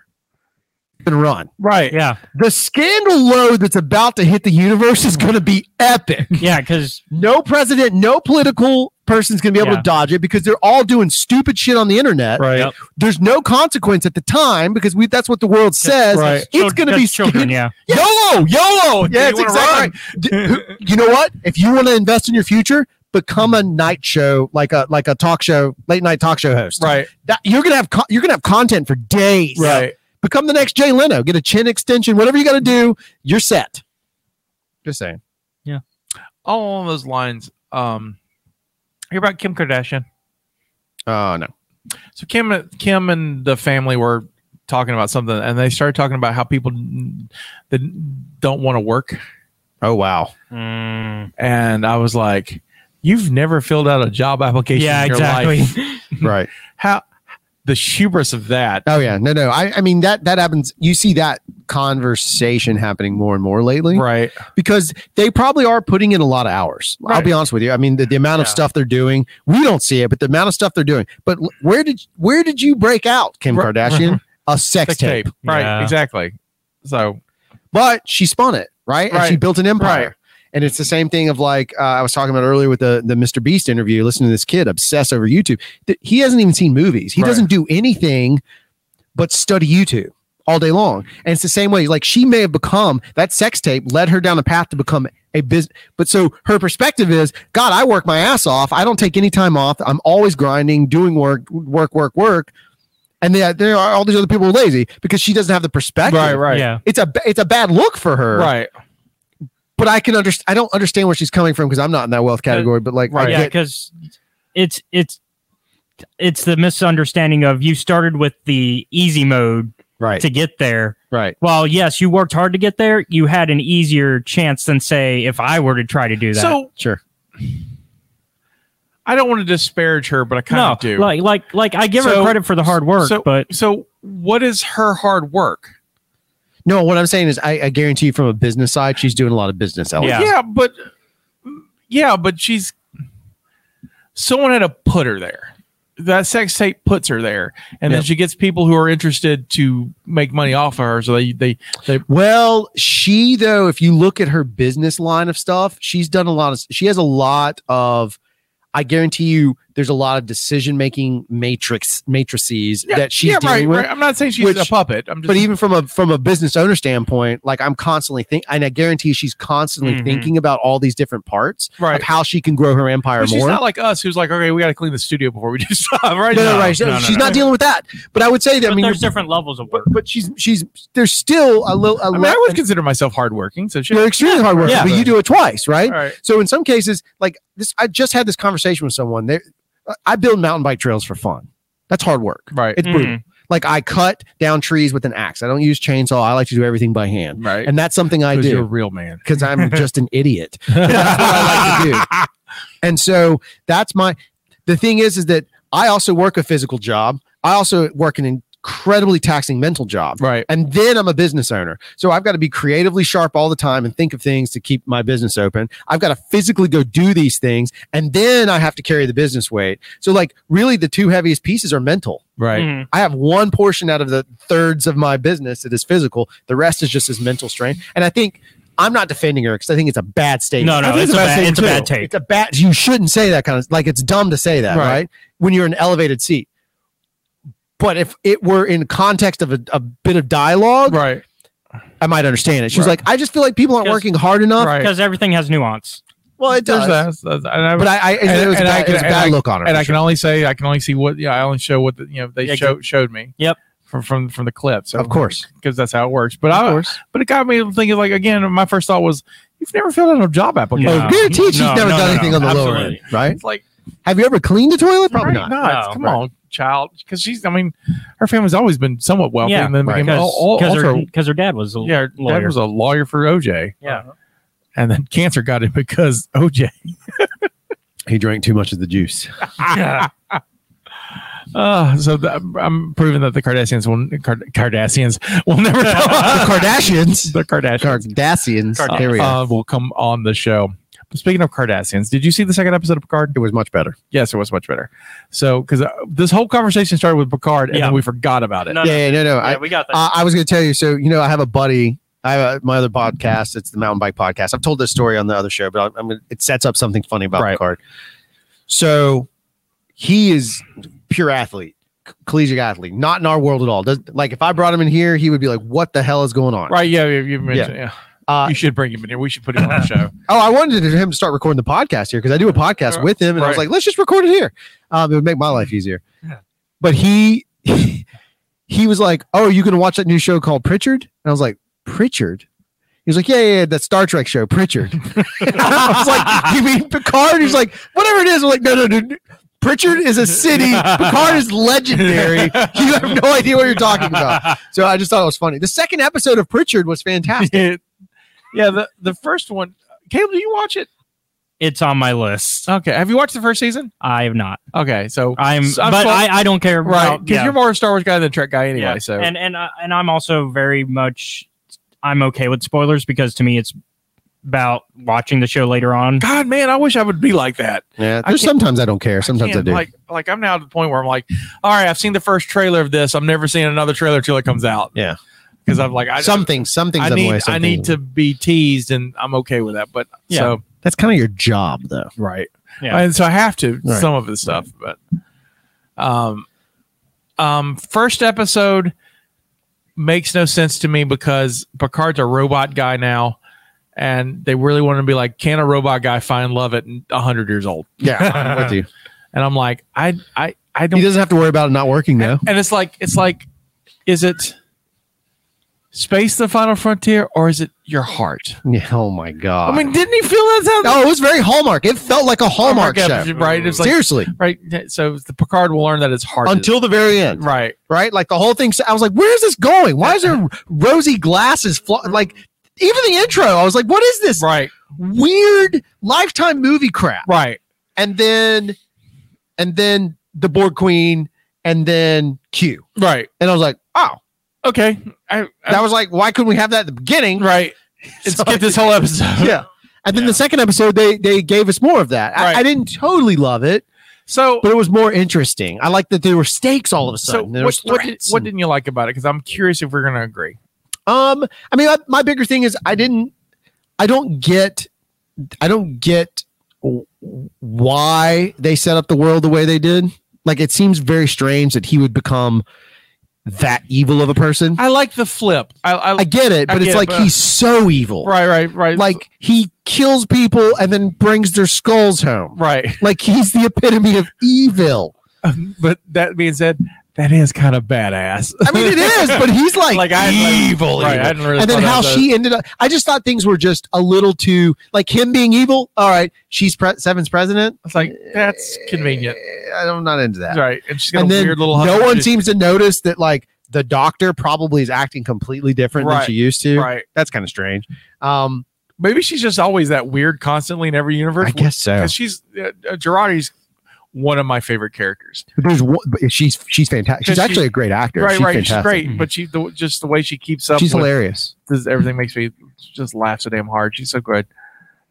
can run. Right. Yeah. The scandal load that's about to hit the universe is going to be epic. Yeah. Because No president, no political person's going to be able Yeah. to dodge it because they're all doing stupid shit on the internet. Right. Yep. There's no consequence at the time because we that's what the world says. right. It's going to be children. Yeah. YOLO, YOLO. you Yeah, it's wanna exactly right. D- who- you know what? If you want to invest in your future, become a night show like a like a talk show, late night talk show host. Right. That, you're gonna have co- you're gonna have content for days. Right. Become the next Jay Leno. Get a chin extension. Whatever you got to do, you're set. Just saying. All along those lines. Um, hear about Kim Kardashian? Oh no. So Kim, Kim and the family were talking about something, and they started talking about how people n- that don't want to work. Oh wow! Mm. And I was like, "You've never filled out a job application? Yeah, in your exactly. (laughs) life. right? How the hubris of that? Oh yeah, no, no. I, I mean that that happens. You see that conversation happening more and more lately, right? Because they probably are putting in a lot of hours. I'll be honest with you. I mean, the, the amount of stuff they're doing, we don't see it, but the amount of stuff they're doing. But l- where did where did you break out, (laughs) Kim Kardashian? a sex, Sex tape. tape. Right, Yeah. exactly. So, but she spun it, right? And she Right. built an empire. And it's the same thing of like uh, I was talking about earlier with the the Mr. Beast interview. Listen to this kid obsess over YouTube. Th- He hasn't even seen movies. He doesn't do anything but study YouTube all day long. And it's the same way. Like she may have become that sex tape led her down a path to become a business. But so her perspective is, God, I work my ass off. I don't take any time off. I'm always grinding, doing work, work, work, work. And there, there are all these other people who are lazy because she doesn't have the perspective. Right, right. Yeah. It's a ba- it's a bad look for her. Right. But I can understand. I don't understand where she's coming from because I'm not in that wealth category. But like, I right yeah get- because it's it's it's the misunderstanding of you started with the easy mode right to get there right well yes you worked hard to get there you had an easier chance than say if i were to try to do that So- sure I don't want to disparage her, but I kind no of do. like like like i give her So- credit for the hard work so- but so what is her hard work? no, what I'm saying is, I, I guarantee you, from a business side, she's doing a lot of business. Well, elements. yeah, but yeah, but she's someone had to put her there. That sex tape puts her there, and then Yep. she gets people who are interested to make money off of her. So they they they Well, she though, if you look at her business line of stuff, she's done a lot of. She has a lot of. I guarantee you, there's a lot of decision making matrix matrices Yeah, that she's yeah, dealing right, with. right. I'm not saying she's a puppet. I'm just- but even from a from a business owner standpoint, like I'm constantly think, and I guarantee she's constantly Mhm. thinking about all these different parts Right. of how she can grow her empire But more. she's not like us, who's like, okay, we got to clean the studio before we do (laughs) stuff, right? No, no, right. she's not dealing with that. But I would say that I mean, there's you're- different levels of work but she's she's there's still a little. A I mean, I would consider myself hardworking. So she, you're extremely hard work, Yeah. but you do it twice, right? All right. So in some cases, like this, I just had this conversation with someone. There, I build mountain bike trails for fun. That's hard work, right? Mm-hmm. It's brutal. Like I cut down trees with an axe. I don't use chainsaw. I like to do everything by hand, right? And that's something I 'Cause do. you're a real man. because I'm just an (laughs) idiot. That's what I like to do. And so that's my. The thing is, is that I also work a physical job. I also work an incredibly taxing mental job. Right. And then I'm a business owner, so I've got to be creatively sharp all the time and think of things to keep my business open. I've got to physically go do these things, and then I have to carry the business weight. So, like, really, the two heaviest pieces are mental. Right. Mhm. I have one portion out of the thirds of my business that is physical. The rest is just this mental strain. And I think I'm not defending her because I think it's a bad statement. No, no, I think it's a bad- statement it's a bad too. take. It's a bad. You shouldn't say that kind of like it's dumb to say that, Right. right? When you're in an elevated seat. But if it were in context of a, a bit of dialogue, right, I might understand it. She's Right. like, I just feel like people aren't working hard enough. because everything has nuance Well, it There's does. that. That's- and I- But I- I- it and was a bad- I- it was a and bad I- look on her, And for I can only say I can only see what yeah I only show what the, you know they Yeah, show, showed me. Yep. From from from the clip. So Of course. because that's how it works. But I but it got me thinking like again. My first thought was you've never filled out a job application. Oh, guaranteed she's never done anything on the lower Absolutely. end, right? It's like Have you ever cleaned a toilet? Probably right, not. no, it's- come Right. on, child. Because she's I mean her family's always been somewhat wealthy, yeah and then became all, all, because her, also- 'cause her dad was a yeah, her dad lawyer. was a lawyer for OJ. Uh-huh. yeah And then cancer got it because OJ. He drank too much of (laughs) the (laughs) juice. Uh, so th- I'm proving that the Kardashians will Card- Kardashians will never come (laughs) the Kardashians. The Kardashians. Kardashians. Uh, There we go. uh, will come on the show. But speaking of Kardashians, did you see the second episode of Picard? It was much better. Yes, it was much better. So because uh, this whole conversation started with Picard and Yeah. then we forgot about it. yeah, yeah, no, no. Yeah, I, we got that. I, I was going to tell you. So, you know, I have a buddy. I have a, my other podcast. It's the Mountain Bike Podcast. I've told this story on the other show, but I, am it sets up something funny about the card. So, he is pure athlete, c- collegiate athlete, not in our world at all. Does, like, if I brought him in here, he would be like, "What the hell is going on?" Right? Yeah, you, you mentioned. Yeah. Yeah. Uh, you should bring him in here. We should put him (laughs) on the show. Oh, I wanted him to start recording the podcast here because I do a podcast with him, and I was Right. like, let's just record it here. Um, it would make my life easier. But he (laughs) he was like, oh, are you going to watch that new show called Pritchard? And I was like, Pritchard. He was like, yeah, yeah, yeah that Star Trek show, (laughs) Pritchard. I was like, you mean Picard? He's like, whatever it is. I'm like, no, no, no. no. Pritchard is a city. Picard is legendary. (laughs) You have no idea what you're talking about. So I just thought it was funny. The second episode of Pritchard was fantastic. (laughs) yeah, the, the first one. Caleb, do you watch it? It's on my list. Okay. Have you watched the first season? I have not. Okay, so I'm, so I'm but so- I, I don't care. Right, about- because yeah. you're more a Star Wars guy than a Trek guy anyway. Yeah. So and and I and I'm also very much I'm okay with spoilers because to me it's about watching the show later on. God, man, I wish I would be like that. Yeah, I can't- there's sometimes I don't care. Sometimes I, Man, do. Like, like I'm now to the point where I'm like, all right, I've seen the first trailer of this. I'm never seeing another trailer till it comes out. Yeah, because I'm like, I, something, something. I need, I need to be teased, and I'm okay with that. But Yeah, so that's kind of your job, though. right, Yeah. and so I have to Right. some of the stuff. But, um, um, first episode makes no sense to me because Picard's a robot guy now. And they really want to be like, can a robot guy find love at 100 years old? Yeah, (laughs) I'm with you. And I'm like, I, I, I don't. He doesn't have to worry about it not working now. and it's like it's like is it space the final frontier or is it your heart Yeah, oh my god. i mean didn't he feel that sound oh, it was very Hallmark. It felt like a Hallmark, show, episode, right it's like, Seriously, right so the picard will learn that it's hard until the very end. Right, right. Like the whole thing. I was like, "Where is this going? Why is (laughs) there rosy glasses?" Fl-? Like even the intro, I was like, "What is this?" Right. Weird lifetime movie crap. Right. And then, and then the Borg Queen, and then Q. Right. And I was like, "Oh, okay." I, that was like, why couldn't we have that at the beginning? (laughs) Right. Let's get this whole episode. Yeah. And then the second episode, they they gave us more of that. I, I didn't totally love it. So, but it was more interesting. I like that there were stakes all of a so sudden. There what, was what, did, threats what and- didn't you like about it because i'm curious if we're gonna agree Um, I mean, I, my bigger thing is I didn't, I don't get, I don't get w- why they set up the world the way they did. Like, it seems very strange that he would become that evil of a person. i like the flip i, I, I get it, I but it's get it, like but- he's so evil. Right, right, right. Like he kills people and then brings their skulls home. Right. Like he's the epitome of evil. Um, but that being said that is kind of badass (laughs) I mean, it is, but he's like, Like, I- like- evil. right, I evil. hadn't really and then thought how about she ended up. I just thought things were just a little too like him being evil. All right, she's pre- Seven's president. It's like that's convenient. Eh, I don't- I'm not into that. Right, and she's got And a then weird little. no husband one too. seems to notice that like the doctor probably is acting completely different Right, than she used to. right. That's kind of strange. Um, Maybe she's just always that weird constantly in every universe. I guess so. 'Cause she's uh, uh, Girardi's one of my favorite characters. but there's one, but she's she's fantastic. She's She's- actually a great actor. right, she's right. Fantastic. She's great, but she the, just the way she keeps up. She's with- hilarious. This, everything makes me just laugh so damn hard. She's so good.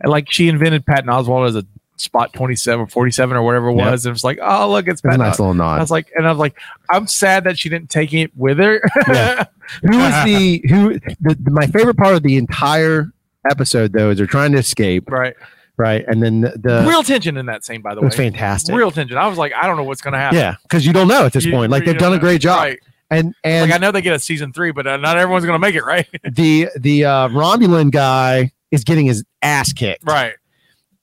And like she invented Patton Oswald as a spot 27 or 47 or whatever it Yep. was and it's like oh look it's It was a Patton nice Os- little nod. I was like and I was like I'm sad that she didn't take it with her (laughs) Yeah. who is the who the, the- my favorite part of the entire episode though is they're trying to escape right right and then the, the real tension in that scene by the Uh, it way was fantastic real tension I was like I don't know what's gonna happen yeah because you don't know at this point like they've done a great job Right. and and like I know they get a season three, but uh, not everyone's gonna make it, right? the the uh romulan guy is getting his ass kicked right.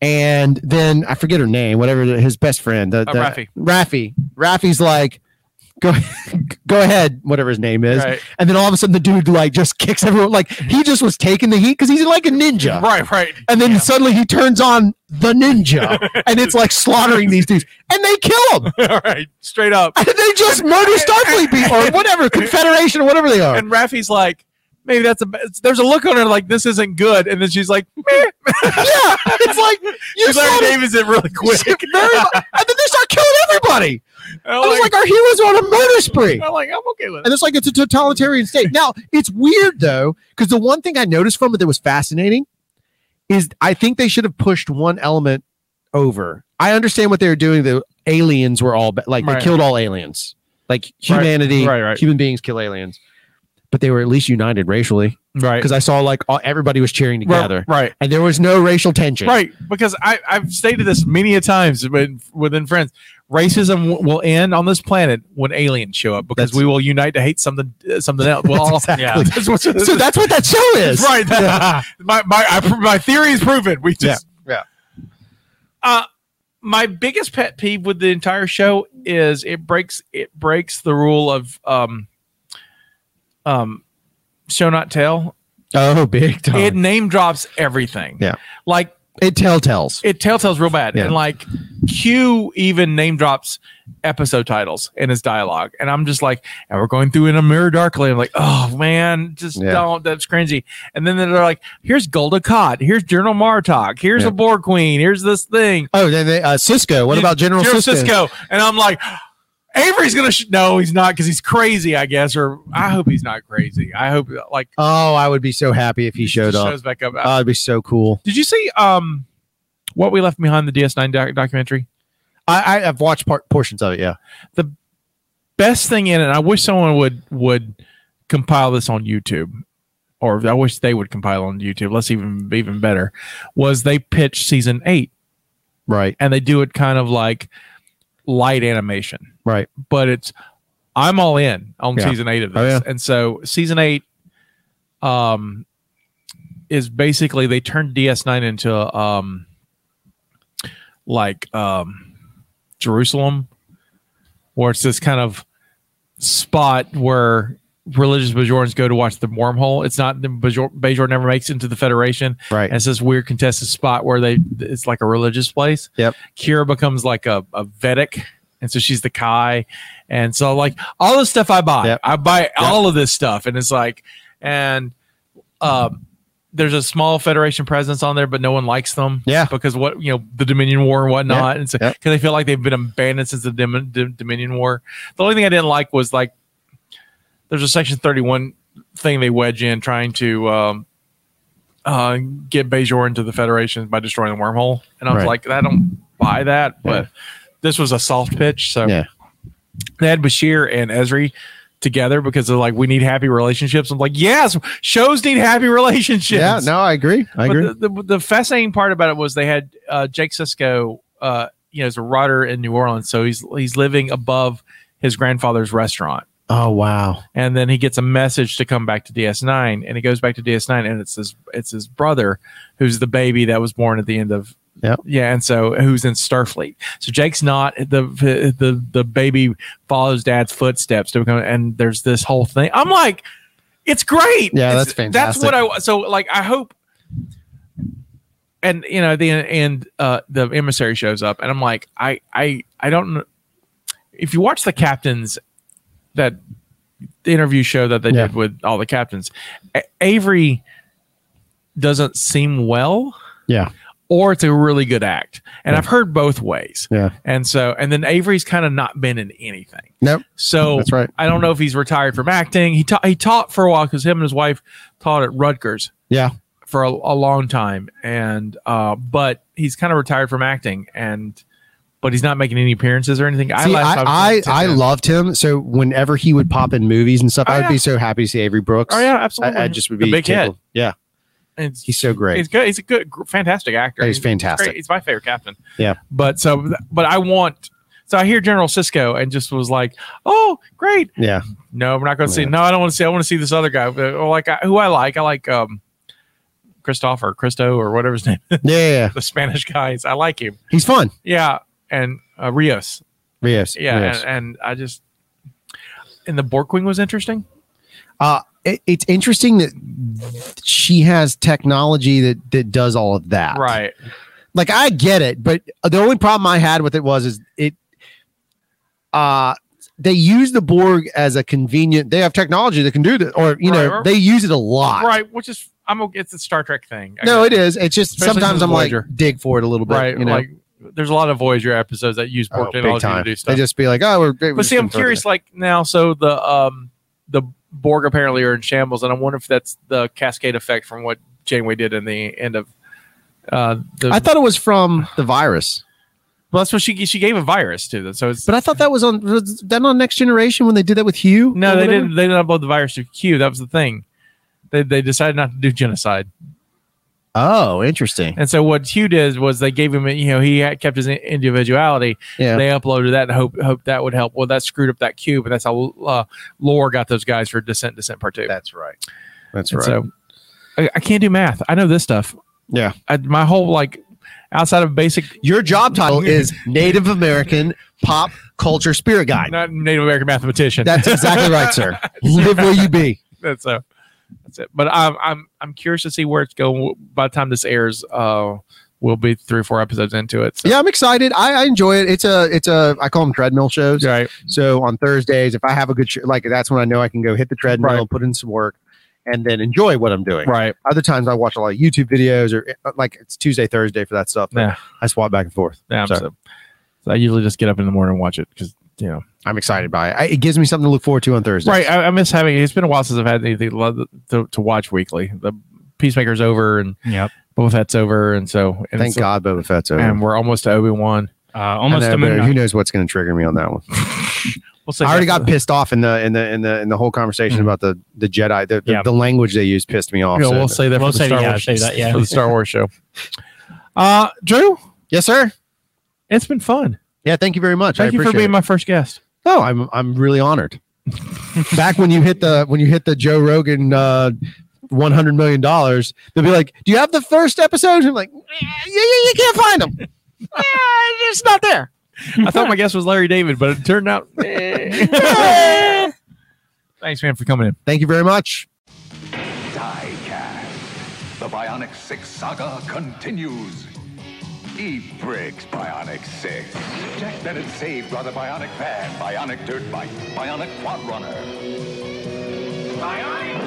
and then i forget her name whatever the- his best friend the, Uh, the- Raffi. rafi rafi's like Go, (laughs) go ahead, whatever his name is, Right. and then all of a sudden the dude like just kicks everyone. Like he just was taking the heat because he's like a ninja, Right, right. and then suddenly he turns on the ninja and it's like slaughtering these dudes and they kill him All right, straight up. and they (laughs) just murder starfleet people or whatever confederation or whatever they are And Raffi's like, maybe that's a. b- There's a look on her like this isn't good, and then she's like, meh. yeah (laughs) it's like you She Larry said it Davis it really quick. very mu- and then they start killing everybody And I'm i was like our heroes are on a murder spree I'm like, I'm okay with and it. it's like it's a totalitarian state now it's weird though because the one thing i noticed from it that was fascinating is i think they should have pushed one element over i understand what they were doing the aliens were all ba- like Right. they killed all aliens like Right. humanity Right, right. human beings kill aliens but they were at least united racially Right, because i saw like all, everybody was cheering together right, and there was no racial tension right. Because I I've stated this many a times with- within friends. Racism w- will end on this planet when aliens show up because That's- we will unite to hate something uh, something (laughs) else. Well, all- exactly. yeah. That's what- so (laughs) that's what that (laughs) show is Right. (laughs) (laughs) that- my my I, pr- my theory is proven. We just yeah uh my biggest pet peeve with the entire show is it breaks it breaks the rule of um um show not tell. oh big time It it, name drops everything. yeah Like it telltales it telltales real bad. Yeah. And like Q even name drops episode titles in his dialogue, and I'm just like, and we're going through in a mirror darkly. I'm like, oh man, just Yeah. don't. That's cringy. And then they're like, here's Golda Cott, here's General Martok, here's the Boar Queen, here's this thing. Oh, then they, uh, Cisco. What about General, Cisco? Cisco? And I'm like. Avery's gonna sh- no, he's not because he's crazy, I guess, or I hope he's not crazy. I hope like Oh, I would be so happy if he showed just up. shows back up. Oh, it'd be so cool. Did you see um what we left behind the DS9 doc- documentary? I, I have watched part, portions of it. Yeah, the best thing in it. and I wish someone would would compile this on YouTube, or I wish they would compile on YouTube. Let's even even better was they pitch season eight, right? And they do it kind of like light animation, right? But it's I'm all in on Yeah. season eight of this, Oh, yeah. and so season eight, um, is basically they turned DS9 into um like um Jerusalem where it's this kind of spot where religious Bajorans go to watch the wormhole. It's not the Bajor, Bajor never makes it into the Federation. Right. And it's this weird contested spot where they it's like a religious place. Yep. Kira becomes like a, a Vedic. And so she's the Kai. And so like all the stuff I buy. I buy all of this stuff. And it's like and um there's a small Federation presence on there, but no one likes them. Yeah, because what you know, the Dominion War and whatnot, Yeah, and so because they feel like they've been abandoned since the Domin- D- Dominion War. The only thing I didn't like was like there's a Section 31 thing they wedge in trying to um, uh, get Bajor into the Federation by destroying the wormhole, and I was Right. like, I don't buy that, but this was a soft pitch, so Yeah. they had Bashir and Esri together because they're like, we need happy relationships. I'm like, yes, shows need happy relationships. Yeah, no, I agree. I But agree. The, the, the fascinating part about it was they had uh, Jake Sisko, uh, you know, is a writer in New Orleans, so he's he's living above his grandfather's restaurant. oh wow. And then he gets a message to come back to DS9, and he goes back to DS9, and it's his it's his brother, who's the baby that was born at the end of Yep. yeah, and so who's in Starfleet? So Jake's not the the the baby follows dad's footsteps to become, and there's this whole thing. I'm like, it's great. Yeah, It's- that's That's what fantastic. I so like. I hope, and you know the and uh, the emissary shows up, and I'm like, I I I don't. kn- If you watch the captains, that the interview show that they did with all the captains, A- Avery doesn't seem well Yeah. or it's a really good act. And I've heard both ways. Yeah. And so, and then Avery's kind of not been in anything. Nope. So That's right. I don't know if he's retired from acting. He taught he taught for a while because him and his wife taught at Rutgers Yeah. for a, a long time, and uh, but he's kind of retired from acting, and but he's not making any appearances or anything. See, last time- I, I, I loved him. So whenever he would pop in movies and stuff, I would Oh, yeah. be so happy to see Avery Brooks. Oh, yeah, absolutely. I, I just would The be big tickled. hit. Yeah, It's- he's so great. He's good. He's a good, gr- fantastic actor. He's great. fantastic. He's my favorite captain. yeah, But so, but I want. So I hear General Cisco and just was like, "Oh, great! yeah. No, we're not going to see. No, I don't want to see. I want to see this other guy, uh, or like I, who I like. I like um, Christopher, Christo, or whatever his name. is. Yeah, yeah, yeah. (laughs) the Spanish guys. I like him. He's fun. Yeah, and uh, Rios. Yes. Yeah, yes. and, and I just and the Borkwing was interesting. uh, it, it's interesting that she has technology that that does all of that. Right. Like I get it, but the only problem I had with it was is it uh they use the Borg as a convenient they have technology that can do that or you know Right. they use it a lot. Right, which is I'm okay. It's a Star Trek thing. I No, guess. it is. It's just Especially sometimes since I'm Voyager. like dig for it a little bit, right. you know. Like there's a lot of Voyager episodes that use Borg Oh, big technology to time. do stuff. They just be like, "Oh, we're great." but see, I'm curious. Like now, so the um the Borg apparently are in shambles, and I wonder if that's the cascade effect from what Janeway did in the end of. Uh, the, I thought it was from the virus. well, that's what she she gave a virus to them. So it's But I thought that was on was that on Next Generation when they did that with Hugh? no, or they whatever? didn't. They didn't upload the virus to Q. That was the thing. They they decided not to do genocide. Oh, interesting. And so what Hugh did was they gave him, you know, he had kept his in- individuality. Yeah. They uploaded that and hope hope that would help. Well, that screwed up that cube, and that's how uh, Lore got those guys for Descent Descent Part Two. That's right. That's And So I, I can't do math. I know this stuff. Yeah. I, my whole like outside of basic. Your (laughs) job title is Native American Pop Culture Spirit Guide. Not Native American mathematician. That's exactly (laughs) right, sir. Live where you be. That's so. That's it. But I'm I'm I'm curious to see where it's going by the time this airs. Uh, we'll be three or four episodes into it. Yeah, I'm excited. I, I enjoy it. It's a it's a I call them treadmill shows. Right. So on Thursdays, if I have a good sh- like that's when I know I can go hit the treadmill, put in some work, and then enjoy what I'm doing. Right. Other times I watch a lot of YouTube videos or uh, like it's Tuesday Thursday for that stuff. but Yeah. I swap back and forth. Yeah, I'm so- I usually just get up in the morning and watch it because you know I'm excited by it. I, it gives me something to look forward to on Thursday. Right. I, I miss having. It's been a while since I've had anything lo- to, to watch weekly. The Peacemaker's over, and Yep. Boba Fett's over, and so and Thank it's- God Boba Fett's over. And we're almost to Obi Wan. Uh, I know, but Who knows what's going to trigger me on that one? I already got pissed off in the in the in the in the whole conversation about the the Jedi. The, the, Mm-hmm. Yeah. the language they used pissed me off. Yeah, we'll say that for We'll the say- Star yeah, Wars- say that, yeah. for the Star Wars show. Uh, Drew. Yes, sir. It's been fun. Yeah, thank you very much. I Thank you for appreciate being it. my first guest. Oh, I'm I'm really (laughs) honored. Back when you hit the when you hit the Joe Rogan uh, 100 million dollars, they'll be like, "Do you have the first episode?" I'm like, "Yeah, you, you can't (laughs) find them. Yeah, it's not there." I (laughs) thought my guest was Larry David, but it turned out. (laughs) (laughs) Thanks, man, for coming in. Thank you very much. Diecast. The Bionic 6 saga continues. Eve Briggs, Bionic 6. Jack Bennett saved by the Bionic Van, Bionic Dirt Bike, Bionic Quad Runner. Bionic!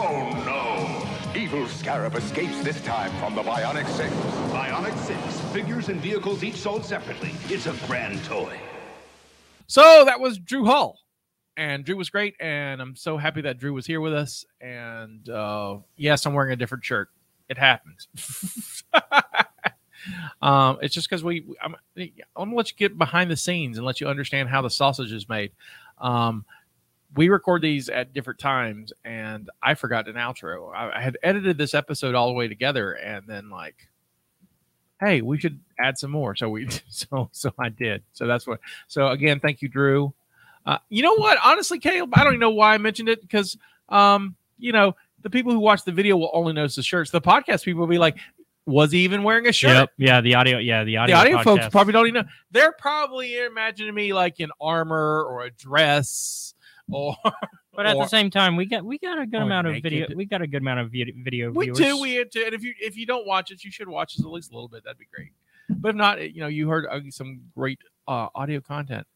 Oh no! Evil Scarab escapes this time from the Bionic 6. Bionic 6. Figures and vehicles each sold separately. It's a grand toy. So that was Drew Hall, and Drew was great, and I'm so happy that Drew was here with us. And uh, yes, I'm wearing a different shirt. It happens. (laughs) um, it's just because we. I'm, I'm gonna let you get behind the scenes and let you understand how the sausage is made. Um, we record these at different times, and I forgot an outro. I, I had edited this episode all the way together, and then like hey, we should add some more. So we (laughs) so so I did. So that's what. So again, thank you, Drew. Uh, you know what? Honestly, Caleb, I don't even know why I mentioned it because um, you know, the people who watch the video will only notice the shirts. The podcast people will be like, was he even wearing a shirt? Yep. Yeah. The audio. Yeah. The audio. the audio folks podcast. probably don't even know. They're probably imagining me like in armor or a dress or But at the or- same time, we got we got a good Or amount of video. naked. We got a good amount of vid- video. We viewers. do, we do. And if you if you don't watch it, you should watch us at least a little bit. That'd be great. But if not, you know, you heard uh, some great uh, audio content.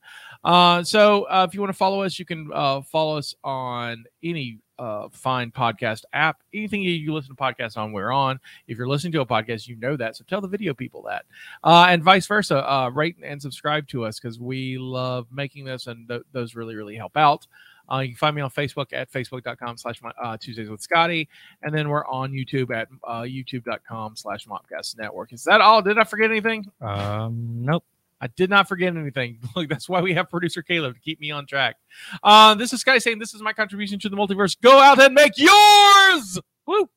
Uh, so uh, if you want to follow us, you can uh, follow us on any uh, fine podcast app. Anything you, you listen to podcasts on, we're on. If you're listening to a podcast, you know that. So tell the video people that, uh, and vice versa. Uh, rate and subscribe to us because we love making this, and th- those really really help out. Uh, you can find me on Facebook at facebook.com slash my- uh, Tuesdays with Scotty. And then we're on YouTube at uh, youtube.com slash Mopcast Network. Is that all? Did I forget anything? Um, nope. I did not forget anything. (laughs) Look, that's why we have producer Caleb to keep me on track. Uh, this is Sky saying this is my contribution to the multiverse. Go out and make yours. Woo.